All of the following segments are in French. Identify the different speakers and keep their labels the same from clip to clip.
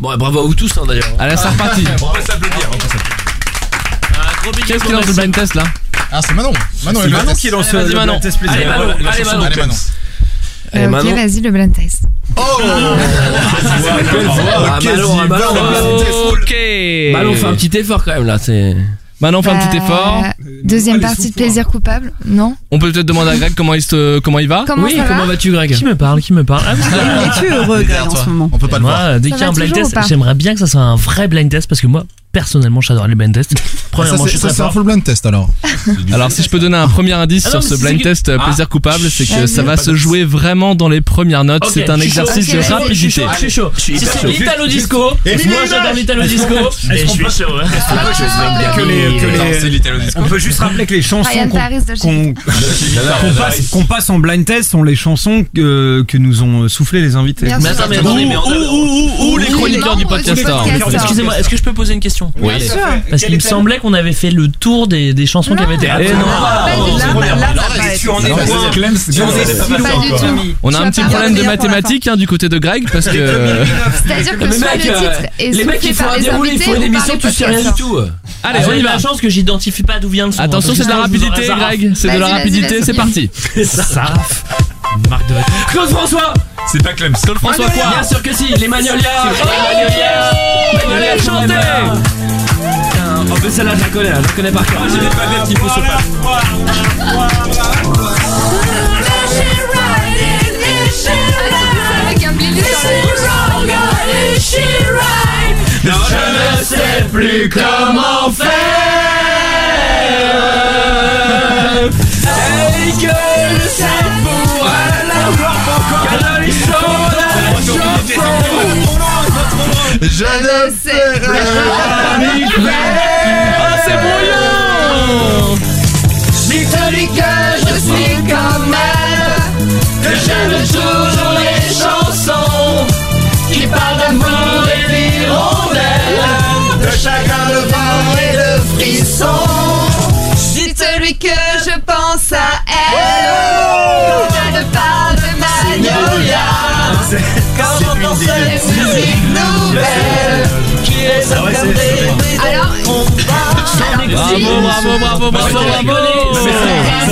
Speaker 1: Bon, bravo à vous tous, hein, d'ailleurs.
Speaker 2: Allez, c'est reparti.
Speaker 3: On va s'applaudir. on va s'applaudir.
Speaker 2: Qu'est-ce qu'il y a dans le blind test là
Speaker 4: Ah, c'est Manon. Manon,
Speaker 3: C'est Manon qui est dans ce
Speaker 2: vas-y,
Speaker 3: le
Speaker 2: Manon.
Speaker 3: blind test plaisir.
Speaker 1: Allez, Manon,
Speaker 3: Voilà, la
Speaker 1: allez,
Speaker 3: chanson
Speaker 1: Manon.
Speaker 3: de
Speaker 4: Allez, Manon.
Speaker 1: Allez,
Speaker 5: Euh,
Speaker 1: Manon.
Speaker 5: ok, vas-y, le blind test.
Speaker 6: Oh
Speaker 1: Ah, Manon, ah, Manon, Manon.
Speaker 2: Ok.
Speaker 1: Manon, fais un petit effort quand même là, c'est.
Speaker 2: Manon, fais un petit
Speaker 5: Bah,
Speaker 2: effort.
Speaker 5: Deuxième partie de plaisir coupable, non
Speaker 2: On peut peut-être demander à Greg comment il se, comment il va.
Speaker 5: Comment
Speaker 6: Oui,
Speaker 5: ça
Speaker 1: Comment
Speaker 5: va
Speaker 1: vas-tu, Greg
Speaker 6: Qui me parle Qui me parle Ah, parce que-
Speaker 7: Es-tu heureux, Greg, en ce moment
Speaker 4: On peut pas le
Speaker 6: Moi,
Speaker 4: voir.
Speaker 6: euh, dès
Speaker 5: Ça
Speaker 6: qu'il y a
Speaker 5: va
Speaker 6: un blind
Speaker 5: toujours
Speaker 6: test,
Speaker 5: ou pas
Speaker 6: j'aimerais bien que ça soit un vrai blind test parce que moi, personnellement, j'adore les blind tests.
Speaker 4: Ah, ça,
Speaker 6: Premièrement,
Speaker 4: c'est-
Speaker 6: je suis
Speaker 4: ça,
Speaker 6: très
Speaker 4: c'est un
Speaker 6: fort.
Speaker 4: full blind test alors.
Speaker 2: Alors si je peux donner un premier indice
Speaker 6: Ah
Speaker 2: sur
Speaker 6: non, mais
Speaker 2: ce
Speaker 6: c'est
Speaker 2: blind
Speaker 6: que-
Speaker 2: test euh,
Speaker 3: Ah.
Speaker 2: plaisir coupable, c'est que
Speaker 5: Ah,
Speaker 2: ça
Speaker 5: oui.
Speaker 2: va se jouer vraiment dans les premières notes.
Speaker 6: Ok,
Speaker 2: C'est un
Speaker 6: je suis chaud.
Speaker 2: exercice
Speaker 5: Ok, vas-y.
Speaker 2: de
Speaker 6: Je suis chaud,
Speaker 2: rapidité.
Speaker 6: je suis chaud.
Speaker 1: Je suis
Speaker 6: Si
Speaker 1: hyper
Speaker 6: c'est
Speaker 1: chaud.
Speaker 6: l'Italo Disco, moi j'adore l'Italo Disco. Et je suis chaud. hein.
Speaker 3: Que les- que les- On peut juste rappeler que les chansons
Speaker 5: Ryan
Speaker 3: qu'on
Speaker 5: Paris de chez
Speaker 3: qu'on- qu'on passe, qu'on passe en blind test sont les chansons que, que nous ont soufflé les invités.
Speaker 5: Bien
Speaker 3: Oh,
Speaker 1: Mais
Speaker 5: sûr.
Speaker 1: attends, mais
Speaker 5: Ou-
Speaker 1: attendez, mais on a-
Speaker 2: Ou les
Speaker 5: Oui,
Speaker 2: chroniqueurs du
Speaker 5: membre
Speaker 2: podcast.
Speaker 5: podcast.
Speaker 6: Excusez-moi, est-ce que je peux poser une question
Speaker 2: Oui.
Speaker 5: Bien sûr.
Speaker 6: Parce qu'il me semblait qu'on avait fait le tour des, des chansons qui avaient été. Ah,
Speaker 3: Eh non.
Speaker 5: Pas du
Speaker 7: Là,
Speaker 5: tout.
Speaker 7: ça va
Speaker 3: Tu en
Speaker 7: être-
Speaker 3: es
Speaker 4: Alors,
Speaker 3: loin.
Speaker 4: Ah, c'est Clem, c'est
Speaker 3: Tu en
Speaker 4: bien.
Speaker 3: es si loin.
Speaker 5: Pas du tout.
Speaker 2: On a
Speaker 5: Tu
Speaker 2: un
Speaker 5: vas
Speaker 2: petit
Speaker 5: pas
Speaker 2: problème de
Speaker 5: garder pour la
Speaker 2: mathématiques hein, du côté de Greg parce que.
Speaker 5: C'est-à-dire que
Speaker 1: Les
Speaker 5: soit le
Speaker 1: mecs, euh,
Speaker 5: titre est
Speaker 1: Les mecs,
Speaker 5: soufflé
Speaker 1: ils font
Speaker 5: par
Speaker 1: un
Speaker 5: les
Speaker 1: déroulé, ils
Speaker 5: invités
Speaker 1: font une
Speaker 5: ou par
Speaker 1: émission,
Speaker 5: les
Speaker 1: tu sais rien du
Speaker 5: podcasteurs.
Speaker 1: tout.
Speaker 2: Allez, on
Speaker 6: J'ai
Speaker 2: y
Speaker 6: eu
Speaker 2: va.
Speaker 6: la chance que j'identifie pas d'où vient le son.
Speaker 2: Attention, c'est de la rapidité, Greg. C'est de la
Speaker 5: Vas-y, vas-y,
Speaker 2: rapidité.
Speaker 5: vas-y.
Speaker 2: C'est parti.
Speaker 6: Saraf. Marc de Vatel.
Speaker 1: Claude François
Speaker 3: C'est pas Clem.
Speaker 2: Claude François quoi
Speaker 1: Bien sûr que si, les Magnolias Les Magnolias Les Magnolias chantaient Putain, Oh, mais celle-là, je la connais, je la connais par cœur.
Speaker 3: J'ai des palettes qu'il faut se passer.
Speaker 5: Avec un blind test.
Speaker 3: Je ne sais plus comment faire. Et que le cerveau à la gloire encore dans les choses
Speaker 4: Je ne
Speaker 2: Ah, c'est brouillon
Speaker 5: Dites celui que je pense à elle. Je ne parle de Magnolia. Quand on pense à les musiques nouvelles. Alors,
Speaker 2: Bravo, bravo, bravo, bravo, bravo
Speaker 3: C'est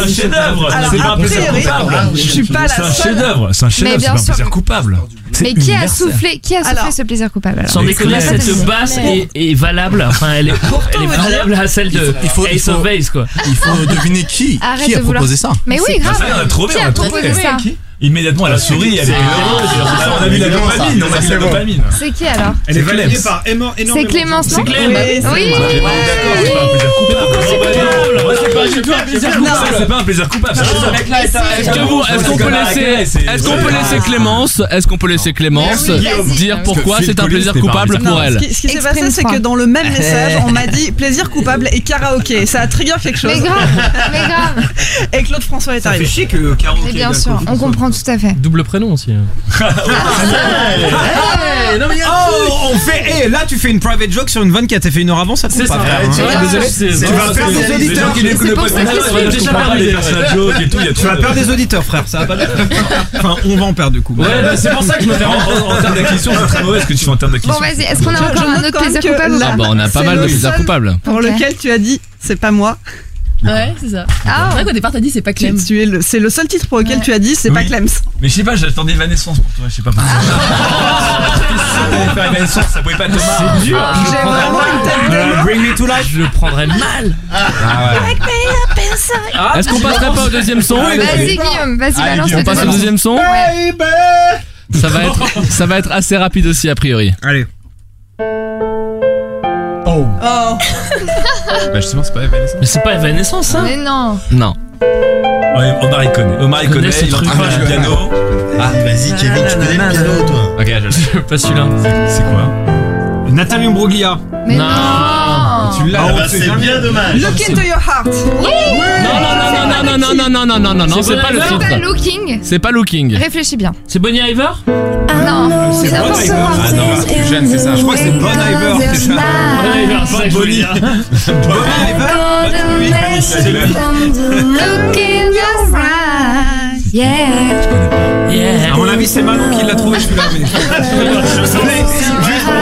Speaker 3: un chef-d'œuvre. C'est pas un plaisir
Speaker 7: théorie,
Speaker 3: coupable.
Speaker 7: Je suis pas la
Speaker 3: C'est un
Speaker 7: seule.
Speaker 3: chef-d'œuvre. C'est un chef-d'œuvre. C'est
Speaker 5: bien
Speaker 3: pas un
Speaker 5: sûr.
Speaker 3: plaisir coupable.
Speaker 5: mais qui a soufflé, qui a soufflé
Speaker 7: Alors.
Speaker 5: ce plaisir coupable alors
Speaker 6: Sans déconner,
Speaker 3: Clem.
Speaker 6: cette basse est, est valable. Enfin, elle est, elle est valable à celle de
Speaker 4: Il faut- il
Speaker 6: Ace
Speaker 4: faut-
Speaker 6: of Base, quoi.
Speaker 4: Il faut deviner qui,
Speaker 5: Arrête
Speaker 4: qui a
Speaker 5: de vouloir-
Speaker 4: proposé ça. Eh,
Speaker 5: Mais oui,
Speaker 3: Ah, ça, on a
Speaker 5: grave.
Speaker 3: trouvé,
Speaker 5: Qui
Speaker 3: on
Speaker 5: a
Speaker 3: a trouvé.
Speaker 5: proposé ça
Speaker 3: Immédiatement, elle a souri, elle est heureuse. Ah, On a mis la
Speaker 4: évidemment, ça.
Speaker 3: dopamine. On a mis
Speaker 4: C'est
Speaker 3: la
Speaker 4: bon.
Speaker 3: dopamine.
Speaker 5: C'est qui alors
Speaker 3: Elle est valable.
Speaker 5: C'est Clémence, non
Speaker 6: C'est Clem.
Speaker 7: Oui, c'est
Speaker 5: Oui,
Speaker 7: moi.
Speaker 3: C'est pas un plaisir coupable. C'est pas du tout un plaisir coupable. C'est pas un plaisir coupable.
Speaker 2: Est-ce que vous- est-ce qu'on peut laisser, est-ce qu'on peut laisser Clémence, est-ce qu'on peut laisser Clémence
Speaker 5: Mais oui, vas-y.
Speaker 2: dire pourquoi
Speaker 3: Parce que
Speaker 2: c'est un
Speaker 3: Phil
Speaker 2: plaisir
Speaker 3: Collins, c'était
Speaker 2: coupable
Speaker 3: pas
Speaker 2: pour
Speaker 7: Non, ce
Speaker 2: elle
Speaker 7: qui, ce qui s'est
Speaker 5: Exprime
Speaker 7: passé, c'est
Speaker 5: froid.
Speaker 7: que dans le même message, on m'a dit plaisir coupable et karaoké. Ça a trigger quelque chose.
Speaker 5: mais grave, mais grave.
Speaker 7: Et Claude François est arrivé.
Speaker 3: chier que Caro.
Speaker 5: Mais bien sûr, on comprend tout à fait.
Speaker 2: Double prénom aussi.
Speaker 3: Oh, on fait. Eh, là, tu fais une private joke sur une 24. T'as fait une heure avant, ça te
Speaker 6: C'est
Speaker 3: compte
Speaker 6: ça.
Speaker 3: pas, frère, hein.
Speaker 5: tu vois,
Speaker 6: Désolé, c'est-
Speaker 3: Tu vas faire des auditeurs qui
Speaker 5: C'est pour ça que
Speaker 3: Ouais,
Speaker 5: c'est
Speaker 3: déjà parlé des personnages jokes et tout, il y a
Speaker 4: Tu vas perdre
Speaker 3: des auditeurs, frère, ça va pas Enfin, on va en perdre du coup. Ouais, bah, c'est pour ça que je me fais en, en, en termes d'acquisition, c'est très mauvais ce que tu fais en termes
Speaker 5: Bon,
Speaker 3: d'acquisition.
Speaker 5: vas-y, est-ce qu'on a
Speaker 7: Je
Speaker 5: encore
Speaker 7: note
Speaker 5: un autre
Speaker 7: quand même
Speaker 5: plaisir
Speaker 7: que
Speaker 5: coupable ou
Speaker 7: là-
Speaker 2: Ah
Speaker 5: pas
Speaker 2: bah on a pas
Speaker 7: C'est
Speaker 2: mal de
Speaker 7: le
Speaker 2: plaisirs
Speaker 7: seul.
Speaker 2: coupables.
Speaker 7: Pour
Speaker 5: Ok.
Speaker 7: lequel tu as dit c'est pas moi.
Speaker 8: Ouais, c'est ça. C'est
Speaker 5: Ah,
Speaker 8: vrai qu'au départ, t'as dit c'est pas
Speaker 7: Tu-
Speaker 8: Clem.
Speaker 7: tu es le- C'est le seul titre pour lequel
Speaker 8: Ouais.
Speaker 7: tu as dit c'est pas
Speaker 3: Oui.
Speaker 7: Clems.
Speaker 3: Mais je sais pas, j'attendais Evanescence pour toi, je sais pas pourquoi. Si t'avais fait Evanescence, ça pouvait pas Thomas. C'est dur.
Speaker 7: J'ai vraiment une telle
Speaker 1: Ah,
Speaker 3: Bring me to life.
Speaker 6: Je le prendrais mal.
Speaker 3: Ah
Speaker 2: Est-ce qu'on passerait pas au deuxième son
Speaker 5: vas-y, Guillaume, vas-y, balance
Speaker 2: On
Speaker 5: le
Speaker 2: passe au
Speaker 5: deuxième.
Speaker 2: deuxième son
Speaker 3: Ah,
Speaker 2: Ça va être, ça va être assez rapide aussi a priori.
Speaker 3: Allez.
Speaker 7: Oh,
Speaker 2: Oh.
Speaker 3: Bah, justement, c'est pas Evanescence.
Speaker 6: Mais c'est pas Evanescence, ça
Speaker 5: Mais non.
Speaker 2: Non.
Speaker 3: Ouais, Omar il connaît. Omar il
Speaker 6: Je connais
Speaker 3: connaît,
Speaker 6: ce
Speaker 3: il
Speaker 6: truc.
Speaker 3: entend
Speaker 6: Ah,
Speaker 3: le
Speaker 4: je
Speaker 3: piano.
Speaker 4: Ah, vas-y, Kevin, tu connais le piano, toi.
Speaker 2: Ok, je pas celui-là.
Speaker 3: C'est quoi Nathalie Broglia.
Speaker 5: Mais
Speaker 2: Non.
Speaker 5: non.
Speaker 3: Ah, bah, c'est bien dommage.
Speaker 7: Look into your heart.
Speaker 2: Non non non non non non non non non non non c'est pas le
Speaker 6: Bon
Speaker 5: Pas
Speaker 2: titre.
Speaker 5: looking.
Speaker 2: C'est pas Looking.
Speaker 5: Réfléchis bien.
Speaker 6: C'est Bonnie Iver
Speaker 5: Non, c'est n'importe
Speaker 3: Iver.
Speaker 5: quoi.
Speaker 3: Ah non, c'est plus jeune, c'est ça. Je crois que c'est Bon Iver, c'est ça.
Speaker 6: Bonnie Iver, c'est ça que je voulais
Speaker 3: Bonnie.
Speaker 6: dire.
Speaker 3: Bon Iver Oui, c'est le-
Speaker 5: Look in your eyes. Yeah.
Speaker 3: À
Speaker 6: Yeah.
Speaker 3: mon avis, c'est Manon qui l'a trouvé celui-là. Mais... Je sonnais juste pour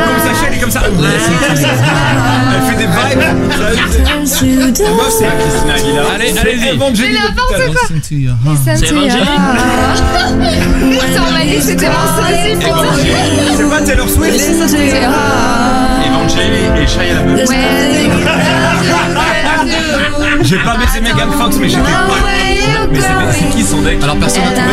Speaker 3: comme Elle fait des vibes. La meuf, c'est pas Christina Aguilera.
Speaker 1: Allez,
Speaker 3: C'est
Speaker 1: allez-y.
Speaker 3: Evangeline
Speaker 5: Mais n'importe
Speaker 3: Lupita.
Speaker 4: Listen to your heart.
Speaker 5: C'est
Speaker 6: Evangeline.
Speaker 5: on m'a dit que c'était mon seul, putain.
Speaker 3: C'est pas Taylor Swift. Evangeline et Shia LaBeouf. J'ai pas baisé Megan Fox, mais j'étais pas. Mais c'est c'est qui son deck
Speaker 4: Alors personne n'a trouvé.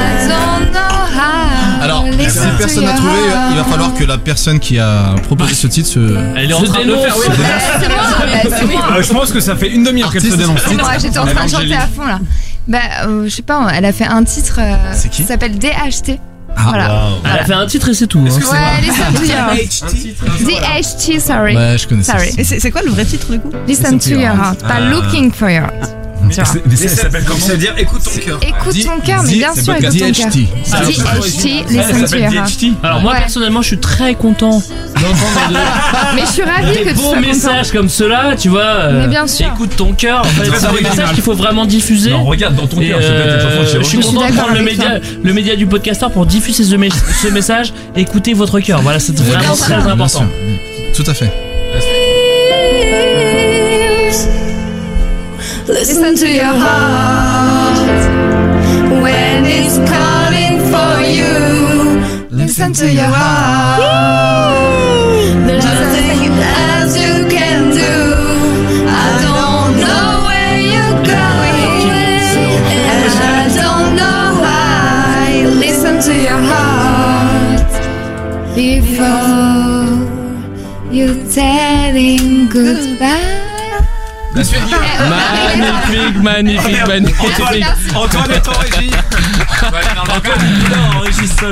Speaker 5: Euh,
Speaker 4: Alors si personne n'a trouvé, il va falloir que la personne qui a proposé ce titre se
Speaker 6: Elle est en train de le faire, oui.
Speaker 5: C'est moi, bah, c'est moi.
Speaker 3: Euh, Je pense que ça fait une demi-heure qu'elle se
Speaker 4: Artiste.
Speaker 3: dénonce.
Speaker 5: C'est moi, J'étais en train de chanter
Speaker 3: Evangeline.
Speaker 5: à fond là. Bah, euh, je sais pas, elle a fait un titre euh,
Speaker 4: C'est qui
Speaker 5: s'appelle DHT.
Speaker 3: Ah,
Speaker 5: voilà.
Speaker 6: Elle a fait un titre et c'est tout. hein.
Speaker 5: Ouais, listen to your
Speaker 3: Un titre.
Speaker 5: DHT, sorry.
Speaker 4: Ouais, je connais ça.
Speaker 5: Sorry.
Speaker 9: Et c'est c'est quoi le vrai titre du coup
Speaker 5: Listen to your heart, pas
Speaker 3: Ah.
Speaker 5: looking for your heart. Tu vois.
Speaker 3: Mais ça s'appelle comment Ça veut dire écoute ton cœur.
Speaker 5: Écoute ton cœur, mais bien sûr, écoute ton cœur.
Speaker 4: DHT.
Speaker 5: DHT,
Speaker 6: Eh,
Speaker 5: listen
Speaker 3: Ça
Speaker 5: to your
Speaker 3: s'appelle
Speaker 5: heart.
Speaker 3: DHT.
Speaker 6: Alors moi
Speaker 5: Ouais.
Speaker 6: personnellement je suis très content d'entendre
Speaker 5: Mais je suis
Speaker 6: de-
Speaker 5: ravie que tu
Speaker 6: des
Speaker 5: sois
Speaker 6: beaux
Speaker 5: content.
Speaker 6: messages comme cela, tu vois. euh,
Speaker 5: Mais bien sûr.
Speaker 6: Écoute ton cœur, en fait,
Speaker 3: Très
Speaker 6: c'est des
Speaker 3: original.
Speaker 6: messages qu'il faut vraiment diffuser.
Speaker 3: Non, regarde dans ton
Speaker 6: Et,
Speaker 3: cœur, c'est peut-être une chanson
Speaker 6: euh,
Speaker 3: de chez
Speaker 6: je suis
Speaker 5: Renaud.
Speaker 6: content
Speaker 5: Je
Speaker 6: de
Speaker 5: suis
Speaker 6: prendre le
Speaker 5: d'accord
Speaker 6: média, le média du podcaster pour diffuser ce, mé- ce message. Écoutez votre cœur. Voilà, c'est vraiment très important.
Speaker 3: Mm.
Speaker 4: Tout à fait.
Speaker 5: Listen to your heart when it's calling for you. Listen to your heart. There's nothing else you can do. I don't know where you're going, and I don't know why. Listen to your heart before you tell him goodbye.
Speaker 1: Magnifique, magnifique, magnifique.
Speaker 3: Antoine est en régie.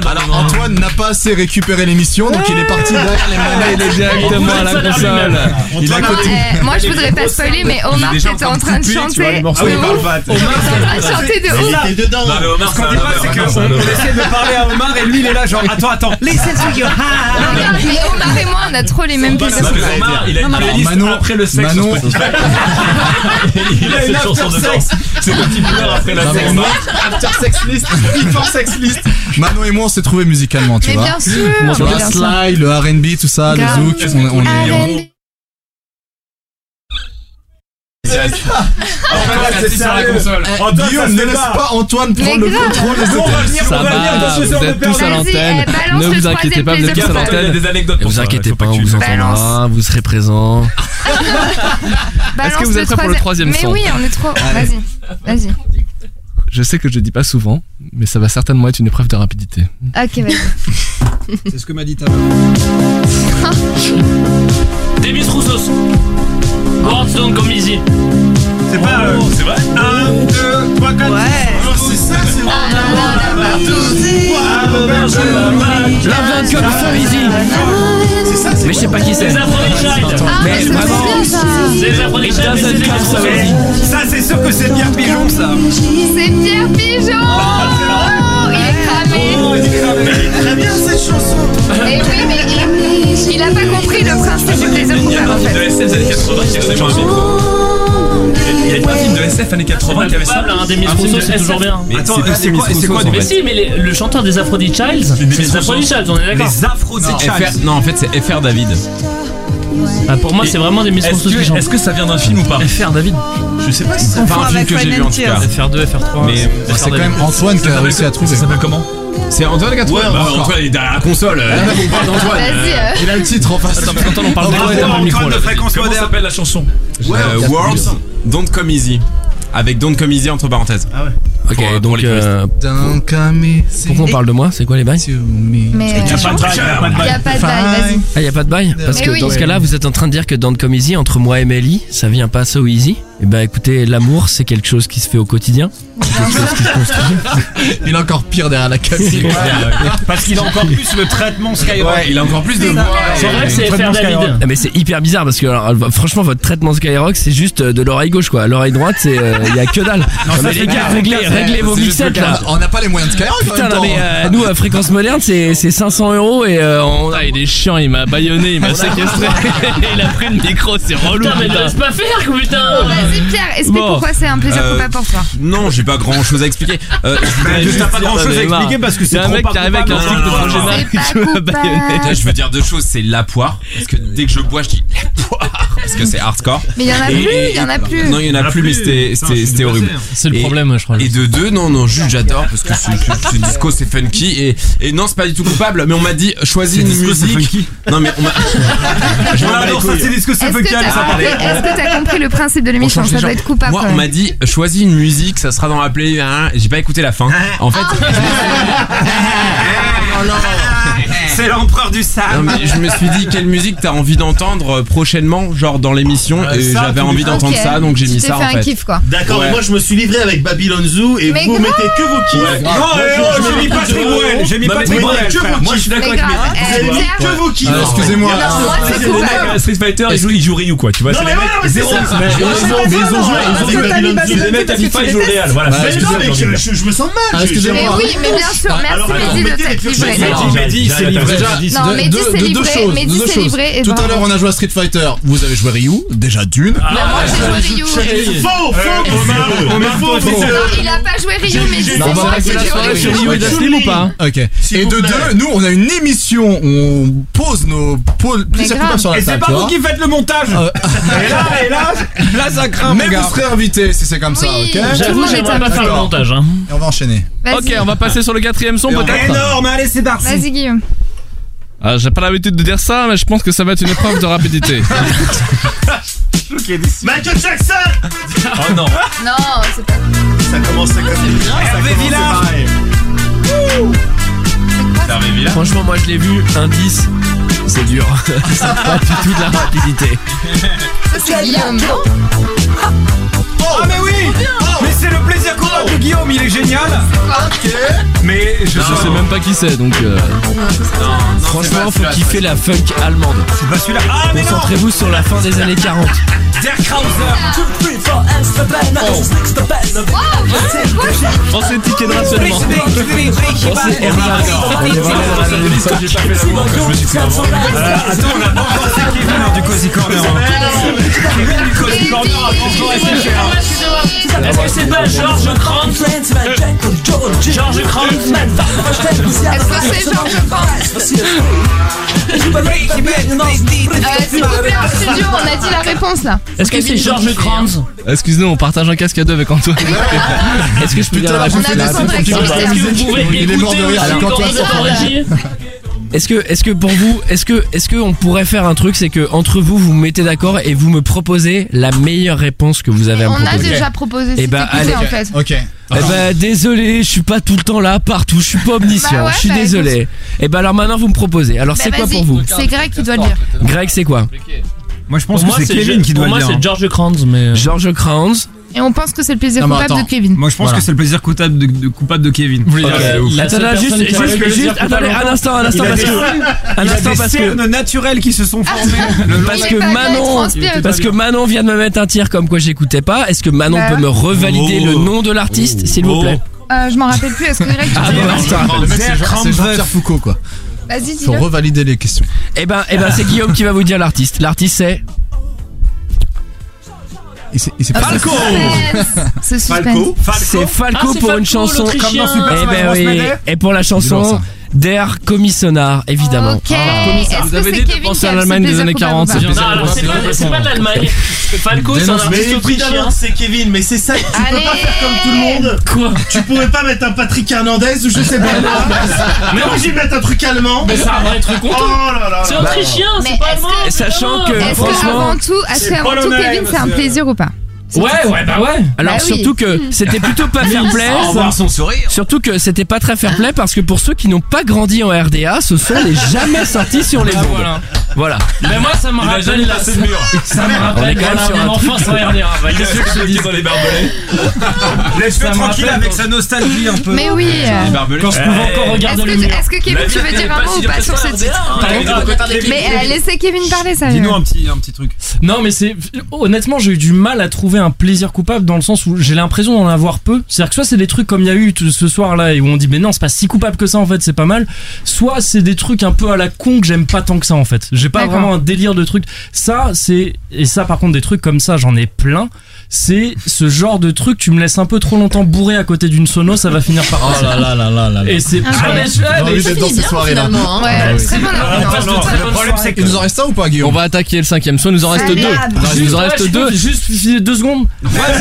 Speaker 4: Alors Antoine n'a pas assez récupéré l'émission, donc il est parti derrière les
Speaker 3: Ah,
Speaker 4: manettes.
Speaker 1: Il est directement à la console.
Speaker 4: Il a côté.
Speaker 5: Euh, moi, je voudrais pas spoiler, mais Omar, t'étais en train de chanter.
Speaker 3: Ah oui, parle pas.
Speaker 5: T'étais en train de chanter de ouf.
Speaker 4: Il est dedans.
Speaker 3: Ce qu'on dit pas, c'est qu'on essaie de parler à Omar et lui, il est là, genre, attends, attends. Listen to your
Speaker 5: hein,
Speaker 3: heart.
Speaker 5: Regarde, mais Omar et moi, on a trop les mêmes pulsations.
Speaker 3: Omar, il a une playlist
Speaker 4: Manon-
Speaker 3: après le sexe.
Speaker 4: Manon-
Speaker 3: sur Spotify. Il a une after sex. C'est quand il pleure après la
Speaker 4: Non, mais
Speaker 3: sexe.
Speaker 4: Omar, After sex list, before sex list. Manon et moi on s'est trouvé musicalement, tu
Speaker 5: Mais
Speaker 4: vois.
Speaker 5: bien sûr.
Speaker 4: Tu vois, Sly, le R&B, tout
Speaker 1: Ah,
Speaker 4: ça, le
Speaker 5: Grave.
Speaker 4: zouk, on, on est. on-
Speaker 5: Arrête.
Speaker 4: Ah,
Speaker 3: c'est sérieux. Antoine, Oh, ça
Speaker 4: Eh, Guillaume,
Speaker 3: se
Speaker 4: ne
Speaker 3: fait
Speaker 4: laisse
Speaker 3: pas.
Speaker 4: pas Antoine prendre le
Speaker 5: grave.
Speaker 4: contrôle des
Speaker 3: On va venir, on
Speaker 1: Ça
Speaker 3: va venir dans
Speaker 1: va,
Speaker 3: deux
Speaker 1: vous
Speaker 3: heures de
Speaker 1: êtes tous à
Speaker 5: perdu.
Speaker 1: l'antenne.
Speaker 5: Vas-y, eh, balance
Speaker 1: Ne
Speaker 5: le
Speaker 1: vous inquiétez
Speaker 5: troisième
Speaker 1: pas, vous êtes
Speaker 5: plaisir
Speaker 1: tous à
Speaker 5: pour toi.
Speaker 3: Il y a
Speaker 1: l'antenne.
Speaker 3: des anecdotes
Speaker 1: Ne
Speaker 3: pour
Speaker 1: vous
Speaker 3: ça,
Speaker 1: inquiétez
Speaker 3: faut
Speaker 1: pas,
Speaker 3: que
Speaker 1: on
Speaker 3: tu-
Speaker 1: vous
Speaker 5: Balance.
Speaker 1: entendra, vous serez présents.
Speaker 5: Balance
Speaker 1: que vous êtes prêts pour le troisième
Speaker 5: Mais
Speaker 1: son
Speaker 5: oui, on est trop. Vas-y, vas-y.
Speaker 1: Je sais que je dis pas souvent, mais ça va certainement être une épreuve de rapidité.
Speaker 3: Oh,
Speaker 5: Ok, vas-y.
Speaker 3: C'est ce que m'a dit ta
Speaker 6: Davis Roussos. Gordon comme Easy.
Speaker 3: Oh.
Speaker 6: Oh.
Speaker 3: C'est pas. euh, C'est vrai 1, 2, 3, 4. Ouais. C'est ça, c'est vrai.
Speaker 1: La comme
Speaker 3: C'est ça, c'est
Speaker 1: Mais je sais pas qui c'est.
Speaker 6: Les Aphrodite.
Speaker 5: Ah, mais c'est
Speaker 1: vraiment,
Speaker 5: bien ça.
Speaker 6: Les Aphrodite.
Speaker 1: doesn't
Speaker 6: Davis
Speaker 1: have
Speaker 6: Roussos.
Speaker 1: somebody.
Speaker 3: Ça, c'est sûr que c'est Pierre Pigeon, ça.
Speaker 5: C'est Pierre Pigeon.
Speaker 1: Ah,
Speaker 5: Oh, Il est cramé.
Speaker 3: Très bien cette chanson.
Speaker 5: Mais oui, mais il- il a pas compris le principe du plaisir coupable en fait.
Speaker 3: SF années 80 qui avait un micro. Il y a pas un film de SF années 80 qui avait ça.
Speaker 6: Coupable, hein, Davis
Speaker 3: Un film
Speaker 6: Roussos,
Speaker 3: de
Speaker 6: c'est
Speaker 3: SF.
Speaker 6: toujours bien.
Speaker 3: Mais Attends, euh, c'est quoi c'est quoi
Speaker 6: Mais
Speaker 3: des
Speaker 6: si, mais les- le chanteur des Aphrodite Childs, c'est les Aphrodite Childs, on est d'accord.
Speaker 3: Les Aphrodite Childs.
Speaker 10: Non, en fait, c'est FR David.
Speaker 6: Ah, pour moi, c'est vraiment des
Speaker 3: Est-ce
Speaker 6: Roussos qui
Speaker 3: que,
Speaker 6: chantent.
Speaker 3: est-ce que ça vient d'un film ou pas
Speaker 6: FR David
Speaker 3: Je sais pas si c'est
Speaker 9: Confond avec Rain and Tears.
Speaker 6: FR2, FR3.
Speaker 3: Mais,
Speaker 6: Mais
Speaker 3: bah,
Speaker 4: C'est quand même Antoine qui a réussi à trouver.
Speaker 3: Ça s'appelle comment
Speaker 10: C'est Antoine qui a trouvé.
Speaker 4: Ouais, bah, Antoine,
Speaker 10: il est derrière la console. On parle d'Antoine.
Speaker 5: Vas-y. euh,
Speaker 4: Il a le titre en face.
Speaker 6: on parle
Speaker 3: Antoine,
Speaker 6: de
Speaker 3: Antoine
Speaker 6: micro là.
Speaker 3: de fréquence moderne. Comment s'appelle la chanson
Speaker 10: Euh, Worms, Don't Come Easy. Avec Don't Come Easy entre parenthèses. Pour, euh,
Speaker 1: Ok,
Speaker 10: pour
Speaker 1: donc
Speaker 10: les touristes.
Speaker 1: euh,
Speaker 4: Don't come easy
Speaker 1: pourquoi on parle de moi C'est quoi les bails
Speaker 4: to me.
Speaker 5: Mais euh,
Speaker 3: Il y a pas de track, il y a pas de
Speaker 5: il y
Speaker 3: bail.
Speaker 5: a pas de bail, vas-y.
Speaker 1: Ah, y a pas de bail Parce
Speaker 5: Mais
Speaker 1: que
Speaker 5: oui.
Speaker 1: dans ce cas-là, vous êtes en train de dire que dans Come Easy, entre moi et Melly, ça vient pas so easy. Et ben écoutez, l'amour, c'est quelque chose qui se fait au quotidien.
Speaker 4: Il est encore pire derrière la cabine.
Speaker 3: Parce qu'il a encore plus le traitement Skyrock.
Speaker 10: Ouais, il a encore plus de voix.
Speaker 6: C'est vrai que c'est
Speaker 3: Fred
Speaker 6: FR
Speaker 3: Moscaron.
Speaker 6: David.
Speaker 1: Ah, mais c'est hyper bizarre parce que alors, franchement, votre traitement Skyrock, c'est juste euh, de l'oreille gauche quoi. L'oreille droite, c'est euh, y a que dalle. Non, mais les gars, réglez, réglez vos
Speaker 4: C'est juste le
Speaker 1: mixettes là.
Speaker 4: cadre. On n'a pas les moyens de Skyrock en
Speaker 3: bah,
Speaker 1: Putain,
Speaker 4: même temps.
Speaker 1: non, mais euh, nous, à Fréquence Moderne, c'est c'est 500 euros et euh, on. Ah, il est chiant, il m'a baïonné, il m'a séquestré. il a pris le micro, c'est relou.
Speaker 6: Putain, mais ne laisse pas faire, putain
Speaker 5: Vas-y Pierre, explique
Speaker 11: Bon.
Speaker 5: pourquoi c'est un plaisir
Speaker 10: Euh,
Speaker 5: coupable pour toi.
Speaker 10: Non, j'ai pas grand chose à expliquer. Euh, je voudrais juste- euh,
Speaker 3: T'as pas grand chose à
Speaker 1: marre.
Speaker 3: expliquer parce que
Speaker 1: C'est
Speaker 3: c'est
Speaker 1: un
Speaker 3: trop
Speaker 1: mec
Speaker 3: pas
Speaker 1: qui arrive avec un
Speaker 3: coupable.
Speaker 1: truc
Speaker 3: Non,
Speaker 1: de
Speaker 3: non, non,
Speaker 1: projet
Speaker 3: non.
Speaker 1: mal.
Speaker 5: C'est pas coupable.
Speaker 10: Bah, je veux dire deux choses, c'est la poire, parce que dès que je bois, je dis la poire, parce que c'est hardcore.
Speaker 5: Mais il y en a
Speaker 10: Et-
Speaker 5: plus,
Speaker 10: et-
Speaker 5: il y en a plus.
Speaker 10: Non, il y en a plus, mais c'était- c'était c'était horrible.
Speaker 3: hein.
Speaker 1: C'est
Speaker 10: Et-
Speaker 1: le problème, je crois.
Speaker 10: Et de deux, non, non, juste j'adore parce que ce, ce- ce disco c'est funky et, et non, c'est pas du tout coupable, mais on m'a dit choisis une musique. Non, mais on m'a. Je m'en bats les
Speaker 3: Alors ça
Speaker 10: couilles.
Speaker 3: c'est disco
Speaker 5: Est-ce que
Speaker 3: séphocal,
Speaker 5: t'as
Speaker 3: ça parlait.
Speaker 6: Ah,
Speaker 5: est-ce que t'as compris le principe de
Speaker 10: On
Speaker 5: l'émission
Speaker 10: change
Speaker 5: Ça
Speaker 10: les
Speaker 5: doit
Speaker 10: genres.
Speaker 5: être coupable.
Speaker 10: Moi,
Speaker 5: quand
Speaker 10: on
Speaker 5: même.
Speaker 10: m'a dit choisis une musique, ça sera dans la playlist. hein. J'ai pas écouté la fin. En fait,
Speaker 3: C'est l'empereur du
Speaker 10: Non,
Speaker 3: sable.
Speaker 10: mais je me suis dit quelle musique t'as envie d'entendre euh, prochainement, genre dans l'émission,
Speaker 3: Euh,
Speaker 10: et
Speaker 3: ça,
Speaker 10: j'avais
Speaker 3: tout
Speaker 10: envie
Speaker 3: de
Speaker 10: d'entendre
Speaker 5: Ok.
Speaker 10: ça, donc j'ai
Speaker 5: Tu
Speaker 10: mis
Speaker 5: t'es
Speaker 10: ça en
Speaker 5: fait un
Speaker 10: fait.
Speaker 5: kiff quoi.
Speaker 12: D'accord, mais moi je me suis livré avec Babylon Zoo et
Speaker 5: Mais
Speaker 12: vous
Speaker 5: grave.
Speaker 12: mettez que vos kiffs.
Speaker 3: Non,
Speaker 12: Moi,
Speaker 3: eh,
Speaker 12: je-
Speaker 3: oh,
Speaker 12: je
Speaker 3: j'ai
Speaker 12: me
Speaker 3: mis
Speaker 12: dis
Speaker 3: Patrick
Speaker 12: que-
Speaker 3: Bruel, j'ai mis
Speaker 12: Bah,
Speaker 3: Patrick
Speaker 12: mais
Speaker 3: Bruel,
Speaker 12: que
Speaker 3: frère.
Speaker 12: vos
Speaker 3: Moi, je suis
Speaker 12: kiffs.
Speaker 5: Mais
Speaker 3: d'accord
Speaker 5: grave,
Speaker 12: Vous
Speaker 5: eh,
Speaker 12: avez mis
Speaker 5: Pierre,
Speaker 12: que vos
Speaker 3: Ah,
Speaker 12: kiffs.
Speaker 4: Alors, excusez-moi.
Speaker 12: Merci,
Speaker 5: Non, moi,
Speaker 12: merci,
Speaker 5: c'est
Speaker 12: les
Speaker 5: cool.
Speaker 12: mecs.
Speaker 3: euh, Street Fighter, il joue, il joue Ryu quoi, tu vois.
Speaker 12: Non,
Speaker 3: c'est
Speaker 12: mais
Speaker 3: les
Speaker 12: voilà,
Speaker 3: mecs,
Speaker 12: mais c'est
Speaker 3: zéro.
Speaker 12: ça.
Speaker 3: Mais
Speaker 12: Mais
Speaker 3: ils
Speaker 12: non,
Speaker 3: ont-
Speaker 12: mais
Speaker 3: ils ont
Speaker 12: non,
Speaker 3: joué,
Speaker 12: non,
Speaker 3: ils ont
Speaker 12: mais
Speaker 3: joué
Speaker 12: t'as bah,
Speaker 3: Babylon
Speaker 12: mis
Speaker 3: Zoo.
Speaker 12: Babylon
Speaker 3: Les mecs à
Speaker 12: parce que
Speaker 3: FIFA,
Speaker 12: tu
Speaker 3: ils jouent
Speaker 12: détestes.
Speaker 3: Real. Ah, Voilà,
Speaker 12: Mais
Speaker 3: c'est ce
Speaker 12: non,
Speaker 3: que
Speaker 12: mais
Speaker 3: j'ai
Speaker 12: je
Speaker 3: entendu.
Speaker 12: je- je me sens mal. je- j'ai-
Speaker 5: Mais
Speaker 12: j'ai-
Speaker 5: oui, mais bien
Speaker 3: Bah,
Speaker 5: sûr,
Speaker 12: Alors,
Speaker 5: merci
Speaker 12: attends,
Speaker 5: Mehdi de
Speaker 12: mettez les
Speaker 5: t'être
Speaker 12: pires choses.
Speaker 5: livré.
Speaker 12: Non,
Speaker 3: Mehdi, Mehdi, c'est livré.
Speaker 5: Non,
Speaker 4: De-
Speaker 5: Mehdi,
Speaker 4: de-
Speaker 5: c'est
Speaker 4: de deux
Speaker 5: livré,
Speaker 4: choses,
Speaker 5: Mehdi,
Speaker 4: de deux
Speaker 5: c'est
Speaker 4: choses.
Speaker 5: livré, et
Speaker 4: Tout
Speaker 5: voilà.
Speaker 4: à l'heure, on a joué à Street Fighter. Vous avez joué Ryu, déjà d'une.
Speaker 5: Bah, moi j'ai joué Ryu.
Speaker 12: Faux, faux,
Speaker 5: Euh,
Speaker 12: monsieur. Mais faux, monsieur.
Speaker 5: Non, il a pas joué Ryu, mais c'est
Speaker 12: Non, on va
Speaker 5: moi qui
Speaker 12: passer
Speaker 5: ai
Speaker 12: la
Speaker 5: joué
Speaker 12: soirée
Speaker 5: Ryu.
Speaker 12: sur
Speaker 1: Ryu et Daslim ou pas
Speaker 4: Ok.
Speaker 12: S'il
Speaker 4: Et
Speaker 12: vous
Speaker 4: de
Speaker 12: plaît.
Speaker 4: deux, nous, on a une émission où on pose nos pôles plaisirs
Speaker 5: grave.
Speaker 4: coupables sur la
Speaker 3: Et c'est
Speaker 4: table.
Speaker 3: pas
Speaker 4: tu
Speaker 3: vous
Speaker 4: vois. Euh,
Speaker 3: qui faites le montage. Et là, et là, là ça craint mon
Speaker 4: Mais vous
Speaker 3: gars.
Speaker 4: serez invité si c'est comme ça,
Speaker 5: Oui.
Speaker 4: ok
Speaker 11: J'avoue,
Speaker 5: Tout le monde
Speaker 11: j'aimerais
Speaker 5: est
Speaker 11: pas faire le
Speaker 4: d'accord.
Speaker 11: montage. Hein.
Speaker 4: Et on va enchaîner.
Speaker 1: Ok,
Speaker 5: Vas-y,
Speaker 1: on va passer sur le quatrième son
Speaker 4: Et on-
Speaker 1: peut-être.
Speaker 3: Énorme, allez c'est parti.
Speaker 5: vas-y Guillaume.
Speaker 1: Ah, J'ai pas l'habitude de dire ça, mais je pense que ça va être une épreuve de rapidité.
Speaker 12: Michael Jackson
Speaker 3: Oh non.
Speaker 5: Non, c'est pas.
Speaker 12: Ça commence à
Speaker 3: Hervé Villard.
Speaker 1: Franchement, moi je l'ai vu, indice, c'est dur. c'est pas du tout de la rapidité.
Speaker 5: Ça c'est Guillaume.
Speaker 3: Ah mais oui. Mais c'est le plaisir coupable de Guillaume, il est génial. Mais je
Speaker 1: Je sais même pas qui c'est donc. euh, Franchement, faut kiffer la funk allemande.
Speaker 3: c'est pas celui-là. Ah mais non.
Speaker 1: Concentrez-vous sur la fin des années 40.
Speaker 3: Der Krauser. Oh.
Speaker 1: On s'est ticket de rationnement.
Speaker 3: Oh, Euh, Attends, on a pas encore fait Kevin hein, du Cozy Corner. hein. Kevin du Cozy Corner a franchement été cher.
Speaker 11: Est-ce que c'est pas George Krantz George Krantz
Speaker 5: Est-ce que c'est Georges Pense euh, S'il vous plaît, en studio, on a dit la réponse là.
Speaker 11: Est-ce que c'est George Krantz
Speaker 1: Excusez-nous, on partage un casque à deux avec Antoine. Est-ce que je peux dire la
Speaker 5: On a
Speaker 4: la
Speaker 5: besoin de réactivité.
Speaker 4: réponse, c'est la
Speaker 11: Est-ce que vous
Speaker 4: musique.
Speaker 11: pouvez
Speaker 4: Il est mort
Speaker 11: écouter
Speaker 4: de rire,
Speaker 11: aussi
Speaker 4: c'est
Speaker 11: dans
Speaker 4: Antoine.
Speaker 11: votre régie
Speaker 1: Est-ce que, est-ce que pour vous, est-ce que, est-ce que on pourrait faire un truc, c'est que entre vous, vous vous mettez d'accord et vous me proposez la meilleure réponse que vous avez à me
Speaker 5: On a
Speaker 1: proposer.
Speaker 5: déjà proposé
Speaker 1: Eh
Speaker 5: si
Speaker 1: ben,
Speaker 5: t'écoutais,
Speaker 1: allez.
Speaker 5: en fait.
Speaker 4: Ok.
Speaker 1: Eh ben désolé, je suis pas tout le temps là, partout, je suis pas omniscient,
Speaker 5: Bah ouais,
Speaker 1: je suis
Speaker 5: bah,
Speaker 1: désolé. Eh ben alors maintenant vous me proposez. Alors
Speaker 5: Bah,
Speaker 1: c'est quoi
Speaker 5: vas-y,
Speaker 1: pour vous
Speaker 5: C'est Greg qui doit le dire.
Speaker 1: Greg, c'est quoi
Speaker 3: Moi je pense
Speaker 11: Pour moi,
Speaker 3: que c'est Kevin qui
Speaker 11: pour
Speaker 3: doit le
Speaker 11: moi,
Speaker 3: dire. hein.
Speaker 11: c'est George Krantz, mais. euh.
Speaker 1: George Crowns.
Speaker 5: Et on pense que c'est le plaisir
Speaker 4: Non, mais
Speaker 5: coupable
Speaker 4: attends.
Speaker 5: de Kevin.
Speaker 3: Moi je pense
Speaker 4: Voilà.
Speaker 3: que c'est le plaisir coupable de, de- coupable de Kevin.
Speaker 11: La
Speaker 1: Attends,
Speaker 11: seule
Speaker 1: attends,
Speaker 11: personne
Speaker 1: juste,
Speaker 11: qui a
Speaker 1: juste,
Speaker 11: réussi à
Speaker 1: juste,
Speaker 11: faire
Speaker 1: attendez,
Speaker 11: longtemps.
Speaker 1: un instant, un instant,
Speaker 3: Il a
Speaker 1: parce
Speaker 3: des-
Speaker 1: que, un
Speaker 3: Il a
Speaker 1: instant,
Speaker 3: des
Speaker 1: parce que,
Speaker 3: cernes naturelles qui se sont formées. le
Speaker 1: parce
Speaker 5: Ah, Il est
Speaker 1: que
Speaker 5: pas bien, il
Speaker 1: Manon,
Speaker 5: transpire.
Speaker 1: parce que Manon vient de me mettre un tir comme quoi j'écoutais pas. Est-ce que Manon
Speaker 5: Bah.
Speaker 1: peut me revalider
Speaker 3: Oh.
Speaker 1: le nom de l'artiste, s'il vous plaît
Speaker 5: Euh, je m'en rappelle plus, est-ce que Greg tu
Speaker 1: Ah
Speaker 5: dis-
Speaker 1: bah, putain.
Speaker 4: Le mec, c'est Jean- c'est Jean-Pierre Foucault, quoi.
Speaker 5: Vas-y,
Speaker 4: Faut
Speaker 5: dis-le.
Speaker 4: revalider les questions.
Speaker 1: Eh ben, eh ben, c'est Guillaume qui va vous dire l'artiste. L'artiste c'est
Speaker 4: Il s'est il s'est pas
Speaker 3: Falco
Speaker 5: Ce suspense.
Speaker 1: c'est Falco
Speaker 12: Falco
Speaker 11: Ah, c'est
Speaker 1: pour
Speaker 11: Falco,
Speaker 1: une chanson.
Speaker 11: l'Autrichien.
Speaker 3: Comme dans Super
Speaker 1: Eh ben
Speaker 3: Smash Bros.
Speaker 1: oui.
Speaker 3: Melee.
Speaker 1: Et pour la
Speaker 4: Dis-leur
Speaker 1: chanson
Speaker 4: ça.
Speaker 1: Der Commissionar, évidemment. Ah,
Speaker 5: Ok, est-ce
Speaker 1: Vous
Speaker 5: que
Speaker 1: avez
Speaker 5: c'est
Speaker 1: dit de
Speaker 5: Kevin
Speaker 1: penser
Speaker 5: qui a
Speaker 1: à
Speaker 5: le
Speaker 1: l'Allemagne des
Speaker 5: plaisir
Speaker 1: années
Speaker 5: coupable
Speaker 1: 40.
Speaker 5: ou pas
Speaker 11: Non, alors c'est pas, c'est pas de l'Allemagne. Falco, c'est un
Speaker 4: Dénonce-
Speaker 11: artiste
Speaker 12: Mais
Speaker 11: autrichien.
Speaker 12: évidemment, c'est Kevin, mais c'est ça, tu peux pas
Speaker 5: Allez.
Speaker 12: faire comme tout le monde.
Speaker 11: Quoi
Speaker 12: Tu pourrais pas mettre un Patrick Hernandez ou je sais pas quoi. Mais obligé de mettre un truc allemand.
Speaker 11: Mais c'est un vrai truc
Speaker 12: Oh
Speaker 11: content.
Speaker 12: là là.
Speaker 11: C'est autrichien,
Speaker 5: Mais
Speaker 11: c'est pas
Speaker 5: est-ce
Speaker 11: allemand.
Speaker 5: que-
Speaker 1: Sachant que,
Speaker 5: Est-ce que
Speaker 1: franchement.
Speaker 5: avant tout, est-ce que avant tout
Speaker 3: polonais,
Speaker 5: Kevin c'est un
Speaker 3: monsieur.
Speaker 5: plaisir ou pas
Speaker 11: Ouais, ouais, bah ouais.
Speaker 1: Alors
Speaker 5: Bah oui.
Speaker 1: surtout que c'était plutôt pas fair play.
Speaker 3: Au revoir son sourire.
Speaker 1: Surtout que c'était pas très fair play parce que pour ceux qui n'ont pas grandi en RDA, ce sont les jamais sortis sur
Speaker 6: Ah,
Speaker 1: les ondes.
Speaker 11: Ah, voilà.
Speaker 1: Voilà.
Speaker 11: Mais moi, ça me rappelle la
Speaker 3: de mur.
Speaker 11: Ça me rappelle
Speaker 1: quand même
Speaker 11: quand
Speaker 1: sur
Speaker 11: même
Speaker 1: un
Speaker 11: mon enfance en RDA. bah, qu'est-ce que-
Speaker 3: dans les barbelés. Laisse-le
Speaker 11: Ça me
Speaker 3: tranquille
Speaker 11: rappelle
Speaker 3: avec
Speaker 11: quand-
Speaker 3: sa nostalgie un peu.
Speaker 5: Mais oui. euh,
Speaker 3: Quand je
Speaker 11: On va encore
Speaker 5: Est-ce
Speaker 11: regarder le
Speaker 5: que,
Speaker 11: mur.
Speaker 5: est-ce que Kevin tu veux dire un mot ou pas sur ce titre Mais euh, laissez Kevin parler ça.
Speaker 3: Dis-nous un petit, un petit truc.
Speaker 11: Non, mais c'est honnêtement, j'ai eu du mal à trouver un plaisir coupable dans le sens où j'ai l'impression d'en avoir peu. C'est-à-dire que soit c'est des trucs comme il y a eu tout ce soir là et où on dit mais non, c'est pas si coupable que ça en fait, c'est pas mal. Soit c'est des trucs un peu à la con que j'aime pas tant que ça en fait.
Speaker 1: J'ai pas
Speaker 5: D'accord.
Speaker 1: vraiment un délire de truc. Ça, c'est et ça par contre des trucs comme ça, j'en ai plein. C'est ce genre de truc, tu me laisses un peu trop longtemps bourré à côté d'une sono, ça va finir par.
Speaker 3: Oh là là là là là là.
Speaker 1: Et c'est.
Speaker 5: bah,
Speaker 3: Ah ouais.
Speaker 1: Ah, mais-
Speaker 4: envie d'être dans ces soirées-là.
Speaker 5: finalement, hein.
Speaker 4: Ah
Speaker 5: Ouais,
Speaker 4: oui.
Speaker 5: très bonne
Speaker 4: Ah,
Speaker 5: ambiance.
Speaker 4: non, non,
Speaker 5: Très
Speaker 4: le
Speaker 5: bonne
Speaker 4: problème, c'est
Speaker 5: soirée.
Speaker 4: que- Il nous en reste un ou pas,
Speaker 2: On
Speaker 4: Guillaume
Speaker 2: va attaquer le cinquième soit, il nous en reste
Speaker 13: Allez,
Speaker 2: deux.
Speaker 13: à
Speaker 2: Il nous en
Speaker 1: Ouais,
Speaker 2: reste
Speaker 1: je peux
Speaker 2: deux.
Speaker 1: Juste filer deux secondes.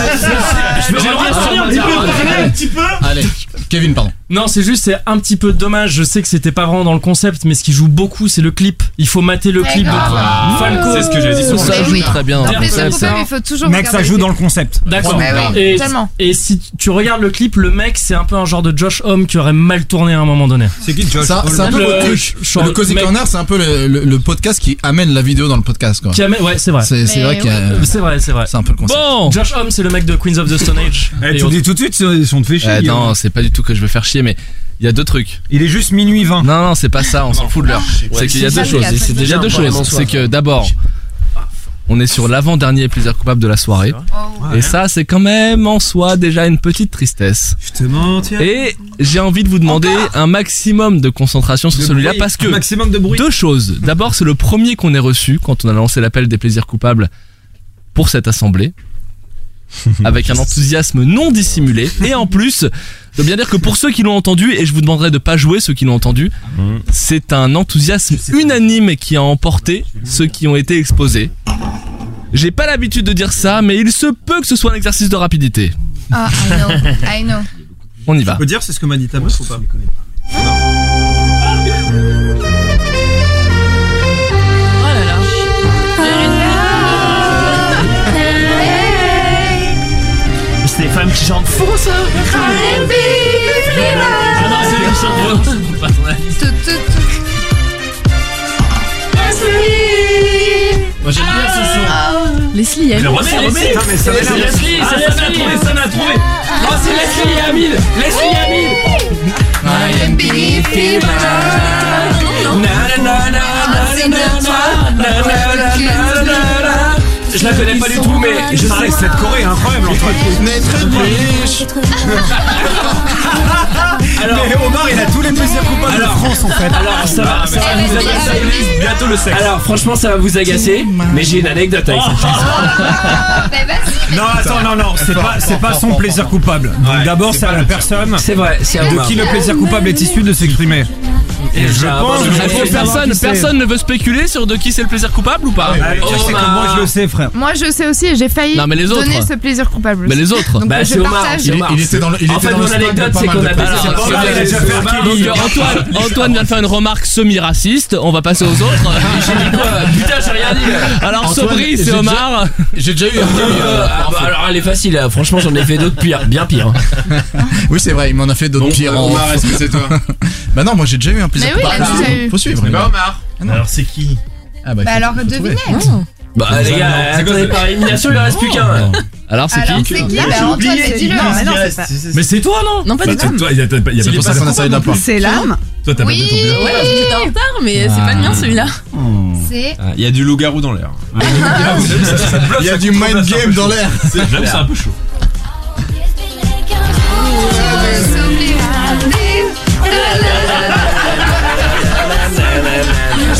Speaker 1: Je vais
Speaker 9: J'aimerais
Speaker 1: revenir
Speaker 9: parler
Speaker 1: sur
Speaker 9: un petit peu, parler un petit peu.
Speaker 4: Allez, Kevin, pardon.
Speaker 1: Non, c'est juste, c'est un petit peu dommage. Je sais que c'était pas vraiment dans le concept, mais ce qui joue beaucoup, c'est le clip. Il faut mater le clip. de Falco.
Speaker 10: C'est ce que j'ai dit sur
Speaker 2: Ça
Speaker 5: Mais
Speaker 2: joue
Speaker 5: oui.
Speaker 2: très bien.
Speaker 5: En
Speaker 1: Dire
Speaker 5: plus,
Speaker 1: comme
Speaker 5: le problème,
Speaker 1: ça.
Speaker 5: il faut toujours.
Speaker 11: Mec, ça
Speaker 5: regarder
Speaker 11: joue
Speaker 5: les
Speaker 11: dans le concept.
Speaker 1: D'accord.
Speaker 5: Mais oui,
Speaker 1: et,
Speaker 5: tellement.
Speaker 1: et si tu regardes le clip, le mec, c'est un peu un genre de Josh Homme qui aurait mal tourné à un moment donné.
Speaker 11: C'est qui Josh
Speaker 4: Ça, c'est un peu
Speaker 1: Le-
Speaker 4: votre truc.
Speaker 1: Ch-
Speaker 4: le Cozy
Speaker 1: mec-
Speaker 4: Corner, c'est un peu le, le- le podcast qui amène la vidéo dans le podcast, quoi.
Speaker 1: Qui amène- Ouais, c'est vrai.
Speaker 4: C'est c'est
Speaker 5: Mais
Speaker 4: vrai qu'il y a-
Speaker 1: Euh, C'est vrai, c'est vrai.
Speaker 4: C'est un peu le concept.
Speaker 2: Bon
Speaker 1: Josh Homme, c'est le mec de Queens of the Stone Age.
Speaker 11: Eh,
Speaker 1: Et
Speaker 11: tu
Speaker 1: autres.
Speaker 11: le dis tout de suite, ils sont de fait chier.
Speaker 2: Eh,
Speaker 11: Guillaume.
Speaker 2: Non, c'est pas du tout que je veux faire chier, mais il y a deux trucs.
Speaker 11: Il est juste minuit 20.
Speaker 2: Non, non, c'est pas ça, on s'en fout de l'heure. C'est qu'il y a
Speaker 5: c'est
Speaker 2: deux
Speaker 5: ça,
Speaker 2: choses.
Speaker 5: c'est
Speaker 2: et C'est déjà
Speaker 10: un
Speaker 2: deux
Speaker 10: problème en
Speaker 2: choses.
Speaker 10: soi.
Speaker 2: C'est que d'abord, on est sur l'avant-dernier plaisir coupable de la soirée.
Speaker 11: Oh.
Speaker 2: Et ça, c'est quand même en soi déjà une petite tristesse.
Speaker 11: Je te mentir.
Speaker 2: Et j'ai envie de vous demander un maximum de concentration sur celui-là parce que
Speaker 11: Maximum de bruit.
Speaker 2: deux choses. D'abord, c'est le premier qu'on ait reçu quand on a lancé l'appel des plaisirs coupables pour cette assemblée. Avec un enthousiasme non dissimulé. Et en plus, de bien dire que pour ceux qui l'ont entendu, et je vous demanderai de pas jouer ceux qui l'ont entendu,
Speaker 11: Mm.
Speaker 2: c'est un enthousiasme unanime qui a emporté ceux qui ont été exposés. J'ai pas l'habitude de dire ça, mais il se peut que ce soit un exercice de rapidité.
Speaker 5: Ah, I know. I know.
Speaker 2: On y va.
Speaker 11: Je peux dire, c'est ce que m'a dit ta meuf ou pas
Speaker 5: Oh là là.
Speaker 3: C'est les femmes qui chantent fou ça Ah non, c'est les qui chantent
Speaker 5: Tout, tout, tout.
Speaker 3: Moi j'aime bien ce son
Speaker 8: Ah.
Speaker 5: Leslie, elle.
Speaker 3: Le remets, le remets
Speaker 11: Putain, mais ça
Speaker 3: C'est
Speaker 11: m'énerve.
Speaker 3: Leslie, ça ça l'a trouvé, ça l'a Oh. trouvé Oh c'est Leslie et Amine Leslie et Amine Je la connais pas du tout mais je sais
Speaker 11: Putain, Cette Corée est incroyable, Antoine.
Speaker 3: Alors,
Speaker 11: Mais Omar, il a tous les plaisirs coupables de France en fait.
Speaker 3: alors Ah, ça va, ça va vous agacer
Speaker 11: Bientôt le sexe.
Speaker 3: Alors franchement ça va vous agacer mais j'ai une anecdote avec ça.
Speaker 11: Non, attends, non, non, c'est pas, c'est pas son plaisir coupable. Donc D'abord, c'est à la personne
Speaker 3: C'est vrai, c'est à
Speaker 11: de qui le plaisir coupable est issu de s'exprimer. Et je
Speaker 3: Ah,
Speaker 11: pense,
Speaker 3: bon,
Speaker 11: je
Speaker 3: je
Speaker 11: pense
Speaker 3: sais
Speaker 11: savoir
Speaker 2: personne,
Speaker 11: qui c'est.
Speaker 2: personne ne veut spéculer sur de qui c'est le plaisir coupable ou pas
Speaker 11: Ah, tu sais que moi, je le sais, frère.
Speaker 5: Moi, je sais aussi, et j'ai failli
Speaker 2: Non, mais les autres.
Speaker 5: donner ce plaisir coupable.
Speaker 2: Mais les autres.
Speaker 5: Donc,
Speaker 3: Bah,
Speaker 5: je
Speaker 3: c'est Omar,
Speaker 5: partage.
Speaker 3: c'est
Speaker 4: Il,
Speaker 3: Omar.
Speaker 4: il était dans le. Il
Speaker 3: En
Speaker 4: était
Speaker 3: fait,
Speaker 4: dans le
Speaker 3: mon
Speaker 4: spot de
Speaker 3: anecdote,
Speaker 4: pas
Speaker 3: c'est
Speaker 4: mal
Speaker 3: qu'on
Speaker 4: de
Speaker 3: a
Speaker 4: personnes.
Speaker 3: baisé
Speaker 11: Alors, il a déjà fait un
Speaker 3: Omar,
Speaker 11: Kelly.
Speaker 2: Donc, euh, Antoine, Antoine vient de faire une remarque semi-raciste, on va passer aux autres.
Speaker 3: J'ai dit quoi Putain, j'ai rien dit.
Speaker 2: Alors
Speaker 4: Antoine,
Speaker 2: Sobri,
Speaker 4: j'ai
Speaker 2: c'est
Speaker 4: déjà-
Speaker 2: Omar.
Speaker 4: J'ai déjà eu. un Kelly,
Speaker 3: Euh,
Speaker 4: euh,
Speaker 3: ah, bah, alors elle est facile, euh, franchement j'en ai fait d'autres pires, bien pires. hein.
Speaker 4: Oui, c'est vrai, il m'en a fait d'autres pires. en-
Speaker 10: Omar, est-ce que c'est toi
Speaker 4: Bah non, moi j'ai déjà eu un plaisir
Speaker 5: Mais oui, il a
Speaker 4: coupable.
Speaker 5: déjà eu.
Speaker 4: Faut suivre. les gars.
Speaker 10: Omar
Speaker 9: Alors c'est qui
Speaker 4: Ah bah,
Speaker 5: Bah,
Speaker 4: faut-
Speaker 5: alors,
Speaker 4: faut
Speaker 5: devinez.
Speaker 4: trouver.
Speaker 3: Bah les gars,
Speaker 10: C'est quoi,
Speaker 3: attendez,
Speaker 10: c'est-
Speaker 3: par élimination il en reste plus qu'un.
Speaker 2: Alors c'est
Speaker 5: Alors,
Speaker 2: qui
Speaker 1: Ben,
Speaker 2: Euh,
Speaker 5: c'est qui Bah, Antoine,
Speaker 9: Oubliez-
Speaker 5: dis-le.
Speaker 9: Non, mais non,
Speaker 13: c'est
Speaker 9: c'est
Speaker 13: pas-
Speaker 9: c'est-
Speaker 1: Mais c'est toi, non
Speaker 5: Non, pas
Speaker 13: Bah,
Speaker 5: l'âme.
Speaker 9: Toi, il y a- t'as pas- il y a
Speaker 4: C'est
Speaker 9: pas
Speaker 4: pour
Speaker 9: de-
Speaker 4: ça qu'on essaye de la part.
Speaker 13: C'est l'âme.
Speaker 9: Toi, t'as pas de ton
Speaker 5: Oui,
Speaker 9: bureau.
Speaker 5: j'étais en retard, mais c'est pas le
Speaker 3: Ah.
Speaker 5: mien celui-là.
Speaker 3: Hmm.
Speaker 5: C'est.
Speaker 10: Ah, Il y a du loup-garou dans l'air. Ah
Speaker 4: Il y a du mind game dans l'air.
Speaker 9: J'avoue, c'est un peu chaud.
Speaker 3: Ah,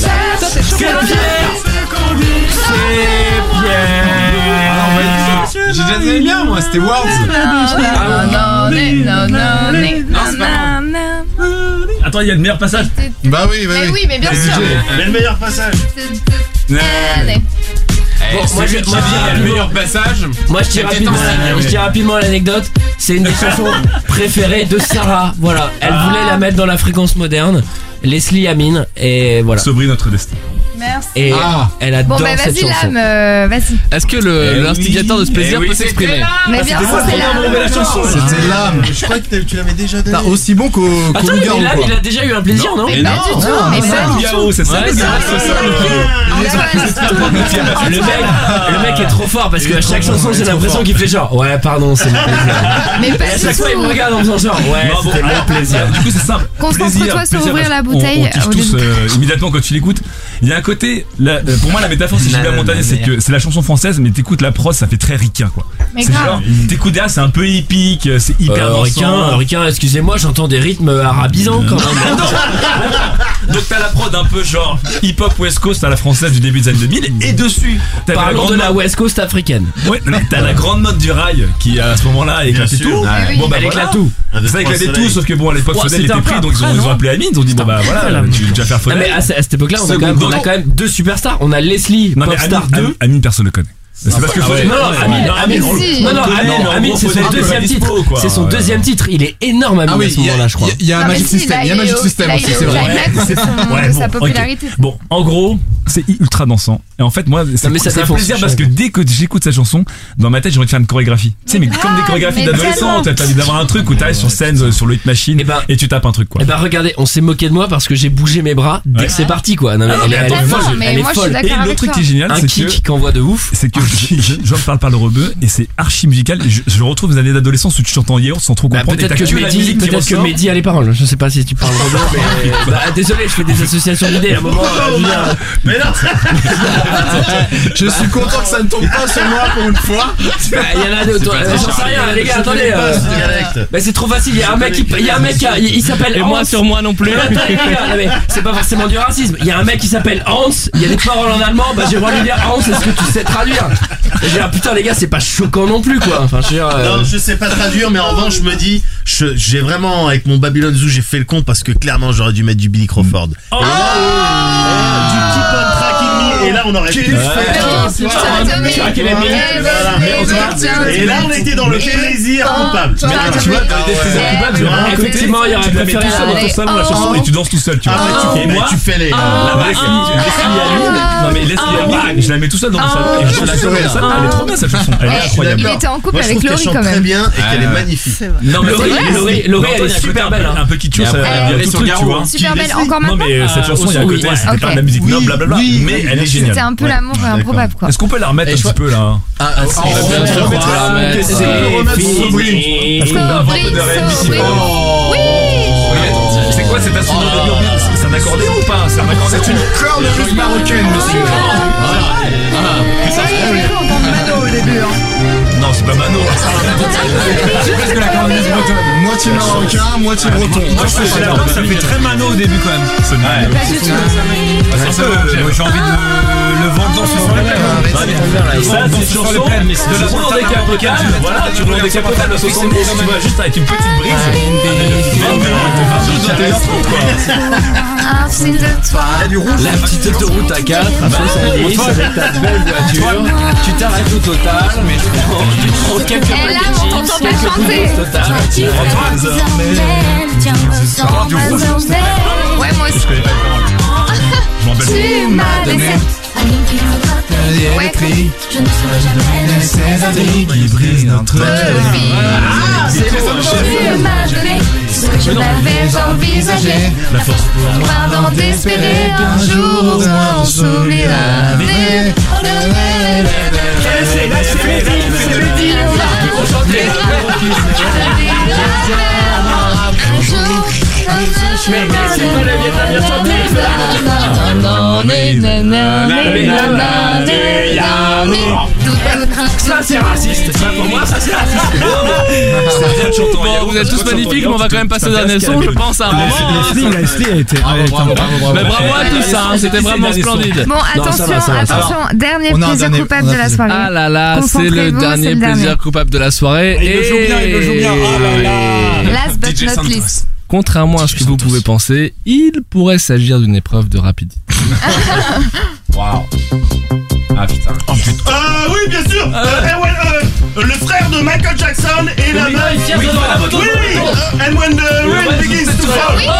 Speaker 10: J'ai déjà fait bien moi, c'était
Speaker 3: bah,
Speaker 10: Words.
Speaker 9: Attends, il y a le meilleur passage.
Speaker 4: Bah oui, bah
Speaker 5: Mais
Speaker 4: oui.
Speaker 5: oui, mais bien sûr.
Speaker 9: Il y a le meilleur passage.
Speaker 3: Bon, moi, je- moi, je dis
Speaker 10: le
Speaker 3: rapidement-
Speaker 10: meilleur passage.
Speaker 3: moi, je dis rapidement
Speaker 9: hein,
Speaker 3: la- je dis rapidement l'anecdote, c'est une des chansons préférées de Sarah. Voilà, elle
Speaker 9: Ah.
Speaker 3: voulait la mettre dans la fréquence moderne. Leslie Amine et voilà.
Speaker 9: Sobri notre destin.
Speaker 5: Merci.
Speaker 3: Et elle
Speaker 5: Bon,
Speaker 3: adore
Speaker 5: bah
Speaker 3: cette
Speaker 5: vas-y,
Speaker 3: chanson.
Speaker 5: l'âme, euh, vas-y.
Speaker 2: Est-ce que
Speaker 10: Eh
Speaker 2: le-
Speaker 10: oui.
Speaker 2: l'instigateur de ce plaisir
Speaker 10: Eh oui,
Speaker 2: peut
Speaker 10: c'était
Speaker 2: s'exprimer
Speaker 3: Ah, bah,
Speaker 5: Mais bien sûr, c'est l'âme.
Speaker 9: la chanson.
Speaker 4: C'était l'âme.
Speaker 9: Je crois que tu l'avais déjà
Speaker 4: Putain, aussi bon qu'au qu'au
Speaker 3: Attends, mais
Speaker 4: loup-garou
Speaker 3: là,
Speaker 4: quoi.
Speaker 3: il a déjà eu un plaisir, non
Speaker 5: Mais pas du tout, mais pas du tout.
Speaker 10: c'est ça.
Speaker 5: Ah, voilà, c'est tout.
Speaker 9: cimetière.
Speaker 1: Le mec, Ah, le mec est trop fort parce que à chaque chanson j'ai l'impression qu'il fait genre ouais pardon c'est mon plaisir.
Speaker 3: Mais
Speaker 1: Et
Speaker 3: pas
Speaker 1: à
Speaker 3: du
Speaker 1: chaque fois il me
Speaker 3: tout.
Speaker 1: regarde en faisant genre ouais
Speaker 9: Bravo. Ah.
Speaker 1: c'était mon
Speaker 9: Alors,
Speaker 1: plaisir.
Speaker 9: Du coup, c'est simple.
Speaker 3: Concentre-toi
Speaker 9: Plaisir,
Speaker 3: sur
Speaker 9: plaisir,
Speaker 3: ouvrir
Speaker 9: parce
Speaker 3: la
Speaker 9: qu'on-
Speaker 3: bouteille
Speaker 9: On,
Speaker 3: au
Speaker 9: touche tous
Speaker 3: début.
Speaker 9: euh, immédiatement quand tu l'écoutes. Il y a un côté, la- euh, pour moi, la métaphore, c'est Gilbert Montagné, c'est que c'est la chanson française, mais t'écoutes la prod, ça fait très ricain, quoi.
Speaker 3: Mais
Speaker 9: C'est
Speaker 3: grave.
Speaker 9: genre, t'écoutes derrière, c'est un peu hippique, euh, c'est hyper
Speaker 1: Euh,
Speaker 9: dansant.
Speaker 1: Ricain, Ricain, excusez-moi, j'entends des rythmes arabisants quand même.
Speaker 9: Donc t'as la prod un peu genre hip-hop West Coast à la française du début des années 2000, et dessus, t'as la
Speaker 1: Parlons
Speaker 9: grande
Speaker 1: de la
Speaker 9: mode-
Speaker 1: West Coast africaine.
Speaker 9: Ouais, non, t'as la grande mode du rail qui à ce moment-là éclate
Speaker 12: sûr.
Speaker 9: tout.
Speaker 3: Oui,
Speaker 9: Bon bah
Speaker 1: Ah
Speaker 9: voilà.
Speaker 1: Elle éclate tout.
Speaker 9: Ça éclatait tout, sauf que bon à l'époque
Speaker 14: Ouah,
Speaker 9: Sodel
Speaker 14: c'était
Speaker 9: était
Speaker 14: un peu
Speaker 9: pris, donc ils ont,
Speaker 14: après,
Speaker 9: ils ont
Speaker 14: non
Speaker 9: appelé Amine, ils ont dit bon bah voilà,
Speaker 14: après,
Speaker 9: tu veux déjà faire
Speaker 1: Non,
Speaker 9: Sodel.
Speaker 1: mais à, ce- à cette époque-là, on a, quand même, on a quand même deux superstars. On a Leslie,
Speaker 9: Non mais
Speaker 1: Popstar
Speaker 9: Amine,
Speaker 1: 2.
Speaker 9: Amine- Amine, personne ne connaît. C'est parce que
Speaker 1: Ah,
Speaker 9: Ah,
Speaker 1: Non, non, Amine, Amine,
Speaker 3: mais si.
Speaker 1: non, non,
Speaker 9: on le
Speaker 1: Amine,
Speaker 9: connaît, mais en
Speaker 1: Amine,
Speaker 9: gros,
Speaker 1: c'est
Speaker 9: faut
Speaker 1: son
Speaker 9: dire que
Speaker 1: deuxième
Speaker 9: la
Speaker 1: titre.
Speaker 9: dispo, quoi.
Speaker 1: C'est son
Speaker 9: Ouais.
Speaker 1: deuxième titre. Il est énorme, Amine,
Speaker 11: Ah
Speaker 1: à
Speaker 11: oui,
Speaker 1: ce
Speaker 11: il y, a-
Speaker 1: moment-là, je crois.
Speaker 11: il y a- il y a un
Speaker 3: Non, mais
Speaker 11: Magic
Speaker 3: si,
Speaker 11: System,
Speaker 3: là,
Speaker 11: il y a un Magic
Speaker 3: au-
Speaker 11: System
Speaker 3: là,
Speaker 11: aussi,
Speaker 3: il est
Speaker 11: c'est
Speaker 3: au
Speaker 11: vrai.
Speaker 3: climax de son-
Speaker 9: Ouais,
Speaker 3: de
Speaker 9: bon,
Speaker 3: sa
Speaker 9: ok.
Speaker 3: popularité.
Speaker 9: Bon, en gros, c'est ultra dansant. Et en fait, moi, c'est
Speaker 1: Non, mais ça
Speaker 9: c'est un
Speaker 1: défonce,
Speaker 9: plaisir
Speaker 1: je
Speaker 9: parce que
Speaker 1: sais.
Speaker 9: dès que j'écoute sa chanson, dans ma tête, j'ai envie de faire une chorégraphie. Tu sais, mais comme des
Speaker 3: grave,
Speaker 9: chorégraphies
Speaker 3: Ah, mais
Speaker 9: d'adolescents,
Speaker 3: tellement.
Speaker 9: t'as envie d'avoir un truc où t'arrives sur scène, euh, sur le hit machine,
Speaker 1: Eh ben-
Speaker 9: et tu tapes un truc, quoi.
Speaker 1: Eh ben regardez, on s'est moqué de moi parce que j'ai bougé mes bras dès que c'est parti quoi. Non, mais
Speaker 3: non,
Speaker 1: elle,
Speaker 3: Ah, mais
Speaker 1: elle est
Speaker 3: attends,
Speaker 1: folle,
Speaker 3: mais
Speaker 1: elle est
Speaker 3: moi, je suis
Speaker 1: folle.
Speaker 3: d'accord.
Speaker 9: Et
Speaker 3: avec
Speaker 9: l'autre truc
Speaker 3: toi.
Speaker 9: qui est génial,
Speaker 1: Un
Speaker 9: c'est que.
Speaker 1: kick Bah, qu'envoie de ouf.
Speaker 9: C'est que je- je- j'en parle par le rebeu et c'est archi musical. Et je, je retrouve les années d'adolescence où tu chantes Yaourt sans trop
Speaker 1: Bah,
Speaker 9: comprendre. et
Speaker 1: peut-être
Speaker 9: t'as
Speaker 1: que,
Speaker 9: la
Speaker 1: Mehdi,
Speaker 9: musique qui
Speaker 1: peut-être que
Speaker 9: ressort.
Speaker 1: Mehdi a les paroles. Je sais pas si tu parles Robin, mais bah, désolé, je fais des associations d'idées à un moment. euh, je viens-
Speaker 11: Je suis content que ça ne tombe pas sur moi pour une fois.
Speaker 1: Bah, Il y en a deux. toi, euh, J'en sais rien, les gars. Attendez. euh, Bah, c'est trop facile. Il y a un mec qui, il y a un mec qui, il, il s'appelle.
Speaker 2: Et
Speaker 1: Hans.
Speaker 2: moi sur moi non plus.
Speaker 1: Mais attendez, les gars, non, mais c'est pas forcément du racisme. Il y a un mec qui s'appelle Hans. Il y a des paroles en allemand. Bah, j'ai le droit de lui dire Hans. Est-ce que tu sais traduire Et J'ai dit, ah, putain, les gars, c'est pas choquant non plus, quoi. Enfin, je veux dire, euh,
Speaker 12: Non, je sais pas traduire, mais en revanche, je me dis, je- j'ai vraiment, avec mon Babylon Zoo, j'ai fait le con parce que clairement, j'aurais dû mettre du Billy Crawford.
Speaker 3: Ah,
Speaker 1: Oh
Speaker 12: et là, du Keep on Tracking Me, et là, on aurait pu. Ah,
Speaker 11: Eh,
Speaker 12: Et là, on était dans le plaisir coupable.
Speaker 9: Tu vois, t'as des
Speaker 12: Ah ouais.
Speaker 9: plaisirs coupables, genre,
Speaker 3: Ah,
Speaker 9: à côté,
Speaker 1: effectivement, il y aurait
Speaker 9: tu la mets
Speaker 1: préféré
Speaker 9: tout seul dans ton
Speaker 3: ça.
Speaker 9: salon, la
Speaker 12: Oh.
Speaker 9: chanson, et tu danses tout seul, tu vois.
Speaker 12: Ah,
Speaker 9: Et
Speaker 12: mais tu, mais
Speaker 9: moi,
Speaker 12: tu fais les.
Speaker 9: la Leslie- Leslie Amine- non mais Leslie Amine, je la mets tout
Speaker 1: Ah.
Speaker 9: seul dans mon salon, et je la mets dans mon salon, elle est trop bien cette chanson,
Speaker 12: Ah,
Speaker 9: elle est
Speaker 3: Ouais,
Speaker 9: incroyable.
Speaker 3: Il était en couple
Speaker 12: Moi, je
Speaker 3: avec
Speaker 12: trouve qu'elle
Speaker 3: Laurie
Speaker 12: chante
Speaker 3: quand
Speaker 12: très
Speaker 3: même.
Speaker 12: bien et qu'elle est magnifique.
Speaker 15: C'est vrai.
Speaker 1: Non, mais
Speaker 3: vrai,
Speaker 1: Laurie, Laurie, Laurie,
Speaker 9: Mais
Speaker 1: elle
Speaker 9: Antoine, il y a
Speaker 1: est
Speaker 9: un
Speaker 1: super
Speaker 9: côté
Speaker 1: belle.
Speaker 9: Un,
Speaker 1: hein.
Speaker 9: un peu kitschou, ça
Speaker 3: après,
Speaker 9: il y a
Speaker 16: elle
Speaker 9: tout
Speaker 16: est
Speaker 9: truc,
Speaker 16: sur
Speaker 9: tu vois.
Speaker 3: Super
Speaker 12: Qui
Speaker 3: belle,
Speaker 12: laisse-
Speaker 3: encore
Speaker 9: Non
Speaker 3: maintenant.
Speaker 9: mais cette chanson, il y a un
Speaker 1: oui,
Speaker 9: côté,
Speaker 1: ouais,
Speaker 9: c'était
Speaker 3: ok.
Speaker 9: pas de la musique
Speaker 12: Oui,
Speaker 9: noble, blablabla,
Speaker 12: oui,
Speaker 9: mais
Speaker 12: oui,
Speaker 9: elle est géniale.
Speaker 3: C'est un peu
Speaker 9: Ouais.
Speaker 3: l'amour
Speaker 12: Ouais,
Speaker 3: improbable quoi.
Speaker 9: Est-ce qu'on peut la remettre un petit peu là
Speaker 12: Ah,
Speaker 11: Ah,
Speaker 3: Sobri, sobri. Oui
Speaker 9: Oh. C'est quoi cette instrument de violon C'est un accordéon ou pas C'est un accordéon Ah,
Speaker 11: C'est une cornemuse marocaine, monsieur.
Speaker 3: Ah,
Speaker 15: Ça, je voulais pas entendre Mano au début. hein.
Speaker 9: Non, c'est pas Mano.
Speaker 3: Ah,
Speaker 11: Moitié marocain, moitié breton.
Speaker 9: C'est la langue, ça fait très Mano au début quand même. C'est
Speaker 3: Pas du tout.
Speaker 9: J'ai envie de le vendre dans ce hein, Ça, c'est une chanson de la roulon décapotable. Voilà, tu roules en décapotable à 70, tu vois, juste avec une petite brise.
Speaker 3: Un signe de toi.
Speaker 1: La petite autoroute à 4, à 70, avec ta belle voiture, tu t'arrêtes au total, mais tu prends, tu prends quelques
Speaker 3: Et là, on t'entend pas
Speaker 1: quelques
Speaker 3: chanter.
Speaker 1: boulettes au total.
Speaker 3: Ouais, moi aussi.
Speaker 9: Je m'en rappelle.
Speaker 3: Tu m'as laissé. Ouais, vie. Ah, Tu m'as donné ce que je n'avais envisagé.
Speaker 9: La force.
Speaker 3: Pardon d'espérer un jour où on s'oubliera.
Speaker 1: Ça, c'est raciste. Ça, pour moi, ça, c'est raciste.
Speaker 2: Bon, vous êtes tous magnifiques, mais on va quand même passer au dernier son, je pense, à un moment.
Speaker 3: euh,
Speaker 14: Leslie, Leslie a été.
Speaker 2: Mais bravo à tous, hein, c'était vraiment splendide.
Speaker 3: Bon,
Speaker 1: Non, ça
Speaker 3: attention,
Speaker 1: va, ça va, ça va.
Speaker 3: attention, dernier
Speaker 11: On a un
Speaker 3: plaisir
Speaker 11: dernier-
Speaker 3: coupable
Speaker 11: on a
Speaker 3: de la
Speaker 11: un
Speaker 3: soirée.
Speaker 2: Ah là là, c'est le
Speaker 3: Concentrez-vous,
Speaker 2: dernier
Speaker 3: c'est le dernier.
Speaker 2: plaisir coupable de la soirée.
Speaker 14: Il le joue bien, il le joue bien. Ah là là.
Speaker 3: Last but
Speaker 16: DJ
Speaker 3: not
Speaker 16: Santos.
Speaker 3: least.
Speaker 2: Contrairement à ce que vous pouvez penser, il pourrait s'agir d'une épreuve de rapidité.
Speaker 16: Waouh. Ah putain.
Speaker 12: Ah oui, bien sûr Eh ouais, euh, Le frère de Michael Jackson et la meuf.
Speaker 1: fier de
Speaker 12: Oui,
Speaker 1: toi.
Speaker 12: oui, oui. Euh, And when the rain begins to fall Oh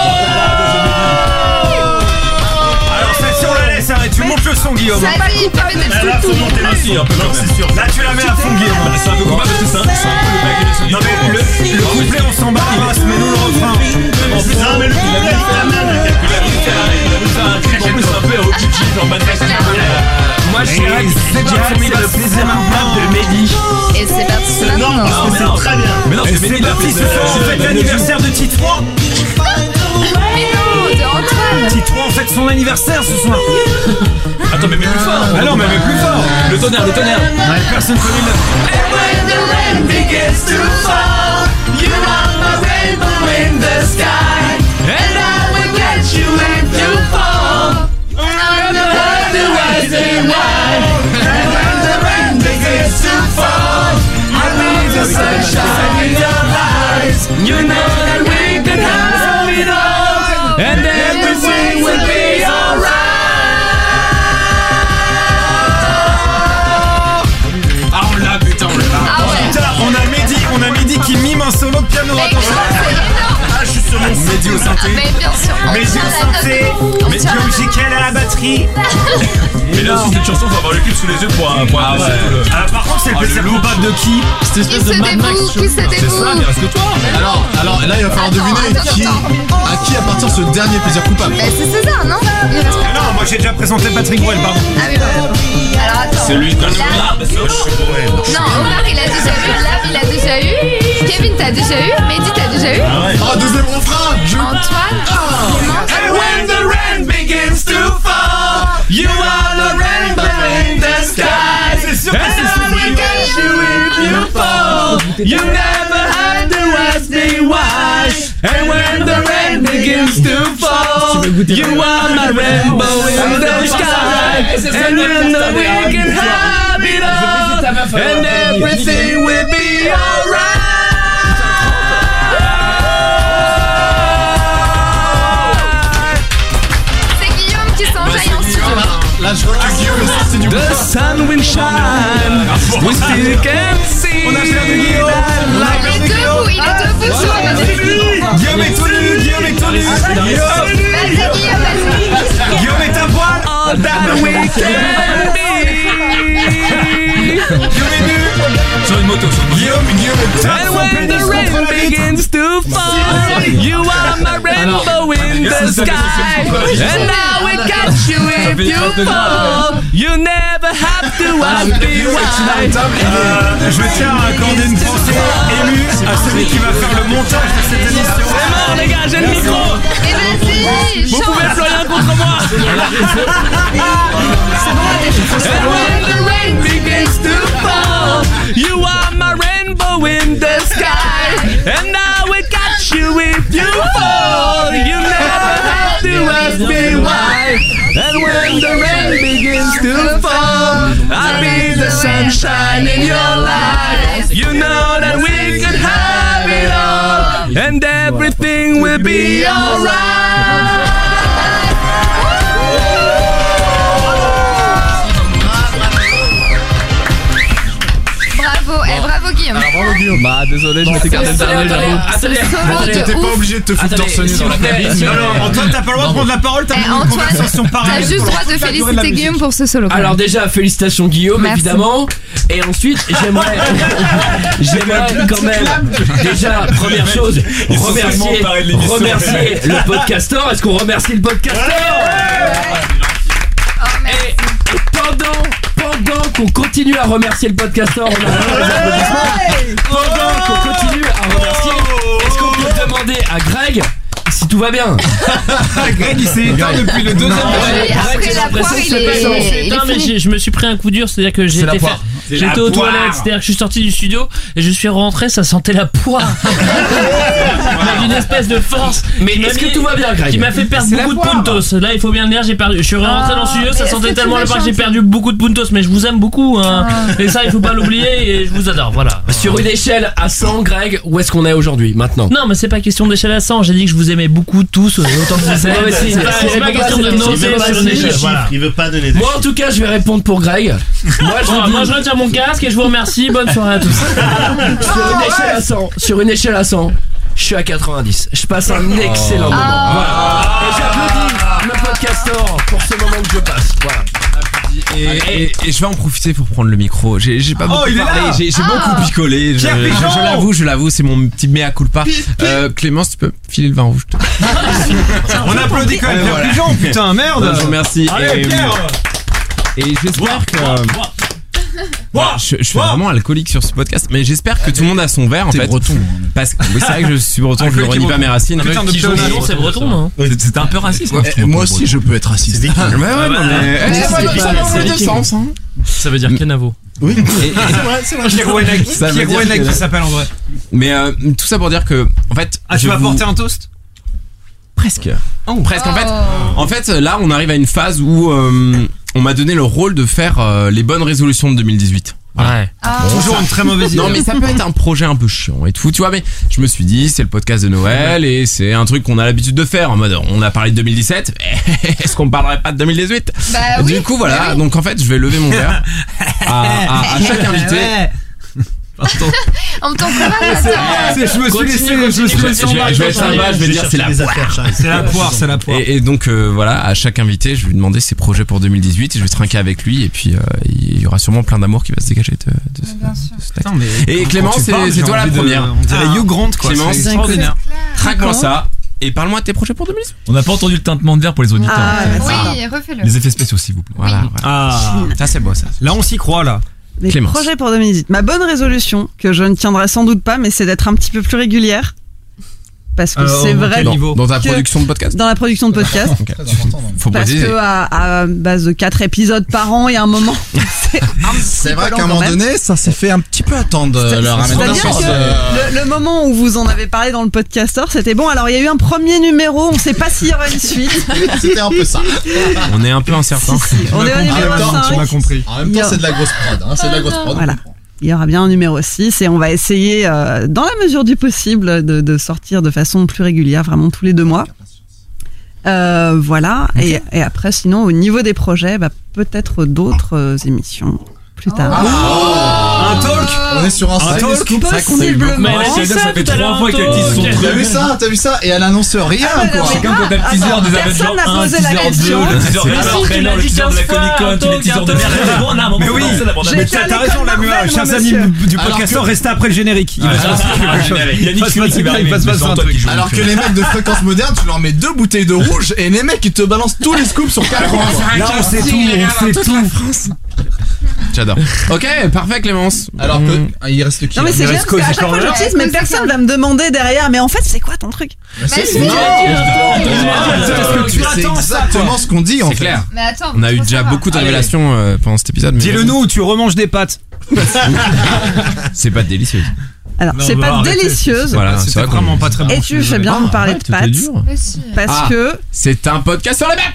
Speaker 9: Alors, celle-ci, on la laisse, arrête, tu montes le son, Guillaume.
Speaker 3: Ça y est, pas
Speaker 12: Eh, Là, faut monter le son.
Speaker 9: un peu
Speaker 12: Non, c'est sûr.
Speaker 9: Là, tu la mets à fond, Guillaume. C'est un peu combat parce que c'est un peu le Non, mais le, le couplet, on s'en bat, il reste, mais nous le refrain. En plus, ah,
Speaker 12: Non, mais le
Speaker 9: il
Speaker 12: couplet,
Speaker 9: a
Speaker 12: il
Speaker 9: voulu faire-
Speaker 12: t'amène.
Speaker 9: il a voulu faire- il a voulu faire un truc en plus un peu au Gigi, genre Bad Bad Bad.
Speaker 1: Moi, je dirais que
Speaker 12: c'est
Speaker 1: c'est le plaisir coupable de Mehdi.
Speaker 3: Et c'est parti
Speaker 12: Non,
Speaker 3: maintenant.
Speaker 12: parce que c'est très bien.
Speaker 17: Mais non,
Speaker 10: Et
Speaker 17: c'est Mehdi
Speaker 10: c'est
Speaker 17: la
Speaker 10: parti
Speaker 17: prise
Speaker 10: ce soir, on fête
Speaker 17: l'anniversaire de Titouan.
Speaker 3: Mais non, de Antoine.
Speaker 17: Titouan fête son anniversaire ce soir. Attends, mais mets plus fort. Ah non, mais mets plus fort.
Speaker 2: Le tonnerre, le tonnerre.
Speaker 17: Personne connaît la
Speaker 3: When the rain begins to fall, you are my rainbow in the sky. And I will catch you when you fall. I'm the wonder rising why. And when the rain begins to fall, I need the sunshine in your eyes. You know that we can have it all.
Speaker 2: And then
Speaker 3: Everything will be alright.
Speaker 10: Ah, on l'a, putain, on l'a.
Speaker 3: Ah ouais,
Speaker 17: Putain, on a Mehdi, on a Mehdi qui mime un solo de piano.
Speaker 3: mais
Speaker 17: Attention.
Speaker 3: c'est énorme.
Speaker 17: Ah, je suis sur mon
Speaker 10: Mehdi au synthé.
Speaker 3: Mais bien sûr, on
Speaker 17: Mais j'ai
Speaker 3: tient la
Speaker 17: santé,
Speaker 3: note. On
Speaker 17: mais
Speaker 3: tient la note.
Speaker 17: musical à la batterie.
Speaker 10: Mais là aussi, cette chanson, faut avoir le cul sous les yeux pour un point.
Speaker 17: Ah, par contre, c'est le plaisir coupable de qui
Speaker 18: Cette
Speaker 3: Qui
Speaker 18: espèce de
Speaker 3: se
Speaker 18: Mad Max.
Speaker 3: débrouille Qui se débrouille
Speaker 10: reste que toi.
Speaker 4: Alors, alors là, il va falloir
Speaker 3: Attends,
Speaker 4: deviner
Speaker 3: attends,
Speaker 4: qui,
Speaker 3: attends.
Speaker 4: à qui appartient ce dernier plaisir coupable.
Speaker 3: Mais Eh, c'est César, non Il reste pas-
Speaker 17: Ah Non, moi j'ai déjà présenté Patrick Bruel, pardon.
Speaker 3: Ah oui, pardon. Alors attends.
Speaker 10: Celui de
Speaker 3: Là- Non, Omar il a déjà eu, Lab il a déjà eu, Kevin t'as déjà eu, Mehdi t'as déjà eu,
Speaker 4: Ah, deuxième refrain Je Ah.
Speaker 3: Antoine, Clément.
Speaker 4: Eh
Speaker 17: C'est sûr que c'est celui
Speaker 3: C'est Guillaume qui s'enjaille en studio.
Speaker 4: Là, je vois que Guillaume est sorti du bois.
Speaker 17: Ah, On a perdu Guillaume.
Speaker 3: Il est debout, il est debout sur la
Speaker 17: Guillaume est tout nu, Guillaume est tout nu. Guillaume,
Speaker 3: Vas-y Guillaume, vas-y.
Speaker 17: Guillaume est à poil. Guillaume est nu.
Speaker 10: Sur une moto, sur une moto.
Speaker 17: Guillaume, Guillaume est
Speaker 9: Ah
Speaker 17: à poil.
Speaker 3: Ah,
Speaker 10: Ça fait 32 grammes.
Speaker 17: Euh, Je tiens à accorder une pensée émue à celui qui va faire le montage de cette émission.
Speaker 3: Et vas-y, chante. Vous pouvez pleurer contre moi. Bravo, eh, bravo Guillaume.
Speaker 4: Ah,
Speaker 2: Bah, désolé, je m'étais gardé le dernier, j'avoue.
Speaker 1: Attendez,
Speaker 3: Bravo
Speaker 1: attendez,
Speaker 3: de
Speaker 4: T'es pas
Speaker 3: ouf.
Speaker 4: obligé de te foutre
Speaker 1: attendez,
Speaker 4: torse nu
Speaker 1: s'il
Speaker 4: dans la
Speaker 1: vous plaît, s'il vous
Speaker 17: Non,
Speaker 1: plaît.
Speaker 17: non, Antoine, t'as pas le droit de prendre la parole, t'as
Speaker 3: Eh,
Speaker 17: voulu une
Speaker 3: Antoine,
Speaker 17: conversation
Speaker 3: t'as
Speaker 17: parallèle.
Speaker 3: juste
Speaker 17: pour
Speaker 3: droit
Speaker 17: toute
Speaker 3: de
Speaker 17: la durée de la
Speaker 3: féliciter
Speaker 17: musique.
Speaker 3: Guillaume pour ce solo.
Speaker 1: Alors déjà, félicitations Guillaume,
Speaker 3: Merci.
Speaker 1: évidemment. Et ensuite, j'aimerais, j'aimerais quand même, déjà, première chose,
Speaker 17: Ils sont tellement
Speaker 1: remercier,
Speaker 17: emparés de l'émission.
Speaker 1: remercier le podcasteur. Est-ce qu'on remercie le podcasteur
Speaker 3: Oh, merci.
Speaker 1: et, et pendant, pendant qu'on continue à remercier le podcasteur, on a pendant qu'on continue à remercier, est-ce qu'on peut demander à Greg si tout va bien
Speaker 17: Greg, il s'est éteint depuis le deuxième
Speaker 3: Et après
Speaker 1: j'ai
Speaker 3: la
Speaker 1: l'impression
Speaker 3: poire,
Speaker 1: que
Speaker 3: il
Speaker 1: ça passe en
Speaker 3: est, il
Speaker 6: Non
Speaker 3: est
Speaker 6: mais
Speaker 3: fini.
Speaker 6: j'ai- je me suis pris un coup dur, c'est-à-dire que j'ai été faire- j'étais aux toilettes, c'est-à-dire que je suis sorti du studio et je suis rentré, ça sentait la poire. Avec une espèce de force.
Speaker 1: Mais
Speaker 6: qui m'a
Speaker 1: est-ce
Speaker 6: mis-
Speaker 1: que tout va bien, Greg
Speaker 6: Qui m'a fait perdre beaucoup de puntos. Là, il faut bien le dire, j'ai perdu. Je suis rentré dans le studio,
Speaker 3: Ah, mais est-ce
Speaker 6: ça
Speaker 3: que
Speaker 6: sentait
Speaker 3: tu Ah.
Speaker 6: tellement
Speaker 3: l'as
Speaker 6: la poire que j'ai
Speaker 3: chanté
Speaker 6: perdu beaucoup de puntos. Mais je vous aime beaucoup, hein. Et ça, il faut pas l'oublier. Et je vous adore, voilà.
Speaker 1: Sur une échelle à 100, Greg, où est-ce qu'on est aujourd'hui, maintenant
Speaker 6: Non, mais c'est pas question d'échelle à 100. J'ai dit que je vous aimais beaucoup tous, autant que vous
Speaker 1: Non,
Speaker 6: aimez.
Speaker 1: mais si,
Speaker 6: C'est pas-
Speaker 1: si,
Speaker 6: c'est pas
Speaker 1: mais
Speaker 6: question
Speaker 1: pas
Speaker 6: de
Speaker 1: cette
Speaker 6: noter
Speaker 1: question,
Speaker 6: sur une
Speaker 1: vas-y.
Speaker 6: échelle. Voilà.
Speaker 12: Il veut pas donner de
Speaker 1: Moi, en tout cas, je vais répondre pour Greg. Moi, je
Speaker 6: Bon,
Speaker 1: dis-
Speaker 6: moi je retire mon casque et je vous remercie. Bonne soirée à tous.
Speaker 1: Sur une échelle à 100, sur une échelle à 100, je suis à 90. Je passe un
Speaker 10: Oh.
Speaker 1: excellent moment.
Speaker 10: Ah.
Speaker 1: Voilà. Et j'applaudis le podcastor pour ce moment que je passe. Voilà.
Speaker 10: Et, et- et je vais en profiter pour prendre le micro. J'ai j'ai pas beaucoup
Speaker 17: il est
Speaker 10: parlé,
Speaker 17: là
Speaker 10: j'ai j'ai beaucoup picolé. Je je-
Speaker 17: Pierre Pigeon
Speaker 10: je l'avoue, je l'avoue, c'est mon petit mea culpa. Euh, Clémence, tu peux filer le vin rouge.
Speaker 17: On applaudit quand même
Speaker 10: Ouais,
Speaker 17: Pierre
Speaker 10: voilà.
Speaker 17: Pigeon, putain,
Speaker 10: Non, je vous
Speaker 17: merde.
Speaker 10: remercie.
Speaker 17: Allez,
Speaker 10: et,
Speaker 17: Pierre
Speaker 10: Et j'espère que. Voilà, je, je suis vraiment alcoolique sur ce podcast, mais j'espère que tout le monde a son verre en fait. breton.
Speaker 11: hein,
Speaker 10: Parce que oui, c'est vrai que je suis breton, je ne
Speaker 11: Alcoolique
Speaker 10: renie
Speaker 11: et
Speaker 10: pas
Speaker 11: breton.
Speaker 10: mes racines.
Speaker 11: Putain de Qui joue au pigeon, nom, c'est breton,
Speaker 6: hein.
Speaker 11: hein. non
Speaker 10: C'est hein. Ah, c'est un peu raciste.
Speaker 11: Ouais,
Speaker 10: quoi.
Speaker 11: moi aussi,
Speaker 10: je peux être raciste. Ouais, ouais,
Speaker 11: Ah bah,
Speaker 10: non, mais- eh,
Speaker 11: ouais,
Speaker 10: Ça
Speaker 11: c'est
Speaker 10: va-
Speaker 11: pas-
Speaker 10: ça va dans
Speaker 11: c'est
Speaker 10: les deux
Speaker 11: viking.
Speaker 10: sens, hein.
Speaker 1: Ça veut dire Kenavo.
Speaker 10: Oui.
Speaker 11: c'est vrai. Kerouanek.
Speaker 10: Ça veut dire
Speaker 11: Kerouanek,
Speaker 10: que-
Speaker 11: ça s'appelle en vrai.
Speaker 10: Mais euh, tout ça pour dire que, en fait.
Speaker 11: Ah, tu
Speaker 10: je
Speaker 11: vas
Speaker 10: vous-
Speaker 11: porter un toast
Speaker 10: Presque. Presque. En fait,
Speaker 3: Oh.
Speaker 10: en fait, là, on arrive à une phase où euh, on m'a donné le rôle de faire euh, les bonnes résolutions de 2018. Ouais.
Speaker 11: Ah. Toujours une très mauvaise idée.
Speaker 10: Non, mais ça peut être un projet un peu chiant et tout, tu vois. Mais je me suis dit, c'est le podcast de Noël et c'est un truc qu'on a l'habitude de faire. En mode, on a parlé de 2017. Est-ce qu'on parlerait pas de 2018
Speaker 5: Bah
Speaker 10: Du
Speaker 5: oui,
Speaker 10: coup, voilà. Donc, en fait, je vais lever mon verre à, à- à chaque invité.
Speaker 3: On me tombe pas mal, attends.
Speaker 11: C'est- je me suis laissé- je me suis laissé
Speaker 10: Je vais, je vais être
Speaker 11: embarquer.
Speaker 10: sympa, je vais dire c'est la
Speaker 11: chercher les affaires,
Speaker 10: poire.
Speaker 11: Charles. C'est la poire, c'est la poire.
Speaker 10: Et, et donc euh, voilà, à chaque invité, je vais lui demander ses projets pour 2018 et je vais trinquer avec lui et puis euh, il y aura sûrement plein d'amour qui va se dégager de, de ce- de ce
Speaker 11: Putain, mais
Speaker 10: Et
Speaker 11: quand
Speaker 10: Clément,
Speaker 11: tu
Speaker 10: c'est
Speaker 11: parles,
Speaker 10: c'est
Speaker 11: j'ai
Speaker 10: toi la
Speaker 11: envie de-
Speaker 10: première.
Speaker 11: on dirait
Speaker 7: Ah.
Speaker 11: Hugh Grant, quoi,
Speaker 10: Clément,
Speaker 11: c'est extraordinaire.
Speaker 10: Traque-moi
Speaker 11: D'accord.
Speaker 10: ça et parle-moi de tes projets pour 2018.
Speaker 9: On n'a pas entendu le tintement de verre pour les auditeurs.
Speaker 3: Ah,
Speaker 9: en fait.
Speaker 3: oui, refais-le.
Speaker 9: bah, Les effets spéciaux, s'il vous plaît.
Speaker 10: Voilà.
Speaker 11: Ah,
Speaker 10: ça c'est beau ça.
Speaker 11: Là, on s'y croit là.
Speaker 7: Mes projets pour 2018. Ma bonne résolution, que je ne tiendrai sans doute pas, mais c'est d'être un petit peu plus régulière. Parce que
Speaker 11: Euh,
Speaker 10: Alors,
Speaker 7: c'est
Speaker 10: Euh, dans
Speaker 7: vrai.
Speaker 10: quel niveau Dans ta
Speaker 7: que-
Speaker 10: production de podcast
Speaker 7: Dans la production de podcast.
Speaker 10: Faut
Speaker 7: Parce
Speaker 10: poser-
Speaker 7: que euh, à, à base de 4 épisodes par an, il y a un moment. c'est un
Speaker 4: C'est
Speaker 7: petit
Speaker 4: vrai
Speaker 7: peu
Speaker 4: qu'à un
Speaker 7: lent quand
Speaker 4: moment
Speaker 7: même.
Speaker 4: donné, ça s'est fait un petit peu attendre euh, leur
Speaker 7: C'est-à-dire
Speaker 4: amélioration. euh,
Speaker 7: que le, le moment où vous en avez parlé dans le podcaster, c'était bon. Alors il y a eu un premier numéro, on ne sait pas s'il y aura une suite.
Speaker 4: C'était un peu ça.
Speaker 10: On est un peu incertain.
Speaker 7: On est au numéro 5.
Speaker 4: compris. En même temps, c'est de la grosse prod. hein, C'est de la grosse prod.
Speaker 7: Voilà. Il y aura bien un numéro 6 et on va essayer, euh, dans la mesure du possible, de, de sortir de façon plus régulière, vraiment tous les deux mois. Euh, voilà. Et, et après, sinon, au niveau des projets, bah, peut-être d'autres euh, émissions plus tard.
Speaker 11: Un talk
Speaker 4: Ah. On est sur Oh. un,
Speaker 11: Un
Speaker 4: side
Speaker 11: talk
Speaker 4: scoop. C'est vrai qu'on a eu beaucoup.
Speaker 11: Mais elle a dit Ouais, ça, ça fait tout à trois l'heure, fois qu'elle dit son talk. truc.
Speaker 4: T'as vu ça T'as vu ça Et elle annonce rien
Speaker 7: Ah, mais
Speaker 4: quoi.
Speaker 7: non, mais
Speaker 9: Quand t'as le teaser
Speaker 7: Attends,
Speaker 9: des
Speaker 7: personne
Speaker 9: Avengers
Speaker 7: n'a
Speaker 9: 1, le
Speaker 7: posé la
Speaker 9: teaser 2,
Speaker 7: question.
Speaker 9: le teaser
Speaker 7: Mais si,
Speaker 9: Ellen
Speaker 7: tu
Speaker 9: Trainer,
Speaker 4: Oh,
Speaker 7: l'as
Speaker 9: le
Speaker 7: dit
Speaker 9: teaser de la
Speaker 7: 15
Speaker 9: Comic
Speaker 7: fois,
Speaker 9: Con, tous les teasers de merde. Bon, non, bon,
Speaker 11: Mais oui,
Speaker 9: non, c'est la bande
Speaker 11: mais
Speaker 9: annonce.
Speaker 11: t'as t'as raison, la Mua, chers amis du podcast, restez après le générique. Il va se passer quelque chose.
Speaker 9: Il a dit
Speaker 11: Il va se
Speaker 9: qu'il
Speaker 11: passer-
Speaker 9: va
Speaker 11: il va se
Speaker 9: arriver,
Speaker 11: passer
Speaker 9: mais
Speaker 11: un
Speaker 9: c'est
Speaker 11: truc.
Speaker 9: Antoine qui joue.
Speaker 4: Alors que les mecs de fréquence moderne, tu leur mets deux bouteilles de rouge et les mecs ils te balancent tous les scoops sur 4 ans.
Speaker 11: Là, on sait tout, on sait tout.
Speaker 10: J'adore. Ok, parfait Clémence. Mm.
Speaker 4: Alors que ah, il reste qui
Speaker 7: Non mais c'est
Speaker 4: Il
Speaker 7: bien
Speaker 4: reste
Speaker 7: parce qu'à chaque fois je tease, mais personne va me demander derrière. Mais en fait, c'est quoi ton truc
Speaker 3: Mais si,
Speaker 4: Bah,
Speaker 3: tu
Speaker 4: Non,
Speaker 3: l'as dit,
Speaker 4: mais
Speaker 3: Antoine.
Speaker 1: Ah,
Speaker 4: c'est exactement ce qu'on dit en
Speaker 10: C'est
Speaker 4: fait.
Speaker 10: clair.
Speaker 3: Mais attends,
Speaker 10: On a eu
Speaker 3: faut
Speaker 10: déjà
Speaker 3: savoir.
Speaker 10: beaucoup de révélations euh, pendant cet épisode. mais-
Speaker 11: Dis-le nous, tu remanges des pâtes.
Speaker 10: C'est pas délicieux.
Speaker 7: Alors,
Speaker 11: Non,
Speaker 7: c'est
Speaker 11: bah,
Speaker 7: pas
Speaker 11: arrêtez,
Speaker 7: délicieuse.
Speaker 10: Voilà, c'est
Speaker 11: C'était
Speaker 10: vrai qu'on-
Speaker 11: vraiment pas très Ah, bon.
Speaker 7: Et
Speaker 11: je suis
Speaker 7: tu fais
Speaker 11: désolé.
Speaker 7: bien de parler de
Speaker 10: arrête, t'es
Speaker 7: pâtes
Speaker 10: dur.
Speaker 3: Mais si.
Speaker 10: Ah.
Speaker 7: parce que
Speaker 10: C'est un podcast sur la merde.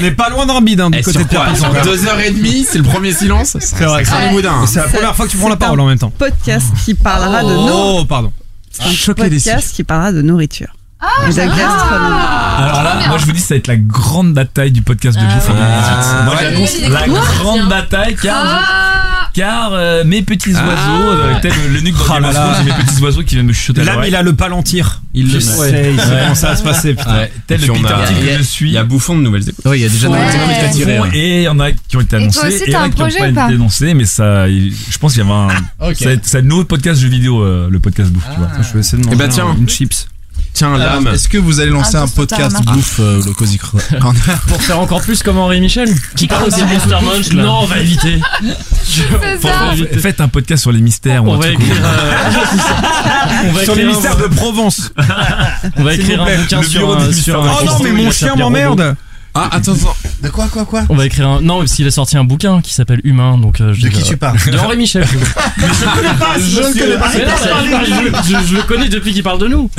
Speaker 11: On est pas loin d'un bide hein, du
Speaker 10: Eh,
Speaker 11: côté
Speaker 10: sur
Speaker 11: de Pierre
Speaker 10: quoi
Speaker 11: Pizan.
Speaker 10: Sur deux heures et demie, c'est le premier silence.
Speaker 11: C'est vrai,
Speaker 10: Ça craint les moudins.
Speaker 11: C'est la
Speaker 7: C'est-
Speaker 11: première fois que tu prends
Speaker 7: c'est
Speaker 11: la parole
Speaker 7: un
Speaker 11: en même temps.
Speaker 7: podcast qui parlera de nourriture.
Speaker 11: Oh, pardon.
Speaker 7: C'est un podcast qui parlera de nourriture.
Speaker 8: Ah,
Speaker 7: Et de
Speaker 11: Ah,
Speaker 7: gastronomie.
Speaker 9: Alors là,
Speaker 3: Ah,
Speaker 9: moi je vous dis, ça va être la grande bataille du podcast de bouffe en 2018. Moi
Speaker 10: ouais.
Speaker 9: j'annonce la
Speaker 3: Quoi
Speaker 9: grande bataille car,
Speaker 3: Ah,
Speaker 9: euh, car euh, mes petits oiseaux, euh, tel le nuque
Speaker 11: Oh
Speaker 9: dans Game
Speaker 11: là
Speaker 9: of
Speaker 11: là.
Speaker 9: Thrones, j'ai mes petits oiseaux qui viennent me chuchoter à
Speaker 11: L'âme,
Speaker 9: l'oreille.
Speaker 11: il a le palantir.
Speaker 9: Il le
Speaker 11: Je
Speaker 9: sait.
Speaker 11: sais, il sait
Speaker 9: Ouais.
Speaker 11: comment ça va se passer, putain.
Speaker 9: Ouais, tel
Speaker 10: Et
Speaker 9: le
Speaker 10: puis on
Speaker 9: Peter
Speaker 10: a-
Speaker 9: Thiel
Speaker 10: il y
Speaker 9: que
Speaker 10: a-
Speaker 9: je suis.
Speaker 10: Il y a bouffon de nouvelles écoutes.
Speaker 4: Oui, il y a hein. déjà
Speaker 3: Ouais.
Speaker 4: des qui attiré.
Speaker 9: Bon, Et il y en a qui ont été
Speaker 3: Et toi
Speaker 9: annoncés
Speaker 3: aussi,
Speaker 9: il y en
Speaker 3: t'as
Speaker 9: a
Speaker 3: un
Speaker 9: qui
Speaker 3: projet
Speaker 9: ont pas
Speaker 3: ou pas
Speaker 9: été annoncés, mais ça, il- je pense qu'il y avait un.
Speaker 10: Ah,
Speaker 9: Ça va être- ça va être le nouveau podcast jeu vidéo, euh, le podcast bouffe, tu vois. Je vais essayer de
Speaker 10: Eh ben, tiens.
Speaker 9: une chips.
Speaker 10: Tiens,
Speaker 4: Ah. Alors,
Speaker 10: l'âme.
Speaker 4: Est-ce que vous allez lancer
Speaker 3: Ah, tout
Speaker 4: un
Speaker 3: ça,
Speaker 4: podcast
Speaker 3: t'as remarqué.
Speaker 4: bouffe euh, le Cozy Cro-
Speaker 1: Pour faire encore plus comme Henri Michel
Speaker 19: Qui parle aussi de Monster Munch là
Speaker 1: Non, on va éviter.
Speaker 3: C'est ça.
Speaker 9: Faites- Faites un podcast sur les mystères ou
Speaker 1: On
Speaker 9: un
Speaker 1: va
Speaker 9: truc.
Speaker 1: écrire. euh, on va
Speaker 11: Sur les
Speaker 1: écrire un-
Speaker 11: mystères de Provence.
Speaker 1: On va
Speaker 11: S'il
Speaker 1: écrire
Speaker 11: vous plaît,
Speaker 1: un bouquin
Speaker 11: le
Speaker 1: sur
Speaker 11: bureau
Speaker 1: un-
Speaker 11: des
Speaker 1: sur
Speaker 11: mystères.
Speaker 1: un
Speaker 11: Oh non, mais
Speaker 1: Christophe
Speaker 11: mon
Speaker 1: Willem
Speaker 11: chien
Speaker 1: Pierre Robot.
Speaker 11: m'emmerde.
Speaker 10: Ah, attends, attends.
Speaker 4: De quoi, quoi, quoi
Speaker 1: On va écrire un. Non, parce qu'il a sorti un bouquin qui s'appelle Humain, donc. euh, je
Speaker 4: De
Speaker 1: dis,
Speaker 4: qui
Speaker 1: euh,
Speaker 4: tu parles
Speaker 1: De Henri Michel. je crois.
Speaker 4: Je ne connais pas.
Speaker 1: Mais non, mais il parle- je, je- je le connais depuis qu'il parle de nous.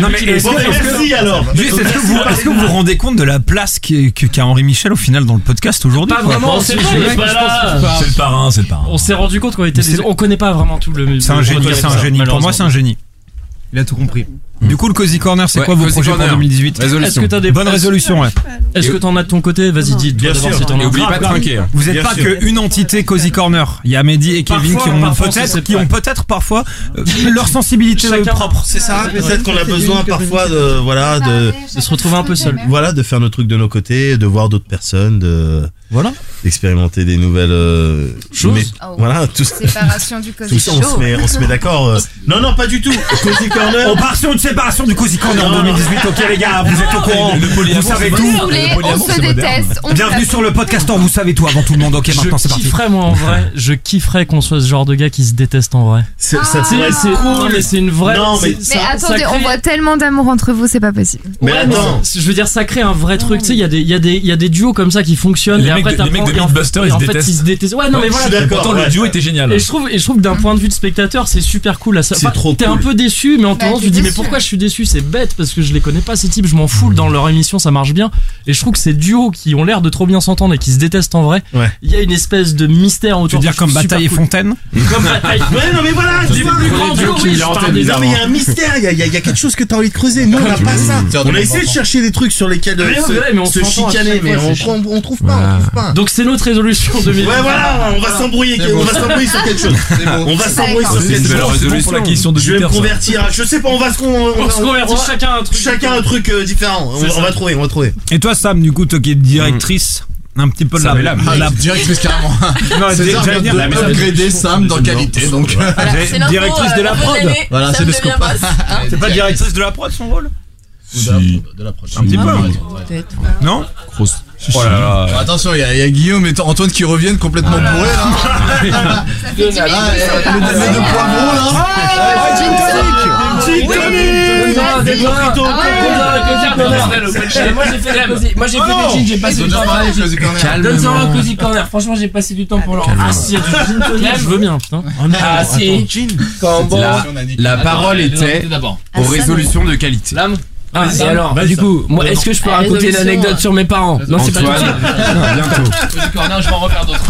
Speaker 11: Non, mais est-ce
Speaker 12: Bon,
Speaker 11: que-
Speaker 12: ben,
Speaker 11: est-ce que-
Speaker 12: merci alors.
Speaker 11: Juste, est-ce que vous est-ce que vous vous rendez compte de la place qui- que- qu'a Henri Michel au final dans le podcast aujourd'hui
Speaker 1: Pas
Speaker 11: quoi
Speaker 1: vraiment, c'est
Speaker 9: je
Speaker 1: vrai,
Speaker 9: dirais
Speaker 1: mais
Speaker 9: que
Speaker 1: pas
Speaker 9: je
Speaker 1: là.
Speaker 9: C'est le parrain, c'est le parrain.
Speaker 1: On s'est rendu compte qu'on était des...
Speaker 11: c'est-
Speaker 1: On connaît pas vraiment tout le.
Speaker 11: C'est un
Speaker 1: le-
Speaker 11: génie,
Speaker 1: le-
Speaker 11: c'est un génie. Pour moi, c'est un génie. Il a tout compris. Du coup, le Cozy Corner, c'est
Speaker 10: Ouais,
Speaker 11: quoi vos
Speaker 10: Cozy
Speaker 11: projets pour
Speaker 10: Corner.
Speaker 11: 2018
Speaker 1: Est-ce
Speaker 10: Résolution.
Speaker 1: que t'as des.
Speaker 11: Bonne résolution, ouais.
Speaker 1: Est-ce que t'en as de ton côté Vas-y, dis.
Speaker 12: Bien sûr.
Speaker 10: Et oublie pas de trinquer. hein.
Speaker 11: Vous n'êtes
Speaker 12: Bien
Speaker 11: pas
Speaker 12: sûr.
Speaker 11: qu'une entité Cozy Corner. Il y a Mehdi et Kevin
Speaker 1: Parfois,
Speaker 11: qui ont
Speaker 1: parfois, c'est-
Speaker 11: peut-être,
Speaker 1: c'est
Speaker 11: qui
Speaker 1: vrai.
Speaker 11: ont peut-être parfois euh, leur sensibilité
Speaker 1: Chacun-
Speaker 11: propre. C'est ça.
Speaker 12: Ah, Peut-être qu'on a besoin parfois de,
Speaker 20: Ah,
Speaker 12: voilà, de,
Speaker 1: se retrouver un peu seul.
Speaker 12: voilà, de faire nos trucs de nos côtés, de voir d'autres personnes, de, Voilà. Expérimenter des nouvelles euh,
Speaker 20: Chose.
Speaker 12: mais- Voilà, tout ça.
Speaker 20: Oh, Séparation du
Speaker 12: Tout
Speaker 20: cosy
Speaker 12: ça, on se
Speaker 20: show.
Speaker 12: met, on se met d'accord. euh. Non, non, pas du tout. Cozy Corner.
Speaker 20: On part
Speaker 12: sur une séparation du Cozy
Speaker 20: Corner en 2018.
Speaker 11: Ok les gars, vous êtes au courant,
Speaker 9: Le polyamour,
Speaker 11: vous savez
Speaker 9: c'est
Speaker 11: tout.
Speaker 9: moderne. Le Le
Speaker 20: on
Speaker 9: polyamour,
Speaker 20: se c'est déteste, moderne. on
Speaker 11: Bienvenue
Speaker 20: s'aime.
Speaker 11: sur le podcast, vous savez tout avant tout le monde. Ok, maintenant c'est
Speaker 18: je
Speaker 11: parti.
Speaker 18: kifferais moi en vrai, je kifferais qu'on soit ce genre de gars qui se déteste en vrai.
Speaker 12: C'est, ça
Speaker 18: c'est,
Speaker 12: pourrait être cool.
Speaker 18: non, mais c'est une vraie.
Speaker 12: Non, mais-
Speaker 18: c'est-
Speaker 20: Mais
Speaker 18: ça- ça
Speaker 20: attendez, on
Speaker 18: crée-
Speaker 20: voit tellement d'amour entre vous, c'est pas possible.
Speaker 18: Ouais, mais c'est- je veux dire, ça crée un vrai truc. Tu sais, il y, a des- il y, a des- il y a des duos comme ça qui fonctionnent.
Speaker 9: Ah. Les
Speaker 18: et
Speaker 9: mecs
Speaker 18: après,
Speaker 9: de- les mecs de
Speaker 18: t'apprends- et en-
Speaker 9: Mythbusters,
Speaker 18: et
Speaker 9: ils
Speaker 18: en
Speaker 9: se
Speaker 18: fait,
Speaker 9: détestent.
Speaker 18: ils se détestent. Ouais, non,
Speaker 9: Ouais,
Speaker 18: mais
Speaker 9: je
Speaker 18: voilà.
Speaker 9: suis d'accord, Pourtant, le ouais. duo était génial.
Speaker 18: Et je trouve, et je trouve que d'un point de vue de spectateur, c'est super cool. Là, ça.
Speaker 9: C'est
Speaker 18: Enfin,
Speaker 9: trop
Speaker 18: T'es un
Speaker 9: cool.
Speaker 18: peu déçu, mais en
Speaker 9: Bah,
Speaker 18: tendance,
Speaker 9: t'es
Speaker 18: tu dis, mais
Speaker 9: déçu.
Speaker 18: pourquoi je suis déçu C'est bête parce que je les connais pas ces types. Je m'en fous. Dans leur émission, ça marche bien. Et je trouve que ces duos qui ont l'air de trop bien s'entendre et qui se détestent en vrai,
Speaker 12: Ouais.
Speaker 18: il y a une espèce de mystère autour.
Speaker 11: dire
Speaker 18: Je trouve
Speaker 11: comme
Speaker 18: super
Speaker 11: Bataille et
Speaker 18: cool.
Speaker 11: Fontaine
Speaker 18: Comme Bataille.
Speaker 12: Ouais, non, mais voilà,
Speaker 18: Ça,
Speaker 12: c'est
Speaker 18: c'est
Speaker 12: pas
Speaker 18: le
Speaker 12: le
Speaker 18: premier
Speaker 12: grand
Speaker 18: Dieu
Speaker 12: duo,
Speaker 18: qui
Speaker 12: oui,
Speaker 18: l'a en
Speaker 12: je
Speaker 18: tête,
Speaker 12: parle des- Non, mais il y a un
Speaker 18: bizarrement.
Speaker 12: mystère, il y a- il y, a- il y a quelque chose que t'as envie de creuser. Nous, on n'a pas ça.
Speaker 18: Tiens,
Speaker 12: On
Speaker 18: de
Speaker 12: a essayé de
Speaker 18: l'enfant.
Speaker 12: chercher des trucs sur lesquels euh,
Speaker 18: Ah, Mais ouais,
Speaker 12: se,
Speaker 18: ouais, mais on
Speaker 12: se
Speaker 18: s'entend à
Speaker 12: chicaner,
Speaker 18: chaque
Speaker 12: mais
Speaker 18: fois,
Speaker 12: on,
Speaker 18: c'est
Speaker 12: prend- on trouve pas, on trouve pas.
Speaker 18: Donc c'est notre résolution 2020.
Speaker 12: Ouais, voilà, on va s'embrouiller,
Speaker 18: C'est
Speaker 12: on
Speaker 18: beau.
Speaker 12: va s'embrouiller sur quelque chose.
Speaker 18: C'est beau.
Speaker 12: On va
Speaker 18: C'est
Speaker 12: s'embrouiller
Speaker 18: d'accord.
Speaker 12: sur
Speaker 18: C'est
Speaker 12: quelque
Speaker 18: une
Speaker 12: chose.
Speaker 18: belle résolution pour la question de
Speaker 12: Je vais me
Speaker 18: Twitter, ça.
Speaker 12: convertir. à- Je sais pas, on va se con-
Speaker 18: On se convertit
Speaker 12: va-
Speaker 18: chacun un truc.
Speaker 12: Chacun un truc euh, différent. On
Speaker 11: C'est
Speaker 12: va-
Speaker 11: ça.
Speaker 12: on va trouver, on va trouver.
Speaker 11: Et toi Sam, du coup, toi qui es directrice,
Speaker 18: Mm.
Speaker 11: un petit peu de
Speaker 12: Ça
Speaker 11: la,
Speaker 12: met la-
Speaker 11: la-
Speaker 12: Ah, directrice, carrément.
Speaker 11: Non, j'allais
Speaker 4: C'est ça,
Speaker 11: dire-
Speaker 4: on vient de
Speaker 11: la- mais ça-
Speaker 4: upgrader Sam dans qualité, donc.
Speaker 11: Voilà, c'est l'info, Directrice euh, de la la prod. prod. Voilà, Sam c'est le devient scoop. boss.
Speaker 4: Ah,
Speaker 11: Hein C'est pas directrice de la prod son rôle
Speaker 4: De la prochaine. Ah,
Speaker 11: Un petit peu. hein.
Speaker 4: Peut-être.
Speaker 11: Non
Speaker 4: Oh là là. Attention, il y, a- il y a Guillaume et Antoine qui reviennent
Speaker 11: Ah
Speaker 4: complètement bourrés là.
Speaker 20: fait dix
Speaker 4: Ah,
Speaker 20: minutes qu'ils sont
Speaker 4: là, euh,
Speaker 20: pas
Speaker 4: le
Speaker 20: passés.
Speaker 4: dîner de poivrons là.
Speaker 20: Ah, gin tonic.
Speaker 4: Gin tonic.
Speaker 20: Oui.
Speaker 4: Ah,
Speaker 20: Vas-y.
Speaker 4: des mojitos.
Speaker 20: Ah, ouais.
Speaker 4: Donne-en le Cozy Corner.
Speaker 1: Moi j'ai fait la Cozy- moi, j'ai fait
Speaker 4: Oh
Speaker 1: des jeans, j'ai passé du
Speaker 4: Donne-en
Speaker 1: temps
Speaker 4: le
Speaker 1: pour les
Speaker 4: Cozy Corner.
Speaker 1: jeans. Donne-en un Cozy Corner, franchement j'ai passé du temps pour leur.
Speaker 10: Calme-toi.
Speaker 1: Ah si, il y a du jean tonic,
Speaker 10: Calme.
Speaker 1: je veux bien, putain. Ah
Speaker 10: attends,
Speaker 1: si, quand bon.
Speaker 10: La, la parole était aux résolutions de qualité.
Speaker 1: Ah,
Speaker 10: Vas-y,
Speaker 1: et
Speaker 10: Sam.
Speaker 1: alors,
Speaker 10: Vas-y,
Speaker 1: du
Speaker 10: Sam.
Speaker 1: coup, moi, est-ce que je peux
Speaker 10: La
Speaker 1: raconter une
Speaker 10: résolution,
Speaker 1: anecdote
Speaker 10: euh,
Speaker 1: sur mes parents Non, c'est pas
Speaker 10: Antoine,
Speaker 1: possible.
Speaker 10: bientôt.
Speaker 6: Corner, je vais en refaire d'autres.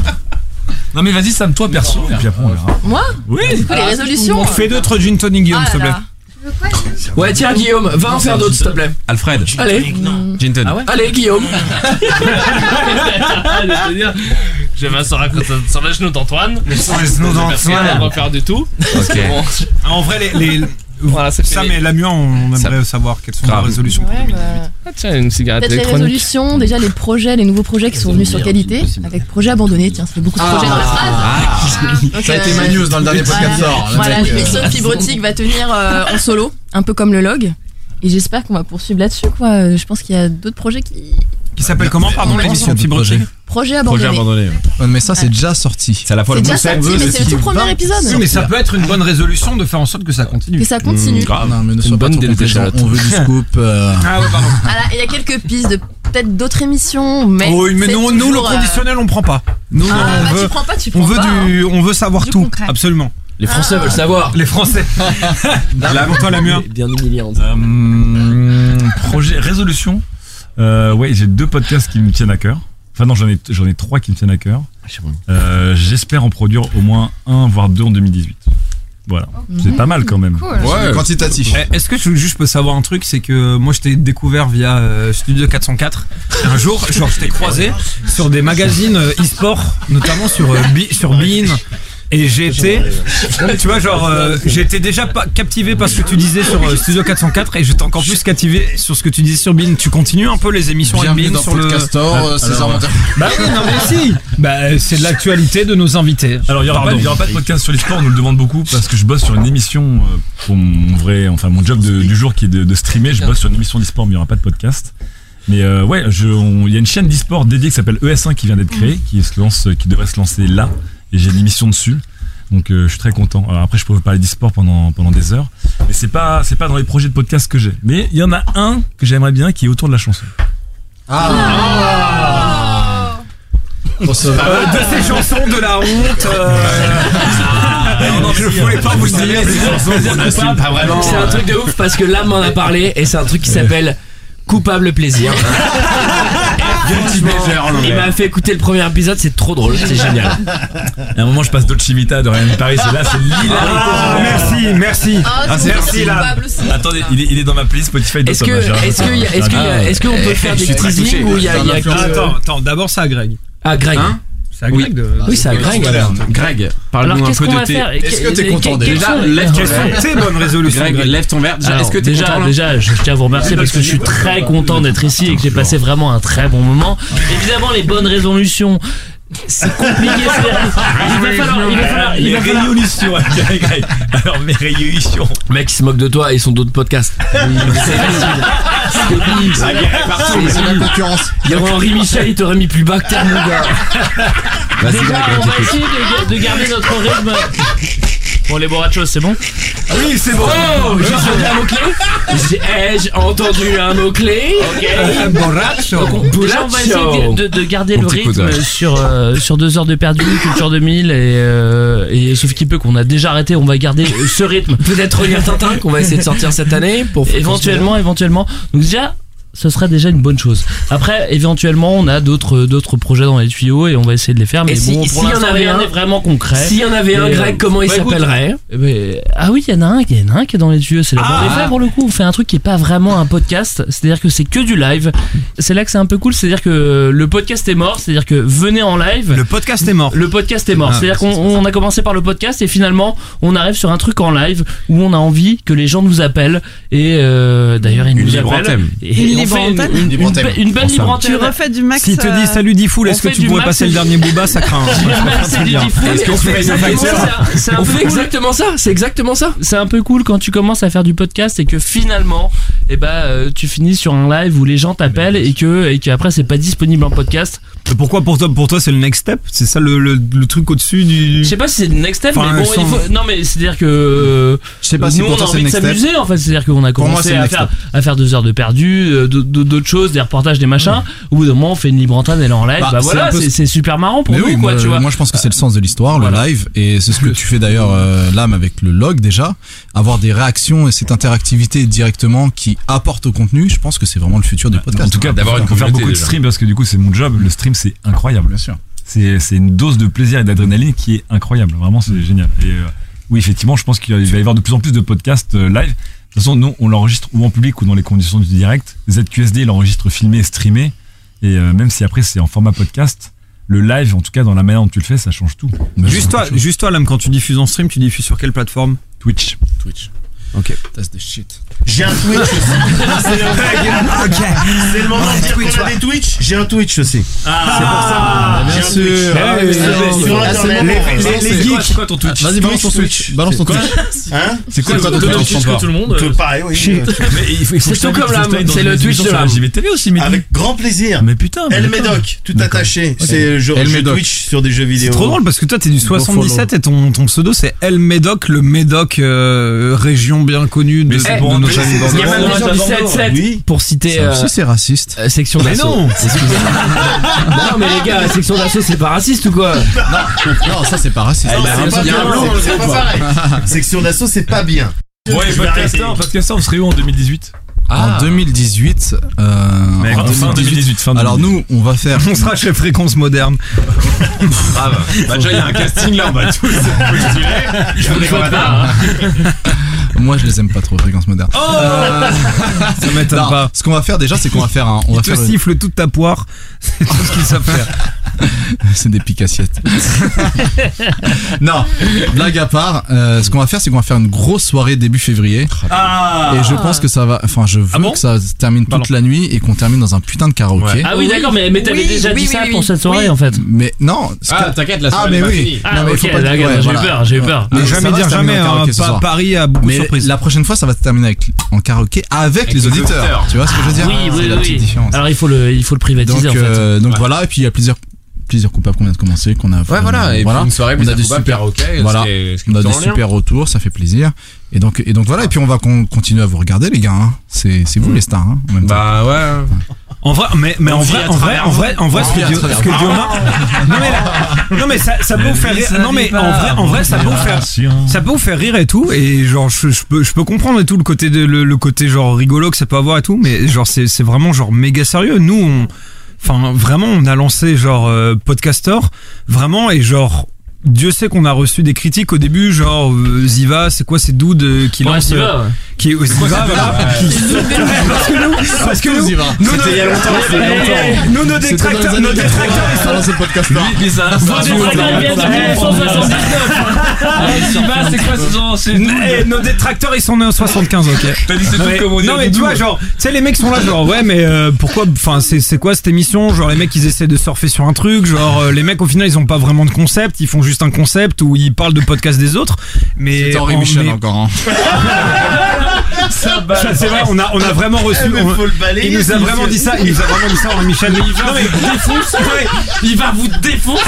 Speaker 9: Non mais vas-y Sam, toi perso, et puis après on verra.
Speaker 8: Moi
Speaker 9: Oui.
Speaker 8: Du
Speaker 11: Ah,
Speaker 8: coup, les résolutions.
Speaker 9: On fait d'autres gin tonic Guillaume,
Speaker 8: Ah
Speaker 9: s'il te
Speaker 8: là
Speaker 9: plaît.
Speaker 8: là.
Speaker 1: Ouais, tiens, Guillaume, va en faire d'autres, s'il te plaît.
Speaker 10: Alfred.
Speaker 1: Allez.
Speaker 10: Gin tonic.
Speaker 1: Allez, Guillaume.
Speaker 2: Ah,
Speaker 6: Je vais se raconter sans la genou d'Antoine.
Speaker 11: Mais sans les genoux d'Antoine.
Speaker 6: On va faire du tout.
Speaker 11: Ok. Ah, En vrai, les, les- Sam et Lamua, on aimerait savoir quelles sont leurs résolutions.
Speaker 8: Ouais, bah,
Speaker 2: Tiens, une cigarette
Speaker 8: Peut-être les
Speaker 2: électronique.
Speaker 8: résolutions, déjà les projets, les nouveaux projets qui sont venus sur qualité, avec projet abandonné, tiens, ça fait beaucoup de
Speaker 3: Ah.
Speaker 8: projets dans la phrase. Ah, Donc,
Speaker 4: Ça a été
Speaker 8: euh,
Speaker 4: ma news dans le dernier podcast
Speaker 8: Voilà,
Speaker 7: hein,
Speaker 4: sort.
Speaker 8: voilà, l'épisode fibrotique va tenir euh, en solo, un peu comme le log. Et j'espère qu'on va poursuivre là-dessus, quoi. Euh, Je pense qu'il y a d'autres projets qui.
Speaker 11: Qui s'appelle comment, pardon, l'émission Fibrotique
Speaker 8: Projets abandonnés.
Speaker 4: Ouais, mais ça, c'est déjà sorti.
Speaker 10: C'est à la
Speaker 8: fois C'est le déjà concept, sorti, mais le c'est le tout premier épisode.
Speaker 11: Oui, mais ça peut être une bonne résolution de faire en sorte que ça continue.
Speaker 8: Que ça continue. Mmh, grave.
Speaker 4: Non, mais ne
Speaker 11: C'est
Speaker 4: sois
Speaker 11: une
Speaker 4: pas
Speaker 11: bonne
Speaker 4: trop
Speaker 11: idée de
Speaker 4: complaisant.
Speaker 11: cachalotte.
Speaker 4: On veut du scoop. euh.
Speaker 11: Ah ouais, pardon.
Speaker 8: Voilà, et il y a quelques pistes de peut-être d'autres émissions, mais.
Speaker 11: Oh, Oui, mais
Speaker 8: c'est
Speaker 11: nous, nous, le
Speaker 8: toujours, euh,
Speaker 11: conditionnel, on prend pas. Nous,
Speaker 8: Ah,
Speaker 11: on
Speaker 8: bah, tu
Speaker 11: veut,
Speaker 8: prends pas, tu
Speaker 11: on
Speaker 8: prends
Speaker 11: veut
Speaker 8: pas, hein.
Speaker 11: du, on veut savoir tout, absolument.
Speaker 1: Les Français veulent savoir.
Speaker 11: Les Français.
Speaker 10: Bah,
Speaker 11: Là, pour toi, la
Speaker 9: Eh
Speaker 11: mûre.
Speaker 1: Bien humiliante.
Speaker 9: Hum, projet, résolution. Euh, ouais, j'ai deux podcasts qui me tiennent à cœur. Enfin non, j'en ai, j'en ai trois qui me tiennent à cœur. Euh, J'espère en produire au moins un, voire deux en 2018. Voilà, c'est pas mal quand même.
Speaker 11: Eh, Est-ce que je, juste je peux savoir un truc, c'est que euh, moi je t'ai découvert via euh, Studio 404. Un jour, genre je t'ai croisé sur des magazines euh, e-sport, notamment sur euh, Be- sur Bean. Et j'ai été, tu vois, genre, euh, j'ai été déjà pas captivé par ce que tu disais sur euh, Studio 404 et j'étais encore plus captivé sur ce que tu disais sur Bean. Tu continues un peu les émissions avec
Speaker 4: Bienvenue
Speaker 11: Bean
Speaker 4: dans
Speaker 11: sur le
Speaker 4: Podcastor, euh, César Monter.
Speaker 11: Bah oui, non mais si. Bah euh, c'est de l'actualité de nos invités.
Speaker 9: Alors, il n'y aura, pas-
Speaker 11: Pardon.
Speaker 9: il y aura pas de podcast sur les sports, on nous le demande beaucoup parce que je bosse sur une émission euh, pour mon vrai, enfin mon job de- du jour qui est de, de streamer. Je bosse sur une émission d'e-sport, mais il n'y aura pas de podcast. Mais euh, ouais, je- on- il y a une chaîne d'e-sport dédiée qui s'appelle ES1 qui vient d'être créée, qui, se lance, qui devrait se lancer là. Et j'ai une émission dessus. Donc euh, je suis très content. Alors après, je pourrais vous parler d'e-sport pendant, pendant des heures. Mais c'est pas, c'est pas dans les projets de podcast que j'ai. Mais il y en a un que j'aimerais bien qui est autour de la chanson.
Speaker 11: Ah. Euh, de ces chansons de la honte. euh, non, non, je voulais pas vous le dire.
Speaker 1: C'est un truc de
Speaker 9: hein.
Speaker 1: ouf parce que là m'en a parlé et c'est un truc qui s'appelle coupable plaisir.
Speaker 9: pleasure, en
Speaker 1: Il
Speaker 9: anglais.
Speaker 1: m'a fait écouter le premier épisode, c'est trop drôle, c'est génial.
Speaker 9: À un moment, je passe Dolce Vita de Ryan Paris et là, c'est l'île.
Speaker 11: Ah, merci, merci.
Speaker 9: Ah,
Speaker 11: Ah,
Speaker 9: c'est
Speaker 11: merci là.
Speaker 9: coupable Attendez, il est, il est dans ma playlist Spotify.
Speaker 1: Est-ce que- est-ce que y a-
Speaker 9: Ah,
Speaker 1: est-ce
Speaker 11: Ah,
Speaker 1: que y a- est-ce qu'on peut faire des teasings ou il y a- il y a que-
Speaker 11: Attends, attends, d'abord ça, Greg.
Speaker 1: Ah Greg.
Speaker 11: Hein C'est à Greg de. Bah,
Speaker 10: Oui, c'est à Greg, alors. Greg, parle-nous
Speaker 11: Alors,
Speaker 10: un
Speaker 11: qu'est-ce
Speaker 10: peu
Speaker 11: qu'on
Speaker 10: de
Speaker 11: va
Speaker 10: tes.
Speaker 11: faire Est-ce que t'es
Speaker 6: Quelles
Speaker 11: content
Speaker 6: sont
Speaker 10: déjà lève ton verre.
Speaker 6: tes bonnes résolutions,
Speaker 10: Greg,
Speaker 6: Greg
Speaker 10: lève ton verre. Déjà, Est-ce que t'es
Speaker 6: déjà,
Speaker 10: content là
Speaker 6: déjà, je tiens à vous remercier parce que je suis très content d'être ici et que j'ai passé vraiment un très bon moment. Évidemment, les bonnes résolutions. C'est compliqué.
Speaker 11: Ah,
Speaker 6: c'est- Il va falloir, il va falloir, il
Speaker 9: Les
Speaker 6: va falloir-
Speaker 9: réunions, Greg, Greg. Alors, mes réunions.
Speaker 2: Mec, il se moque de toi et ils sont d'autres podcasts.
Speaker 9: Ah, il y a partout, mais c'est la concurrence.
Speaker 6: Il y aurait Henri Michel, il t'aurait mis plus bas que t'es, mon gars.
Speaker 2: Vas-y,
Speaker 6: Déjà,
Speaker 2: Greg,
Speaker 6: on va
Speaker 2: t'écoute.
Speaker 6: essayer de, de garder notre rythme. Bon, les borrachos, c'est bon
Speaker 2: Oui, c'est bon.
Speaker 6: Oh, j'ai entendu un mot-clé J'ai- Ai-je entendu un mot-clé Ok.
Speaker 11: Euh, borracho.
Speaker 6: Donc, on- déjà, on va essayer de, de- de garder
Speaker 11: On
Speaker 6: le
Speaker 11: t'écoute,
Speaker 6: rythme
Speaker 11: ouais.
Speaker 6: sur, euh, sur deux heures de perdu, culture 2000 et, euh, et sauf qu'il peut qu'on a déjà arrêté, on va garder euh, ce rythme.
Speaker 1: Peut-être relire Tintin, qu'on va essayer de sortir cette année pour-
Speaker 6: Éventuellement, éventuellement. Donc déjà, ce serait déjà une bonne chose. Après, éventuellement, on a d'autres d'autres projets dans les tuyaux et on va essayer de les faire. Mais
Speaker 1: Et si-
Speaker 6: bon,
Speaker 1: s'il
Speaker 6: pour
Speaker 1: y en
Speaker 6: l'instant,
Speaker 1: avait
Speaker 6: rien
Speaker 1: un-
Speaker 6: n'est vraiment concret.
Speaker 1: s'il y en avait un,
Speaker 6: Mais,
Speaker 1: Greg,
Speaker 6: euh,
Speaker 1: comment il
Speaker 6: bah, écoute,
Speaker 1: s'appellerait Ah.
Speaker 6: eh ben, Ah oui, il y en a un, il y en a un qui est dans les tuyaux. C'est la bande des faits, pour le coup. On fait un truc qui est pas vraiment un podcast. C'est-à-dire que c'est que du live. C'est là que c'est un peu cool. C'est-à-dire que le podcast est mort. C'est-à-dire que venez en live. Le
Speaker 11: podcast est mort.
Speaker 6: Le podcast est mort.
Speaker 11: Ah,
Speaker 6: c'est-à-dire qu'on on a commencé par le podcast et finalement on arrive sur un truc en live où on a envie que les gens nous appellent. Et euh, d'ailleurs ils
Speaker 10: Une
Speaker 6: nous
Speaker 10: libre
Speaker 6: appellent.
Speaker 10: antenne.
Speaker 6: Et
Speaker 7: Une libre
Speaker 6: on fait
Speaker 7: antenne
Speaker 6: Une, une,
Speaker 7: Libre
Speaker 6: be-
Speaker 7: antenne.
Speaker 6: une belle libre antenne.
Speaker 7: Tu refais du max.
Speaker 11: S'il te
Speaker 7: euh,
Speaker 11: dit salut Difoul, est-ce
Speaker 6: on
Speaker 11: que
Speaker 6: fait
Speaker 11: tu
Speaker 6: du
Speaker 11: pourrais
Speaker 6: Max
Speaker 11: passer le
Speaker 6: et-
Speaker 11: dernier Booba Ça craint.
Speaker 6: Du Max et du Difoul.
Speaker 11: Est-ce qu'on
Speaker 6: Est-ce
Speaker 11: fait
Speaker 6: qu'on fait
Speaker 11: exactement
Speaker 6: ça
Speaker 11: ça
Speaker 6: C'est un
Speaker 1: On
Speaker 6: peu
Speaker 1: fait
Speaker 6: cool.
Speaker 1: exactement ça, c'est exactement ça.
Speaker 6: C'est un peu cool quand tu commences à faire du podcast et que finalement, eh ben, euh, tu finis sur un live où les gens t'appellent et que et qu'après c'est pas disponible en podcast.
Speaker 11: Pourquoi pour toi, pour toi c'est le next step C'est ça le, le- le truc au-dessus du.
Speaker 6: Je sais pas si c'est le next step,
Speaker 11: Enfin,
Speaker 6: mais bon,
Speaker 11: sans-
Speaker 6: il faut. Non, mais c'est-à-dire que. Je sais
Speaker 11: pas si
Speaker 6: nous,
Speaker 11: pour
Speaker 6: on
Speaker 11: toi,
Speaker 6: a
Speaker 11: c'est
Speaker 6: envie de
Speaker 11: le next step.
Speaker 6: s'amuser, en fait. C'est-à-dire qu'on a
Speaker 11: Pour moi,
Speaker 6: commencé
Speaker 11: c'est le
Speaker 6: à,
Speaker 11: next
Speaker 6: faire, à faire deux heures de perdu, euh, d- d- d'autres choses, des reportages, des machins, où bout d'un moment, on fait une libre antenne, elle est en live. Bah,
Speaker 4: Bah, c'est
Speaker 6: voilà,
Speaker 4: un peu-
Speaker 6: c'est c'est super marrant pour
Speaker 4: Mais
Speaker 6: nous,
Speaker 4: oui,
Speaker 6: quoi,
Speaker 4: moi,
Speaker 6: tu vois.
Speaker 4: moi je pense que c'est le sens de l'histoire, le live, et c'est ce que tu fais d'ailleurs euh, l'âme avec le log déjà, avoir des réactions et cette interactivité directement qui apporte au contenu, je pense que c'est vraiment le futur
Speaker 11: Bah,
Speaker 4: du podcast. hein.
Speaker 9: En tout cas, d'avoir faut faire beaucoup de stream parce que du coup, c'est mon job. Le stream, c'est incroyable. Bien sûr. C'est c'est une dose de plaisir et d'adrénaline qui est incroyable. Vraiment, c'est génial. Et euh, oui, effectivement, je pense qu'il va y avoir de plus en plus de podcasts euh, live. De toute façon, nous, on l'enregistre ou en public ou dans les conditions du direct. ZQSD l'enregistre filmé et streamé. Et euh, même si après, c'est en format podcast, le live, en tout cas, dans la manière dont tu le fais, ça change tout.
Speaker 11: Juste toi, juste toi, Lame, quand tu diffuses en stream, tu diffuses sur quelle plateforme
Speaker 9: Twitch.
Speaker 11: Twitch. Ok.
Speaker 4: That's the shit.
Speaker 12: J'ai un Twitch aussi. C'est le-
Speaker 11: Ok.
Speaker 12: C'est le moment
Speaker 11: Ouais,
Speaker 12: de dire
Speaker 11: Twitch,
Speaker 12: qu'on a des Twitch. J'ai un Twitch aussi. Ah,
Speaker 4: bien
Speaker 12: c'est pour
Speaker 4: sûr.
Speaker 12: ça.
Speaker 4: Ah,
Speaker 12: J'ai un
Speaker 4: oui,
Speaker 12: Twitch.
Speaker 4: bien sûr.
Speaker 12: Sur
Speaker 4: Ah, c'est
Speaker 12: Internet.
Speaker 4: bon,
Speaker 12: Les-
Speaker 4: bon,
Speaker 12: les-
Speaker 4: c'est
Speaker 12: les
Speaker 4: quoi-
Speaker 12: geeks.
Speaker 4: c'est quoi ton Twitch Vas-y, balance ton Twitch. Balance ton Twitch.
Speaker 12: Hein
Speaker 4: C'est quoi ton Twitch
Speaker 12: Twitch
Speaker 4: que tout le monde, euh,
Speaker 12: Que Pareil, oui.
Speaker 9: Shit. Mais il faut- il faut
Speaker 12: euh, C'est
Speaker 9: que je
Speaker 12: tout
Speaker 9: t'invite,
Speaker 12: comme
Speaker 9: il faut que je
Speaker 12: l'âme.
Speaker 9: t'invite dans
Speaker 12: C'est
Speaker 9: une
Speaker 12: le
Speaker 9: émission
Speaker 12: Twitch de
Speaker 9: sur
Speaker 12: l'âme.
Speaker 9: LGBTV aussi, mais
Speaker 12: Avec grand plaisir.
Speaker 9: Mais putain, mais
Speaker 12: El
Speaker 9: d'accord.
Speaker 12: Médoc, tout
Speaker 9: D'accord.
Speaker 12: attaché.
Speaker 9: Ok.
Speaker 12: C'est je
Speaker 9: El
Speaker 12: je
Speaker 9: Médoc.
Speaker 12: Twitch sur des jeux
Speaker 11: C'est
Speaker 12: vidéo.
Speaker 11: trop drôle parce que toi t'es du
Speaker 12: Go follow.
Speaker 11: 77 et ton, ton pseudo c'est El Médoc, le Médoc euh, région bien connue de,
Speaker 6: c'est
Speaker 11: de
Speaker 6: bon,
Speaker 11: nos
Speaker 6: mais
Speaker 11: amis
Speaker 6: c'est-
Speaker 11: bordelais.
Speaker 6: il y a même les gens du 7-7,
Speaker 11: Oui.
Speaker 6: pour citer
Speaker 11: Ça
Speaker 6: euh,
Speaker 11: aussi, c'est raciste.
Speaker 6: euh, section
Speaker 11: Mais
Speaker 6: d'assaut.
Speaker 11: non.
Speaker 6: Excusez-moi. non mais les gars, section d'assaut c'est pas raciste ou quoi
Speaker 4: Non, ça c'est pas
Speaker 6: Eh ben,
Speaker 4: raciste.
Speaker 12: Non, c'est pas bien, non, c'est pas pareil. Section d'assaut, c'est pas bien.
Speaker 9: Ouais,
Speaker 12: Je vais
Speaker 9: podcaster,
Speaker 12: arrêter.
Speaker 9: podcaster, on serait où en 2018
Speaker 4: Ah. En 2018, euh,
Speaker 9: Mais
Speaker 4: en
Speaker 9: fin 2018, fin
Speaker 4: Alors nous, on va faire.
Speaker 11: On sera chez Fréquence Moderne.
Speaker 10: Bah, déjà, il y a un casting là, on va tous postuler. Je voudrais qu'on va pas.
Speaker 4: Moi, je les aime pas trop, fréquence moderne. Euh,
Speaker 11: Ça m'étonne
Speaker 4: non,
Speaker 11: pas.
Speaker 4: Ce qu'on va faire déjà, c'est qu'on va faire un. On
Speaker 11: Il
Speaker 4: va
Speaker 11: te
Speaker 4: faire une-
Speaker 11: siffle toute ta poire. C'est tout ce qu'il savent faire.
Speaker 4: C'est des piques assiettes. non, blague à part, euh, ce qu'on va faire, c'est qu'on va faire une grosse soirée début février.
Speaker 11: hein.
Speaker 9: Ah
Speaker 4: Et je pense que ça va. Enfin, je veux que ça se termine toute la nuit et qu'on termine dans un putain de karaoké.
Speaker 6: Ah oui, d'accord, mais, mais t'avais
Speaker 8: Oui,
Speaker 6: déjà
Speaker 8: oui,
Speaker 6: dit
Speaker 8: oui,
Speaker 6: ça
Speaker 8: oui,
Speaker 6: pour
Speaker 8: oui.
Speaker 6: cette soirée
Speaker 8: Oui.
Speaker 6: en fait.
Speaker 4: Mais non, ce
Speaker 10: Ah,
Speaker 4: que-
Speaker 10: t'inquiète, la
Speaker 4: Ah,
Speaker 10: soirée
Speaker 4: mais
Speaker 10: est pas
Speaker 4: oui.
Speaker 10: finie.
Speaker 6: Ah,
Speaker 4: mais
Speaker 6: ok, d'accord, j'ai eu peur, j'ai eu peur.
Speaker 11: Mais
Speaker 4: Mais
Speaker 11: jamais dire jamais, hein, pas- Paris a beaucoup de surprises.
Speaker 4: La prochaine fois, ça va se terminer avec- en karaoké avec, les auditeurs. Tu vois ce que je veux dire
Speaker 6: Oui,
Speaker 4: C'est
Speaker 6: oui,
Speaker 4: la petite
Speaker 6: oui.
Speaker 4: différence.
Speaker 6: Alors il faut le, il faut le privatiser
Speaker 4: Donc,
Speaker 6: en fait.
Speaker 4: euh, donc voilà, et puis il y a plusieurs plaisrs coupables qu'on vient de commencer, qu'on a. Ouais,
Speaker 10: voilà, et puis une soirée
Speaker 4: on a
Speaker 10: plaisir
Speaker 4: des
Speaker 10: coupable,
Speaker 4: super,
Speaker 10: karaoké, ce
Speaker 4: voilà,
Speaker 10: qui est- ce qui est
Speaker 4: on a
Speaker 10: plutôt
Speaker 4: des
Speaker 10: en lien.
Speaker 4: super retours, ça fait plaisir. Et donc, et donc voilà, et puis on va con- continuer à vous regarder, les gars. hein. C'est c'est vous les stars. Hein, en même temps.
Speaker 10: Mm. Bah ouais.
Speaker 11: En vrai, mais, mais
Speaker 10: On
Speaker 11: en
Speaker 10: vit
Speaker 11: vrai,
Speaker 10: à
Speaker 11: en vrai,
Speaker 10: travers
Speaker 11: en vrai,
Speaker 10: vous.
Speaker 11: en vrai,
Speaker 10: On
Speaker 11: ce que,
Speaker 10: vit à
Speaker 11: Dio-
Speaker 10: travers
Speaker 11: ce que
Speaker 10: vous.
Speaker 11: Dioma, non mais, là- non mais ça, ça peut vous faire rire. Non mais en vrai, en vrai, ça peut vous faire, ça peut vous faire rire et tout. Et genre, je, je peux, je peux comprendre et tout le côté de, le, le côté genre rigolo que ça peut avoir et tout. Mais genre, c'est, c'est vraiment genre méga sérieux. Nous, on, enfin, vraiment, on a lancé genre euh, podcaster, vraiment et genre Dieu sait qu'on a reçu des critiques au début, genre euh, Ziva, c'est quoi ces dudes euh, qui
Speaker 6: Ouais,
Speaker 11: lancent,
Speaker 6: Ziva,
Speaker 11: euh,
Speaker 6: ouais.
Speaker 11: qui est
Speaker 6: C'est quoi
Speaker 11: Ziva,
Speaker 6: ces
Speaker 11: voilà.
Speaker 6: dudes
Speaker 11: Parce que nous, parce que nous,
Speaker 6: Ziva.
Speaker 11: nous,
Speaker 6: C'était
Speaker 11: nos-
Speaker 6: il y a longtemps, c'était il y a longtemps.
Speaker 11: nous, nos
Speaker 6: C'était dans les
Speaker 11: détracteurs,
Speaker 6: années
Speaker 11: nos
Speaker 6: 80,
Speaker 11: détracteurs, ils
Speaker 6: on a
Speaker 11: sont
Speaker 6: lancé le podcast là. Lui, mais ça-
Speaker 11: Nos
Speaker 6: ça-
Speaker 11: détracteurs,
Speaker 6: ça-
Speaker 11: ils sont-
Speaker 6: ça- Ah, Ziva, c'est quoi ces gens, ces dudes
Speaker 11: Eh, Nos détracteurs, ils sont nés en 75, ok.
Speaker 6: T'as dit c'est
Speaker 11: Non,
Speaker 6: tout
Speaker 11: mais-
Speaker 6: comme on dit,
Speaker 11: Non, mais
Speaker 6: c'est
Speaker 11: tu
Speaker 6: tout.
Speaker 11: vois, genre, tu sais, les mecs sont là, genre, ouais, mais euh, pourquoi, enfin, c'est c'est quoi cette émission Genre, les mecs, ils essaient de surfer sur un truc. Genre, euh, les mecs, au final, ils ont pas vraiment de concept. Ils font juste un concept où ils parlent de podcasts des autres. Mais.
Speaker 4: C'est Henri
Speaker 11: en-
Speaker 4: Michel
Speaker 11: mais-
Speaker 4: encore. hein.
Speaker 6: Ah, bah,
Speaker 11: Ça, c'est vrai, on a, on a vraiment reçu.
Speaker 12: Eh, mais
Speaker 11: on-
Speaker 12: faut le balayer,
Speaker 11: il nous a
Speaker 12: ce
Speaker 11: vraiment
Speaker 12: monsieur.
Speaker 11: dit ça, il nous a vraiment dit ça, Henri Michel.
Speaker 12: Mais il va vous défoncer.
Speaker 11: Il va vous défoncer.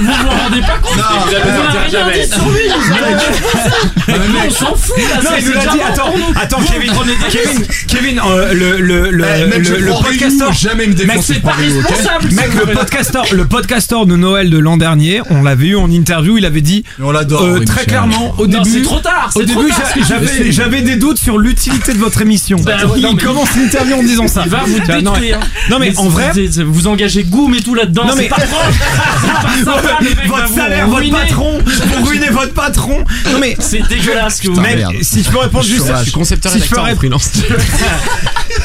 Speaker 6: Vous vous rendez pas compte
Speaker 11: Non,
Speaker 6: Vous
Speaker 11: jamais,
Speaker 6: avez rien
Speaker 11: jamais.
Speaker 6: dit sur lui, vous avez rien dit.
Speaker 11: Mais
Speaker 6: Nous,
Speaker 11: mec.
Speaker 6: on s'en fout là,
Speaker 11: Non,
Speaker 6: c'est-
Speaker 11: il nous
Speaker 6: c'est
Speaker 11: l'a dit.
Speaker 6: déjà
Speaker 11: Attends,
Speaker 6: pour nous.
Speaker 11: attends,
Speaker 6: Vous,
Speaker 11: Kevin,
Speaker 6: vous prenez des
Speaker 11: Kevin,
Speaker 6: risques.
Speaker 11: Kevin, euh, le le le
Speaker 6: Eh, mec, je
Speaker 11: le, le
Speaker 6: prends Ryu,
Speaker 11: podcaster.
Speaker 6: jamais me défoncer
Speaker 11: Mec, c'est
Speaker 6: pour
Speaker 11: pas
Speaker 6: Ryu, ok
Speaker 11: responsable.
Speaker 6: C'est
Speaker 11: Mec,
Speaker 6: vrai.
Speaker 11: le podcaster, le podcaster de Noël de l'an dernier, on l'avait eu en interview, il avait dit.
Speaker 4: on l'adore.
Speaker 11: euh,
Speaker 4: Henri
Speaker 11: très
Speaker 4: Michel.
Speaker 11: clairement, au
Speaker 6: Non,
Speaker 11: début,
Speaker 6: c'est trop tard,
Speaker 11: au
Speaker 6: c'est trop
Speaker 11: début,
Speaker 6: tard,
Speaker 11: j'a-
Speaker 6: ce que tu
Speaker 11: j'avais,
Speaker 6: fais.
Speaker 11: j'avais des doutes sur l'utilité de votre émission.
Speaker 6: Bah ouais,
Speaker 11: il
Speaker 6: non, mais-
Speaker 11: commence l'interview en disant ça.
Speaker 6: Il va vous
Speaker 11: Tu vois, non,
Speaker 6: détruire.
Speaker 11: Non mais, en
Speaker 6: c'est-
Speaker 11: vrai,
Speaker 6: c'est- c'est- vous engagez Goom et tout là-dedans.
Speaker 11: Non,
Speaker 6: c'est
Speaker 11: mais-
Speaker 6: pas propre. C'est pas sympa, les mecs,
Speaker 11: votre
Speaker 6: bah, vous
Speaker 11: salaire, votre
Speaker 6: ruinez.
Speaker 11: patron, vous ruinez votre patron. Non mais
Speaker 6: C'est dégueulasse que vous-
Speaker 11: Mec,
Speaker 6: Ah, Putain, merde.
Speaker 11: si je peux répondre
Speaker 6: Je suis
Speaker 11: juste,
Speaker 6: chômage. Je suis concepteur et
Speaker 11: si je peux
Speaker 6: acteur en
Speaker 11: rép-
Speaker 6: freelance.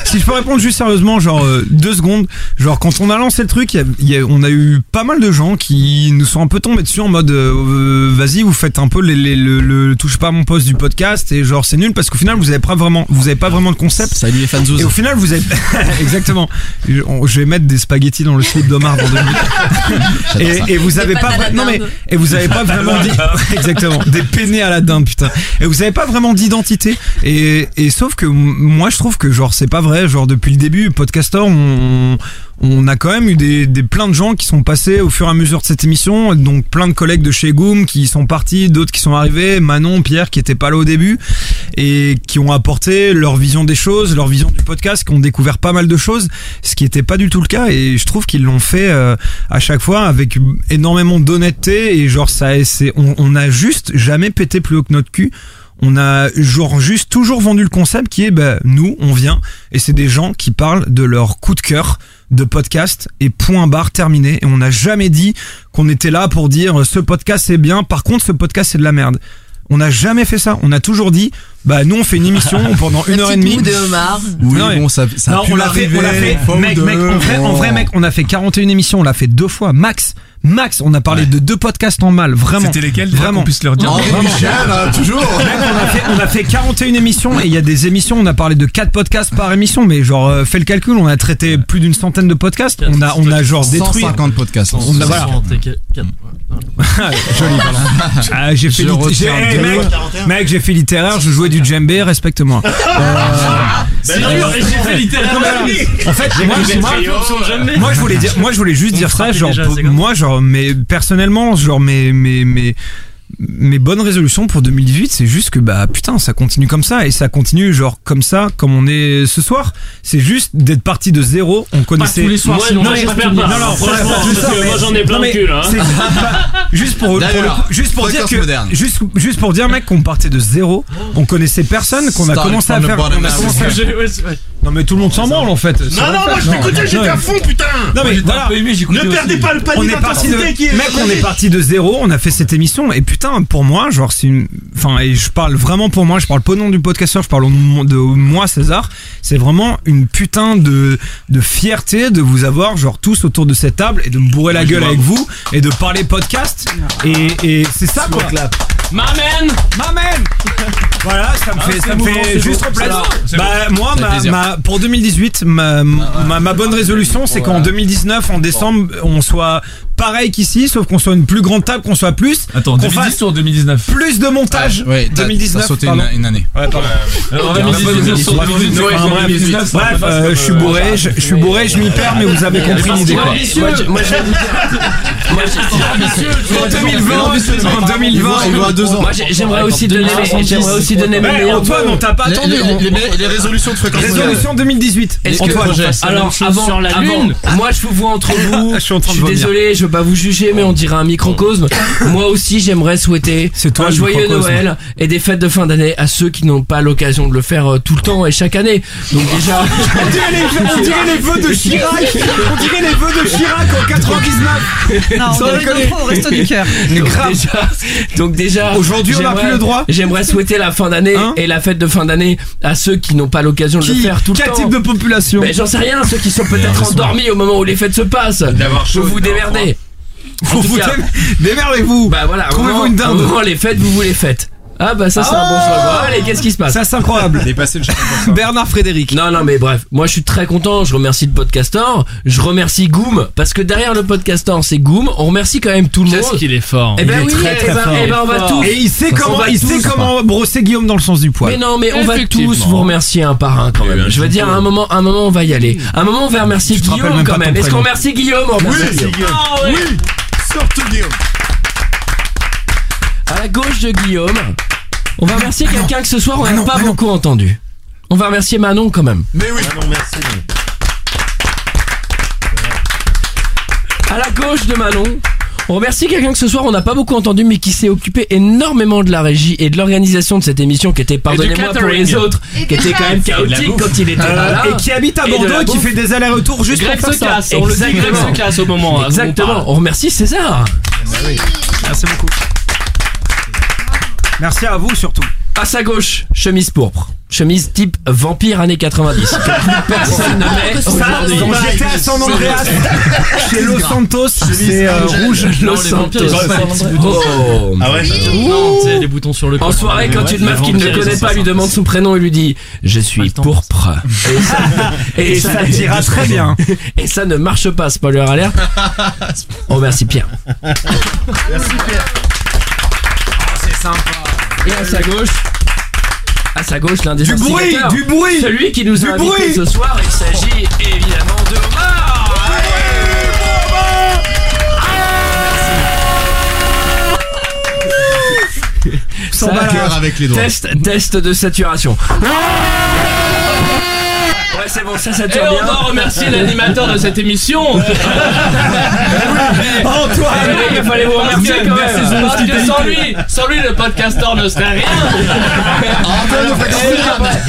Speaker 11: si je peux répondre juste sérieusement, genre euh, deux secondes, genre quand on a lancé le truc, il y a- il y a- on a eu pas mal de gens qui nous sont un peu tombés dessus en mode euh, vas-y vous faites un peu les, les- le, le touche pas à mon poste du podcast et genre c'est nul parce qu'au final vous avez pas vraiment vous avez pas vraiment de concept.
Speaker 4: Salut les fans
Speaker 11: Et au final vous êtes exactement. Je je vais mettre des spaghettis dans le slip d'Omar dans deux minutes.
Speaker 6: J'adore ça.
Speaker 11: et, et vous
Speaker 6: Des
Speaker 11: avez pas
Speaker 6: pâtes à la
Speaker 11: non mais
Speaker 6: dinde.
Speaker 11: et vous avez pas
Speaker 6: Des pâtes à la
Speaker 11: vraiment dit
Speaker 6: dinde.
Speaker 11: exactement des peinés à la dinde putain et vous avez pas vraiment d'identité et, et sauf que m- moi je trouve que genre c'est pas vrai genre depuis le début podcaster on on a quand même eu des, des plein de gens qui sont passés au fur et à mesure de cette émission donc plein de collègues de chez Goom qui sont partis d'autres qui sont arrivés Manon Pierre qui était pas là au début et qui ont apporté leur vision des choses leur vision du podcast qui ont découvert pas mal de choses ce qui était pas du tout le cas et je trouve qu'ils l'ont fait euh, à chaque fois avec énormément d'honnêteté et genre ça c'est on, on a juste jamais pété plus haut que notre cul on a genre juste toujours vendu le concept qui est bah, nous on vient et c'est des gens qui parlent de leur coup de cœur de podcast et point barre terminé et on n'a jamais dit qu'on était là pour dire euh, ce podcast c'est bien par contre ce podcast c'est de la merde on n'a jamais fait ça on a toujours dit bah nous on fait une émission pendant une heure et demie
Speaker 4: Oui,
Speaker 11: Non, mais-
Speaker 4: bon, ça, ça
Speaker 11: non,
Speaker 4: a pu
Speaker 11: on l'a fait, on l'a
Speaker 4: l'arriver,
Speaker 11: fait.
Speaker 4: une fois ou
Speaker 11: Mec,
Speaker 4: deux,
Speaker 11: mec, en vrai, en
Speaker 4: bon.
Speaker 11: vrai, mec, on a fait 41 émissions, on l'a fait deux fois, max. Max, on a parlé de deux podcasts en mal, vraiment.
Speaker 9: C'était lesquels, déjà,
Speaker 11: Vraiment.
Speaker 9: qu'on puisse leur dire
Speaker 11: Non,
Speaker 9: Henri
Speaker 11: vraiment.
Speaker 9: Michel, hein, toujours.
Speaker 11: Mec, on a, fait, on a fait 41 émissions et il y a des émissions, on a parlé de quatre podcasts par émission, mais genre, euh, fais le calcul, on a traité plus d'une centaine de podcasts, on a, on a genre détruit.
Speaker 4: 150 podcasts.
Speaker 11: On a, voilà. Joli, pardon. Ah, j'ai fait
Speaker 4: Je
Speaker 11: lit- j'ai-
Speaker 4: retiens
Speaker 11: hey,
Speaker 4: deux.
Speaker 11: mec, mec, j'ai fait littéraire, je jouais du djembé, respecte-moi. Euh,
Speaker 6: C'est dur, et Ben j'ai fait littéralement.
Speaker 11: En fait, moi,
Speaker 6: J'ai
Speaker 11: moi,
Speaker 6: fait des options jamais.
Speaker 11: moi, je voulais dire, moi je voulais juste
Speaker 6: On
Speaker 11: dire ça,
Speaker 6: frappait
Speaker 11: genre
Speaker 6: déjà,
Speaker 11: pour-
Speaker 6: c'est comme
Speaker 11: moi genre mais personnellement genre mes mes mes mes bonnes résolutions pour 2018, c'est juste que bah putain, ça continue comme ça et ça continue genre comme ça, comme on est ce soir. C'est juste d'être parti de zéro. On connaissait
Speaker 6: tous les soirs, sinon
Speaker 11: non,
Speaker 6: moi,
Speaker 11: mais-
Speaker 6: j'espère
Speaker 11: non,
Speaker 6: pas.
Speaker 11: non,
Speaker 6: Franchement,
Speaker 11: pas tous les
Speaker 6: parce
Speaker 11: soirs,
Speaker 6: que
Speaker 11: mais-
Speaker 6: moi, j'en ai plein
Speaker 11: non,
Speaker 6: le
Speaker 11: mais
Speaker 6: cul, là, hein.
Speaker 11: c'est pas- Juste pour, pour le
Speaker 6: D'ailleurs,
Speaker 11: coup- juste pour dire
Speaker 6: podcast
Speaker 11: que
Speaker 6: moderne.
Speaker 11: juste juste pour dire mec qu'on partait de zéro, on connaissait personne, qu'on a
Speaker 6: Start
Speaker 11: commencé à
Speaker 6: from the
Speaker 11: faire.
Speaker 6: bottom
Speaker 11: on a
Speaker 6: up.
Speaker 11: commencé à-
Speaker 6: J'ai- ouais, c'est vrai.
Speaker 11: Non mais tout le monde s'en branle en fait.
Speaker 6: Non, non, moi, je t'écoutais, j'étais à fond, putain.
Speaker 11: Non
Speaker 6: Moi,
Speaker 11: mais
Speaker 6: j'étais
Speaker 11: voilà.
Speaker 6: un peu ému, j'écoutais
Speaker 11: Ne
Speaker 6: aussi.
Speaker 11: perdez pas le
Speaker 6: On
Speaker 11: panier
Speaker 6: est parti
Speaker 11: d'intensité
Speaker 6: de-
Speaker 11: qui est. Mec, on est
Speaker 6: parti
Speaker 11: parti de zéro, on a fait cette émission et putain pour moi, genre c'est une enfin et je parle vraiment pour moi, je parle pas au nom du podcasteur, je parle au nom de moi César, c'est vraiment une putain de de fierté de vous avoir genre tous autour de cette table et de me bourrer la gueule avec vous et de parler podcast et et c'est ça quoi.
Speaker 6: Mamen
Speaker 11: Mamen Voilà, ça me
Speaker 6: Ah,
Speaker 11: fait,
Speaker 6: c'est
Speaker 11: ça me
Speaker 6: mouvant,
Speaker 11: fait
Speaker 6: c'est
Speaker 11: juste
Speaker 6: beau,
Speaker 11: plaisir.
Speaker 6: c'est beau.
Speaker 11: Bah, moi,
Speaker 6: Ça fait
Speaker 11: ma,
Speaker 6: plaisir.
Speaker 11: ma- pour 2018, ma, ma, ma bonne résolution, c'est qu'en 2019, en décembre, on soit pareil qu'ici, sauf qu'on soit une plus grande table, qu'on soit plus.
Speaker 9: Attends,
Speaker 11: qu'on
Speaker 9: 2010
Speaker 11: fasse
Speaker 9: ou en 2019
Speaker 11: Plus de montage.
Speaker 4: Ouais, t'as-
Speaker 11: 2019.
Speaker 4: t'as sauté
Speaker 11: pardon.
Speaker 4: une- une année.
Speaker 11: Ouais, pardon.
Speaker 9: Ouais, ouais.
Speaker 11: Ouais,
Speaker 9: Alors, 2019,
Speaker 11: bref,
Speaker 9: sur 2018,
Speaker 11: bref,
Speaker 9: ouais, 2019, ça
Speaker 11: Bref,
Speaker 9: passe
Speaker 11: euh,
Speaker 9: comme,
Speaker 11: je suis
Speaker 9: euh,
Speaker 11: bourré, je je suis bourré, je m'y perds, mais vous avez compris l'idée quoi.
Speaker 6: Moi, je- moi, je vais vous dire.
Speaker 11: En 2020, en 2020,
Speaker 6: il doit deux ans.
Speaker 1: Moi, j'ai- j'aimerais aussi donner mes- j'aimerais aussi donner mes
Speaker 11: Mais
Speaker 1: meilleurs
Speaker 11: Antoine,
Speaker 1: vœux.
Speaker 11: on t'a pas
Speaker 1: E Les-
Speaker 11: attendu.
Speaker 1: les-
Speaker 11: on-
Speaker 1: les-
Speaker 11: on-
Speaker 1: les résolutions de fréquence
Speaker 11: Résolution 2018.
Speaker 1: Est-ce que
Speaker 11: Antoine,
Speaker 1: alors avant,
Speaker 6: sur la
Speaker 1: avant,
Speaker 6: Lune
Speaker 1: moi je vous vois entre vous. je suis,
Speaker 11: Ah, en train de vomir.
Speaker 1: désolé, je veux pas vous juger, mais on dirait un microcosme. moi aussi, j'aimerais souhaiter
Speaker 11: toi,
Speaker 1: un
Speaker 11: le
Speaker 1: joyeux
Speaker 11: microcosme.
Speaker 1: Noël et des fêtes de fin d'année à ceux qui n'ont pas l'occasion de le faire euh, tout le temps et chaque année. Donc déjà,
Speaker 11: On dirait les, on dirait les vœux de Chirac On dirait les vœux de Chirac en 99
Speaker 7: Non, là, on est trop au resto du cœur.
Speaker 1: Donc déjà, donc déjà
Speaker 11: Aujourd'hui, on n'a
Speaker 1: j'aimerais-
Speaker 11: plus le droit. Hein
Speaker 1: J'aimerais souhaiter la fin d'année et la fête de fin d'année à ceux qui n'ont pas l'occasion de le
Speaker 11: Qui
Speaker 1: faire tout le
Speaker 11: Quel
Speaker 1: temps.
Speaker 11: type de population
Speaker 1: Mais Ben, j'en sais rien, ceux qui sont peut-être
Speaker 11: Merde,
Speaker 1: endormis au moment où les fêtes se passent. D'avoir Vous vous démerdez. Vous vous démerdez-vous. Bah voilà,
Speaker 11: Trouvez-vous
Speaker 1: au moment-
Speaker 11: une dinde.
Speaker 1: au moment les fêtes, vous vous les fêtes. Ah bah ça c'est un bon slogan. Allez, qu'est-ce qui se passe
Speaker 11: Ça c'est incroyable.
Speaker 1: Dépasser le
Speaker 11: Bernard Frédéric.
Speaker 1: Non non mais bref, moi je suis très content, je remercie le podcastor, je remercie Goom parce que derrière le podcastor c'est Goom, on remercie quand même tout le monde. Qu'est-ce qu'il est fort. Eh
Speaker 11: Il
Speaker 1: ben
Speaker 11: est
Speaker 1: oui,
Speaker 11: très, très
Speaker 1: eh ben-
Speaker 11: fort.
Speaker 1: eh ben, on va tous
Speaker 11: Et il sait comment, il sait comment brosser Guillaume dans le sens du poil.
Speaker 1: mais non, mais on va tous vous remercier un par un quand
Speaker 11: Eh
Speaker 1: même.
Speaker 11: ben,
Speaker 1: Je veux dire, à un moment, à un moment, on va y aller. À un moment, on va remercier
Speaker 11: Mm. te rappelles
Speaker 1: Guillaume
Speaker 11: même
Speaker 1: quand
Speaker 11: pas
Speaker 1: même.
Speaker 11: ton
Speaker 1: Est-ce qu'on
Speaker 11: prénom.
Speaker 1: remercie Guillaume On remercie
Speaker 12: Oui,
Speaker 1: Guillaume.
Speaker 6: Ah,
Speaker 12: Guillaume. Oui, surtout Guillaume.
Speaker 1: À la gauche de Guillaume, on va remercier
Speaker 11: Ah
Speaker 1: quelqu'un que ce soir on n'a pas beaucoup entendu. On va remercier Manon quand même.
Speaker 12: Mais oui. non, merci.
Speaker 1: À la gauche de Manon. On remercie quelqu'un que ce soir on n'a pas beaucoup entendu mais qui s'est occupé énormément de la régie et de l'organisation de cette émission qui était, pardonnez-moi pour
Speaker 11: catering.
Speaker 1: les autres,
Speaker 11: Et
Speaker 1: qui
Speaker 11: du
Speaker 1: était quand même
Speaker 11: chat. Et de la
Speaker 1: chaotique
Speaker 11: bouffe.
Speaker 1: quand il était
Speaker 11: Euh,
Speaker 1: pas là.
Speaker 11: et qui habite à
Speaker 1: Et de
Speaker 11: Bordeaux
Speaker 1: la
Speaker 11: et qui
Speaker 1: bouffe.
Speaker 11: fait des allers-retours juste
Speaker 1: Greg
Speaker 11: pour faire
Speaker 1: se
Speaker 11: ça.
Speaker 1: casse, on le dit, Greg
Speaker 11: Exactement.
Speaker 1: se casse au moment, hein, où on parle. On remercie César. Ah,
Speaker 11: Merci beaucoup. Merci à vous surtout.
Speaker 1: À sa gauche, chemise pourpre. Chemise type vampire années 90. Personne ne met
Speaker 11: Ça,
Speaker 1: aujourd'hui.
Speaker 11: quand j'étais à San Andreas, chez Los Santos, c'est euh, rouge.
Speaker 1: Ah, Non,
Speaker 11: Los
Speaker 1: les vampires,
Speaker 11: Santos.
Speaker 1: ils ont pas les petits boutons. Oh.
Speaker 12: Ah ouais
Speaker 1: Ouh.
Speaker 6: les boutons sur le
Speaker 1: En soirée, quand une meuf qui ne le connaît pas lui demande son prénom et lui dit Je suis pourpre. Et ça-
Speaker 11: Et ça le dira très bien.
Speaker 1: Et ça ne marche pas, spoiler alert. Oh, merci Pierre.
Speaker 12: Merci Pierre.
Speaker 11: Oh, c'est sympa.
Speaker 1: Et à sa gauche, à sa gauche, l'un des
Speaker 11: Du bruit,
Speaker 1: instigateurs,
Speaker 11: du bruit,
Speaker 1: celui qui nous a
Speaker 11: du
Speaker 1: invités
Speaker 11: bruit.
Speaker 1: ce soir, il s'agit évidemment de Omar.
Speaker 11: Sans
Speaker 1: Ça,
Speaker 11: bagarre avec les doigts.
Speaker 1: Test, test de saturation. Ouais, c'est bon, ça, ça
Speaker 2: Et
Speaker 1: tourne
Speaker 2: on
Speaker 1: bien.
Speaker 2: va remercier l'animateur de cette émission.
Speaker 11: Antoine.
Speaker 2: Eh, les gars, Il fallait vous remercier quand même. Parce que sans lui, sans lui, le podcasteur ne serait rien.
Speaker 3: Antoine, on fait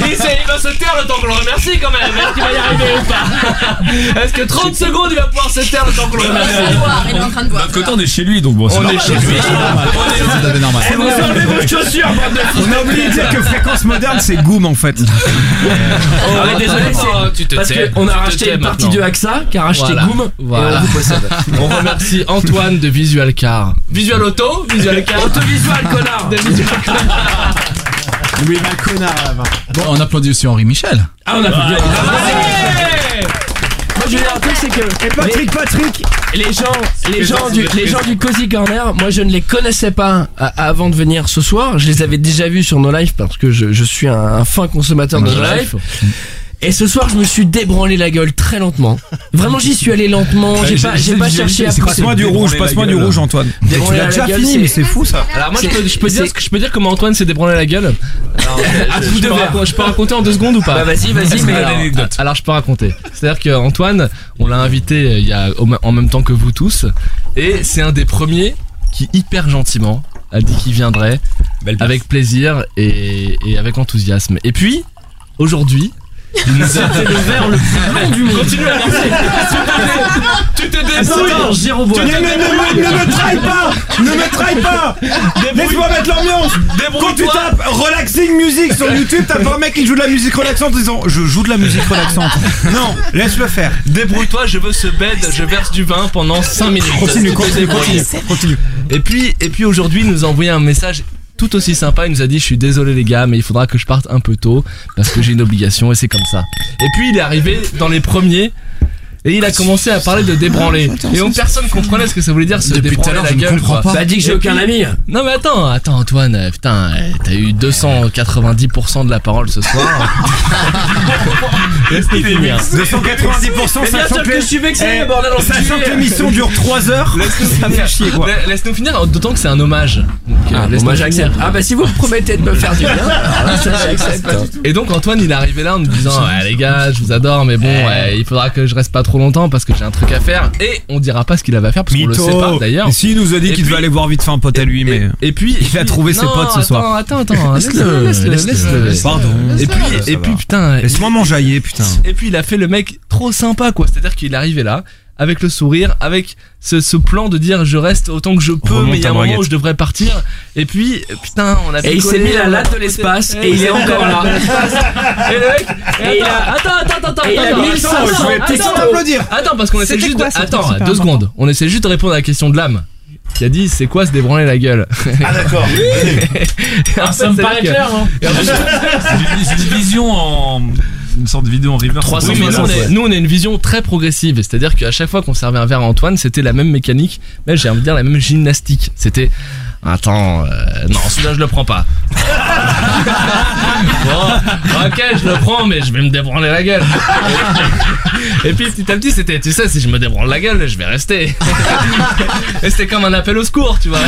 Speaker 2: Eh, il s'est- il va se taire le temps qu'on le remercie quand même. Est-ce qu'il va y arriver ou pas Est-ce que 30 secondes il va pouvoir se taire le temps qu'on le remercie
Speaker 8: Il est en train de boire.
Speaker 9: D'un côté, on est chez lui, donc bon, c'est
Speaker 2: On
Speaker 9: normal.
Speaker 2: est chez lui.
Speaker 9: C'est
Speaker 1: Eh, Vous enlevez vos chaussures, bande de
Speaker 11: On a oublié de dire que fréquence moderne, c'est Goom en fait.
Speaker 1: Oh,
Speaker 2: Ah,
Speaker 1: ouais, désolé,
Speaker 2: oh,
Speaker 1: c'est-
Speaker 2: tu te
Speaker 1: parce
Speaker 2: tais,
Speaker 1: qu'on a
Speaker 2: tu te
Speaker 1: racheté
Speaker 2: tais
Speaker 1: une partie
Speaker 2: maintenant.
Speaker 1: de AXA qui a racheté
Speaker 2: Voilà.
Speaker 1: Goom et
Speaker 2: Voilà.
Speaker 1: on vous possède.
Speaker 2: On remercie Antoine de Visual Car. Visual Auto, Visual Car.
Speaker 1: Autovisual, connard
Speaker 2: De Visual Car.
Speaker 4: Oui, ma connard. Bon, on applaudit aussi Henri Michel.
Speaker 1: Ah, on a fait bien. Moi, je veux dire un truc, c'est que.
Speaker 11: Et Patrick, Patrick,
Speaker 1: Les gens, les
Speaker 11: C'est
Speaker 1: gens
Speaker 11: gentil
Speaker 1: du,
Speaker 11: d'être
Speaker 1: les gens
Speaker 11: présent.
Speaker 1: du Cozy Corner, moi je ne les connaissais pas euh, avant de venir ce soir. Je les avais déjà vus sur nos lives parce que je, je suis un, un fin consommateur de nos lives. Et ce soir, je me suis débranlé la gueule très lentement. Vraiment, j'y suis allé lentement. J'ai pas, j'ai pas cherché à pousser.
Speaker 11: Passe-moi du rouge, passe-moi du rouge, Antoine. Mais tu
Speaker 1: Débranler
Speaker 11: l'as
Speaker 1: la
Speaker 11: déjà
Speaker 1: gueule,
Speaker 11: fini,
Speaker 1: c'est-
Speaker 11: mais c'est fou ça.
Speaker 2: Alors moi je
Speaker 1: C'est-
Speaker 2: peux, je peux dire
Speaker 1: c'est-
Speaker 2: ce que je peux dire comment Antoine s'est débranlé la gueule.
Speaker 1: À bout
Speaker 2: je,
Speaker 1: de
Speaker 2: peux
Speaker 1: verre.
Speaker 2: racon- je peux raconter en deux secondes ou pas
Speaker 1: Bah, vas-y, vas-y,
Speaker 2: Parce que
Speaker 1: mais
Speaker 2: alors,
Speaker 1: alors-
Speaker 2: alors, je peux raconter. C'est-à-dire que Antoine, on l'a invité euh, il y a au ma- en même temps que vous tous, et c'est un des premiers qui hyper gentiment a dit qu'il viendrait avec plaisir et, et avec enthousiasme. Et puis aujourd'hui. il nous a-
Speaker 1: C'était le verre le plus
Speaker 11: Ah,
Speaker 1: long du monde. Continue à danser. Tu te débrouilles.
Speaker 11: Attends,
Speaker 1: Girobois.
Speaker 11: Ne, ne, ne, me- ne me trahis pas Ne me trahis pas Laisse-moi mettre l'ambiance Quand tu tapes relaxing music sur YouTube, t'as pas un mec qui joue de la musique relaxante en disant je joue de la musique relaxante. Non, laisse-le faire.
Speaker 2: Débrouille-toi, je veux ce bed, je verse du vin pendant 5 minutes.
Speaker 11: Continue, continue, continue, continue.
Speaker 2: Et puis, et puis aujourd'hui, il nous a envoyé un message tout aussi sympa. Il nous a dit Je suis désolé, les gars, mais il faudra que je parte un peu tôt parce que j'ai une obligation et c'est comme ça. Et puis, il est arrivé dans les premiers. Et il a commencé à parler de débranler. Et on, personne comprenait ce que ça voulait dire se
Speaker 4: Depuis tout à
Speaker 2: débranler
Speaker 4: l'heure,
Speaker 2: la
Speaker 4: je ne
Speaker 2: gueule.
Speaker 4: comprends
Speaker 2: quoi.
Speaker 4: pas.
Speaker 1: Bah, dis que j'ai
Speaker 2: Et
Speaker 1: aucun
Speaker 2: puis-
Speaker 1: ami.
Speaker 2: Non mais attends, attends Antoine, euh, putain, euh, t'as eu 290% de la parole ce soir. Laisse hein. les
Speaker 11: hein.
Speaker 2: finir.
Speaker 11: 290%
Speaker 1: Mais bien
Speaker 11: sachant
Speaker 1: sûr
Speaker 11: que,
Speaker 1: que je suis vexé,
Speaker 11: eh,
Speaker 1: bordel, enculé.
Speaker 11: sachant que l'émission dure 3 heures, ça fait chier quoi.
Speaker 2: La- Laisse-nous finir, d'autant que c'est un hommage. Donc, euh,
Speaker 1: Ah, bon,
Speaker 2: laisse-nous
Speaker 1: moi
Speaker 2: finir.
Speaker 1: j'accepte. Ah bah si vous promettez de me faire du bien, alors
Speaker 11: Ah,
Speaker 1: là Ah, bah, ça j'accepte.
Speaker 2: Et donc Antoine il est arrivé là en nous disant ouais, les gars je vous adore mais bon
Speaker 11: Eh.
Speaker 2: ouais, il faudra que je reste pas trop longtemps parce que j'ai un truc à faire et on dira pas ce qu'il avait à faire parce qu'on le sait pas d'ailleurs.
Speaker 11: Et s'il nous a dit
Speaker 2: Et
Speaker 11: qu'il
Speaker 2: puis-
Speaker 11: devait aller voir vite fait un pote à lui, mais.
Speaker 2: Et puis
Speaker 11: Il a trouvé ses
Speaker 2: Non,
Speaker 11: potes ce soir.
Speaker 2: Attends attends attends
Speaker 11: Laisse-le,
Speaker 2: laisse-le laisse-le
Speaker 11: laisse-le,
Speaker 2: laisse-le.
Speaker 11: Pardon.
Speaker 2: Et puis et puis putain
Speaker 11: Laisse-moi m'enjailler, putain.
Speaker 2: et puis il a fait le mec trop sympa quoi c'est à dire qu'il est arrivé là avec le sourire, avec ce, ce plan de dire je reste autant que je peux,
Speaker 6: Remonte
Speaker 2: mais il y a
Speaker 6: ta
Speaker 2: un moment
Speaker 6: braguette.
Speaker 2: où je devrais partir. Et puis, putain, on a
Speaker 1: Et il s'est mis la latte de l'espace et il est encore là.
Speaker 2: Et le mec,
Speaker 1: Et il a-
Speaker 2: attends, attends, attends, attends,
Speaker 1: Et il a
Speaker 2: attends,
Speaker 1: 1500,
Speaker 2: attends,
Speaker 1: je vais
Speaker 2: attends,
Speaker 1: texto.
Speaker 2: attends. Attends, parce qu'on essaie
Speaker 1: C'était
Speaker 2: juste.
Speaker 1: quoi,
Speaker 2: de-
Speaker 1: ce
Speaker 2: attends,
Speaker 1: principe
Speaker 2: deux
Speaker 1: important
Speaker 2: secondes. On essaie juste de répondre à la question de l'âme. Qui a dit c'est quoi se débranler la gueule Ah
Speaker 12: d'accord.
Speaker 18: ça me paraît clair, hein.
Speaker 9: C'est une vision en. Une sorte de vidéo en reverse.
Speaker 2: Oui, mais nous, on est-
Speaker 9: Ouais.
Speaker 2: nous, on a une vision très progressive. C'est-à-dire qu'à chaque fois qu'on servait un verre à Antoine, c'était la même mécanique, mais j'ai envie de dire la même gymnastique. C'était. Attends, euh, non, celui-là je le prends pas. Bon, ok, je le prends, mais je vais me débranler la gueule. Et puis petit à petit, c'était, tu sais, si je me débranle la gueule, je vais rester. Et c'était comme un appel au secours, tu vois.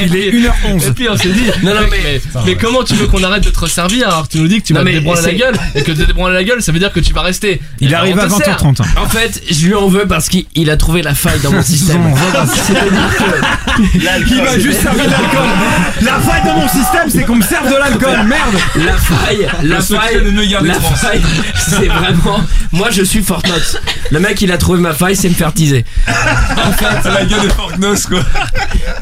Speaker 2: Il est, 1h11. Et puis on s'est dit, non, non, mais, mais comment tu veux qu'on arrête de te resservir alors que tu nous dis que tu
Speaker 1: Non,
Speaker 2: vas te
Speaker 1: mais
Speaker 2: débranler la
Speaker 1: c'est-
Speaker 2: gueule et que te débranler la gueule, ça veut dire que tu vas rester.
Speaker 1: Il
Speaker 2: Alors,
Speaker 1: arrive
Speaker 2: on
Speaker 1: à
Speaker 2: te sert.
Speaker 1: 20h30. En fait, je lui en veux parce qu'il il a trouvé la faille dans mon système.
Speaker 3: Il m'a juste servi de l'alcool.
Speaker 11: La faille dans mon système, c'est qu'on me serve de l'alcool, merde
Speaker 1: La faille, la faille, la faille, c'est vraiment. Moi, je suis Fortnox. Le mec, il a trouvé ma faille, c'est me faire teaser. En fait, la gueule de Fortnox, quoi.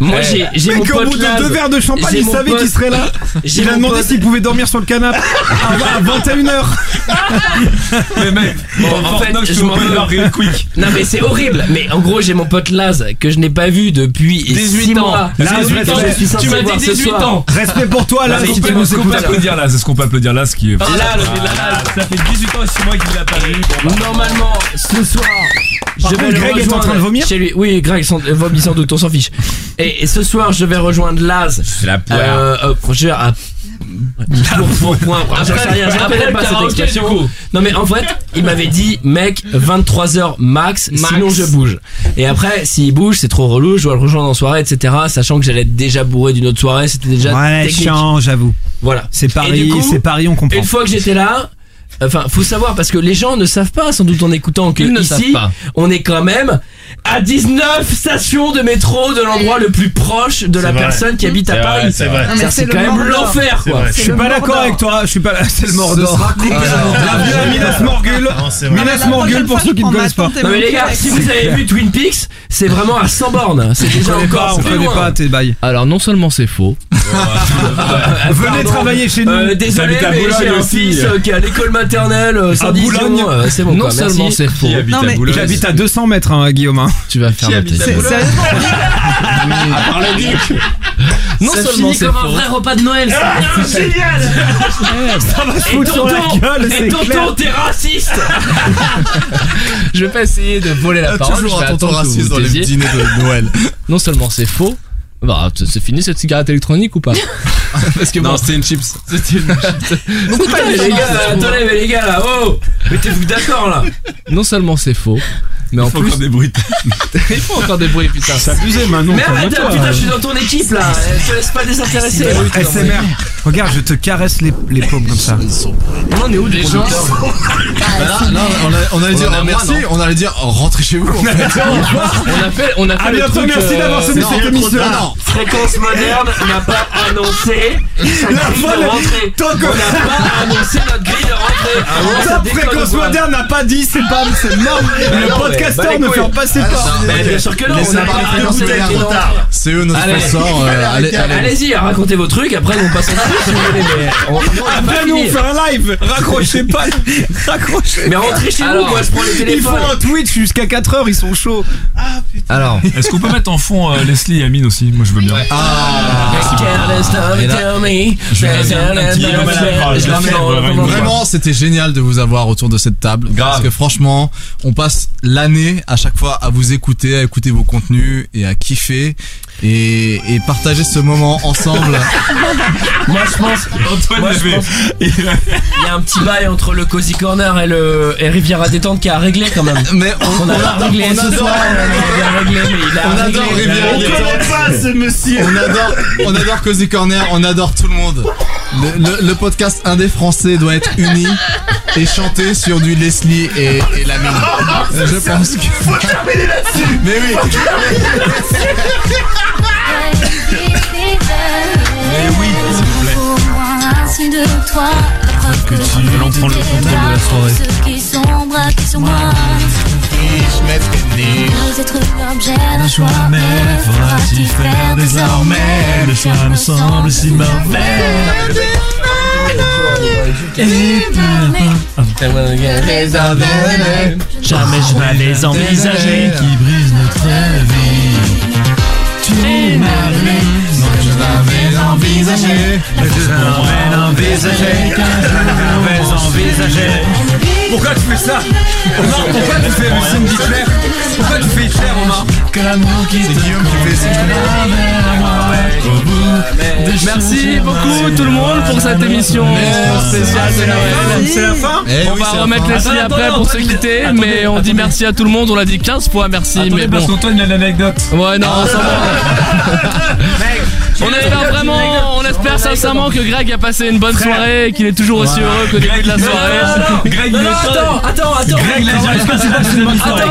Speaker 1: Moi,
Speaker 11: Eh.
Speaker 1: j'ai, j'ai
Speaker 11: Mec,
Speaker 1: mon
Speaker 11: au
Speaker 1: pote
Speaker 11: bout de
Speaker 1: Laz.
Speaker 11: deux verres de champagne,
Speaker 1: J'ai
Speaker 11: il
Speaker 1: mon
Speaker 11: savait
Speaker 1: pote-
Speaker 11: qu'il serait là.
Speaker 1: J'ai
Speaker 11: Il a
Speaker 1: mon
Speaker 11: demandé
Speaker 1: pote-
Speaker 11: s'il pouvait dormir sur le canapé Ah, à 21h.
Speaker 9: Mais mec,
Speaker 1: Bon, en fait, je m'en veux. Non mais c'est horrible. Mais en gros, j'ai mon pote Laz que je n'ai pas vu depuis
Speaker 9: 18
Speaker 1: six
Speaker 9: ans.
Speaker 1: mois.
Speaker 9: Laz, respect- tu m'as dit 18 ans. Respect pour toi, Laz, si tu nous écoutes. Est-ce qu'on peut applaudir là ce qui est.
Speaker 1: Là, Ah, ça fait 18 ans et 6 mois qu'il l'a pas vu. Normalement, ce soir.
Speaker 11: Par
Speaker 1: je vais
Speaker 11: contre,
Speaker 1: le
Speaker 11: Greg est en
Speaker 1: rejoindre
Speaker 11: train de vomir
Speaker 1: chez lui. Oui, Greg s'en- euh, vomit sans doute, on s'en fiche. Et, et ce soir, je vais rejoindre Laz. C'est
Speaker 10: la
Speaker 1: poire. Euh, euh, franchement, à- pour, pour point, j'en sais rien, je
Speaker 2: après
Speaker 1: rappelle
Speaker 2: le
Speaker 1: pas cette
Speaker 2: karaoké,
Speaker 1: expression.
Speaker 2: du coup.
Speaker 1: Non mais en fait, il m'avait dit, mec, 23h max, sinon je bouge. Et après, s'il bouge, c'est trop relou, je dois le rejoindre en soirée, etc. Sachant que j'allais être déjà bourré d'une autre soirée, c'était déjà
Speaker 11: Ouais,
Speaker 1: technique.
Speaker 11: chiant, j'avoue.
Speaker 1: Voilà.
Speaker 11: C'est
Speaker 1: Et
Speaker 11: Paris,
Speaker 1: du coup,
Speaker 11: c'est Paris, on comprend.
Speaker 1: Une fois que j'étais là, enfin, faut savoir parce que les gens ne savent pas, sans doute en écoutant, que
Speaker 2: Ils ne savent
Speaker 1: ici,
Speaker 2: pas.
Speaker 1: on est quand même à 19 stations de métro de l'endroit le plus proche de la
Speaker 11: vrai.
Speaker 1: personne qui habite à
Speaker 11: C'est vrai,
Speaker 1: Paris.
Speaker 11: c'est vrai. Non, mais
Speaker 1: C'est-à-dire,
Speaker 11: c'est
Speaker 1: C'est
Speaker 11: le
Speaker 1: quand même
Speaker 11: Mordor.
Speaker 1: l'enfer,
Speaker 11: C'est
Speaker 1: quoi.
Speaker 11: vrai. Je suis pas d'accord avec toi. Je suis pas. C'est le
Speaker 1: Ce
Speaker 11: Mordor.
Speaker 1: sera coupé.
Speaker 11: Ah, La vie à Minas Morgul.
Speaker 12: Ah,
Speaker 1: Non, c'est vrai.
Speaker 11: Minas
Speaker 1: La
Speaker 11: Morgul
Speaker 1: prochaine
Speaker 11: pour
Speaker 1: fois,
Speaker 11: ceux qui
Speaker 1: je
Speaker 11: ne
Speaker 1: prends
Speaker 11: connaissent
Speaker 1: ma
Speaker 11: pas.
Speaker 1: tante et Non, mais mon les gars, texte. si vous avez vu Twin Peaks, c'est vraiment à 100 bornes. Ah, C'est
Speaker 2: On
Speaker 1: déjà
Speaker 2: connaît pas,
Speaker 1: encore
Speaker 2: on
Speaker 1: plus
Speaker 2: connaît
Speaker 1: loin.
Speaker 2: pas
Speaker 11: tes bails.
Speaker 2: Alors non seulement c'est faux.
Speaker 11: Venez travailler chez nous.
Speaker 1: Euh, désolé,
Speaker 2: T'habites à
Speaker 1: mais
Speaker 2: Boulogne
Speaker 1: j'ai un
Speaker 2: aussi.
Speaker 1: fils euh, qui est à l'école maternelle, euh,
Speaker 11: À
Speaker 1: sans
Speaker 11: Boulogne.
Speaker 1: disons, euh, c'est bon. quoi, merci.
Speaker 11: Non, mais- J'habite à 200 mètres, hein, Guillaume. hein.
Speaker 2: Tu vas faire
Speaker 11: habite à Boulogne
Speaker 3: À part le duc.
Speaker 2: Non
Speaker 1: Ça
Speaker 2: seulement
Speaker 1: finit
Speaker 2: c'est
Speaker 1: comme un
Speaker 2: faux.
Speaker 1: vrai repas de Noël. ça.
Speaker 3: Ah, génial
Speaker 11: Ça va se
Speaker 1: Et
Speaker 11: foutre sur la
Speaker 1: tonton,
Speaker 11: gueule,
Speaker 1: et
Speaker 11: c'est
Speaker 1: tonton,
Speaker 11: clair.
Speaker 1: t'es raciste.
Speaker 2: Je vais pas essayer de voler la
Speaker 1: Ah,
Speaker 2: parole.
Speaker 1: toujours
Speaker 2: je vais
Speaker 1: un tonton
Speaker 2: attendre que
Speaker 1: raciste
Speaker 2: vous
Speaker 1: dans les
Speaker 2: taisiez.
Speaker 1: dîners de Noël.
Speaker 2: Non seulement c'est faux. Bah, t- c'est fini cette cigarette électronique ou pas Parce que non, c'était une chips. C'était une chips.
Speaker 1: Beaucoup de Putain, mais les gars,
Speaker 2: ça se trouve.
Speaker 1: attendez, mais les gars, là, oh Mettez-vous d'accord, là
Speaker 2: Non seulement c'est faux, mais en
Speaker 1: faut
Speaker 2: plus
Speaker 1: encore
Speaker 9: des bruits.
Speaker 2: Il faut encore des bruits, putain.
Speaker 11: C'est abusé, maintenant,
Speaker 1: Mais
Speaker 11: calme-toi.
Speaker 1: arrête, putain, je suis dans ton équipe, là Je te laisse pas désintéresser
Speaker 11: Ah, SMR. Regarde, je te caresse les, les paumes comme ça. Bah,
Speaker 1: On en est où, des gens
Speaker 4: Ah, non, on allait- on allait
Speaker 2: On
Speaker 4: dire
Speaker 2: en a
Speaker 4: merci,
Speaker 2: moins, non
Speaker 4: on allait dire oh, rentrez chez vous.
Speaker 2: On a fait, on a fait, on a fait
Speaker 4: À
Speaker 2: le
Speaker 4: bientôt,
Speaker 2: truc, euh,
Speaker 4: merci d'avoir suivi
Speaker 2: non,
Speaker 4: cette
Speaker 2: trop
Speaker 4: émission.
Speaker 2: tard.
Speaker 4: Non.
Speaker 1: Fréquence moderne n'a pas annoncé sa
Speaker 11: La
Speaker 1: grille
Speaker 11: folle-
Speaker 1: de rentrée
Speaker 11: Tant
Speaker 1: On
Speaker 11: que-
Speaker 1: n'a pas annoncé notre grille de rentrée Ah, ouais, ça
Speaker 11: Top
Speaker 1: déconne
Speaker 11: fréquence
Speaker 1: ou quoi
Speaker 11: moderne n'a pas dit, c'est pas, c'est mort.
Speaker 1: Bah
Speaker 11: Le
Speaker 1: non, mais bah
Speaker 11: podcasteur
Speaker 1: les
Speaker 11: ne
Speaker 1: couilles.
Speaker 11: fait pas ses
Speaker 1: Ah,
Speaker 11: pas.
Speaker 1: non, mais bien sûr que non, on a pas fait
Speaker 11: de
Speaker 1: bouteille
Speaker 11: bouteille
Speaker 1: trop tard.
Speaker 4: C'est eux nos
Speaker 1: Allez.
Speaker 4: sponsors. euh, allez, allez.
Speaker 1: Allez-y, racontez vos trucs, après nous on passe en dessous si vous voulez, mais on- on a pas
Speaker 11: Après, nous, on
Speaker 1: fini.
Speaker 11: fait un live. Raccrochez pas. Raccrochez.
Speaker 1: Mais rentrez chez vous,
Speaker 11: Alors,
Speaker 1: moi, je prends les
Speaker 11: Ils
Speaker 1: téléphones.
Speaker 11: font un Twitch jusqu'à 4h, ils sont chauds.
Speaker 2: Alors,
Speaker 9: est-ce qu'on peut mettre en fond euh, Leslie et Amine aussi Moi je veux bien. Ah,
Speaker 1: Ah,
Speaker 4: Et là, je vais-
Speaker 9: Je la mets dans- dans-
Speaker 4: Vraiment, c'était génial de vous avoir autour de cette table. Parce que franchement, on passe l'année à chaque fois à vous écouter, à écouter vos contenus et à kiffer et, et partager ce moment ensemble.
Speaker 1: Moi je pense.
Speaker 9: Antoine
Speaker 1: moi, je pense- Il y a un petit bail entre le Cozy Corner et le et Riviera Détente qui a réglé quand même.
Speaker 4: Mais
Speaker 1: on, a pas réglé ce soir. On a bien réglé, mais il a
Speaker 4: on
Speaker 1: réglé.
Speaker 4: adore Rivière
Speaker 1: Il a
Speaker 4: Détente.
Speaker 1: réglé.
Speaker 4: On adore, on adore Cozy Corner, on adore tout le monde. Le, le- le podcast indé français doit être uni et chanté sur du Leslie et, et la mine. Je pense que.
Speaker 3: Faut terminer là-dessus
Speaker 4: Mais oui.
Speaker 3: Faut terminer
Speaker 20: Mais oui, s'il vous plaît. Ainsi de toi, la preuve que tu
Speaker 9: l'on prend le contrôle de la soirée.
Speaker 20: Ceux qui sombrent, qui sont moi.
Speaker 3: riche, mais fini.
Speaker 20: Vous êtes l'objet d'un
Speaker 3: Le
Speaker 20: choix,
Speaker 3: choix mais faudra-t-il faire désormais Le choix me semble si mauvais
Speaker 6: Jamais je vais les envisager.
Speaker 3: Qui brise notre vie Tu m'as vu Moi je l'avais envisagé Mais je l'avais envisagé Car je l'avais envisagé
Speaker 11: Pourquoi tu fais ça Omar, pourquoi tu fais le signe d'Hitler Pourquoi tu fais Hitler, Omar
Speaker 3: Que l'amour qui te conduit
Speaker 2: Merci beaucoup tout le monde pour cette émission spéciale de
Speaker 1: Ah,
Speaker 2: Noël.
Speaker 11: Eh, C'est la fin
Speaker 2: on va remettre les signes après pour se quitter, mais on dit merci à tout le monde, on l'a dit 15 fois, merci. mais bon.
Speaker 11: parce qu'Antoine, il a Ah. l'anecdote.
Speaker 2: Ouais, non, on s'en va. On espère vraiment, on espère sincèrement que Greg a passé une bonne soirée et qu'il est toujours aussi heureux qu'au début de la soirée.
Speaker 11: Non, non, attends, attends, attends. Attends,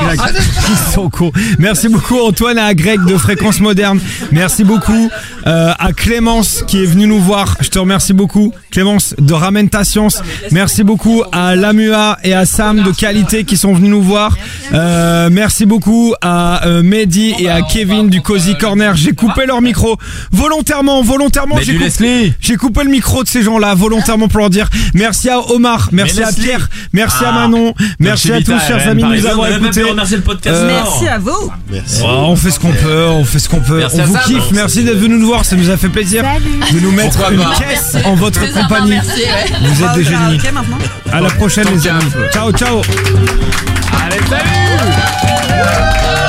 Speaker 11: attends. Ils sont cons. Merci beaucoup Antoine à Greg de Fréquence Moderne. Merci beaucoup euh, à Clémence qui est venue nous voir. Je te remercie beaucoup Clémence de Ramène ta science. Merci beaucoup à Lamua et à Sam de Qualité qui sont venus nous voir. Euh, merci beaucoup à euh, Mehdi et à Kevin du Cozy Corner. J'ai coupé leur micro volontairement, volontairement.
Speaker 10: Mais
Speaker 11: J'ai
Speaker 10: du
Speaker 11: coupé-
Speaker 10: Leslie.
Speaker 11: j'ai coupé le micro de ces gens-là volontairement pour leur dire merci à Omar, merci
Speaker 10: Mais
Speaker 11: à
Speaker 10: Leslie.
Speaker 11: Pierre, merci à
Speaker 10: Ah.
Speaker 11: Manon, merci à
Speaker 10: Dolce
Speaker 11: tous
Speaker 10: Vita,
Speaker 11: chers
Speaker 10: RN
Speaker 11: amis de nous
Speaker 10: Paris.
Speaker 11: avoir
Speaker 10: On a même
Speaker 11: écoutés.
Speaker 10: pas remercié le podcast
Speaker 11: Euh,
Speaker 7: Merci à vous.
Speaker 11: Oh, on fait ce qu'on peut, on fait ce qu'on peut.
Speaker 10: Merci
Speaker 11: on
Speaker 10: à
Speaker 11: vous
Speaker 10: Sam.
Speaker 11: kiffe, merci d'être venu nous voir, ça nous a fait plaisir de nous mettre
Speaker 10: Pourquoi
Speaker 11: une
Speaker 10: pas.
Speaker 11: caisse en votre
Speaker 8: Merci.
Speaker 11: compagnie.
Speaker 8: Merci, ouais.
Speaker 11: Vous êtes des génies.
Speaker 7: Ok, maintenant.
Speaker 11: À la prochaine les amis. Ciao ciao.
Speaker 2: Allez, salut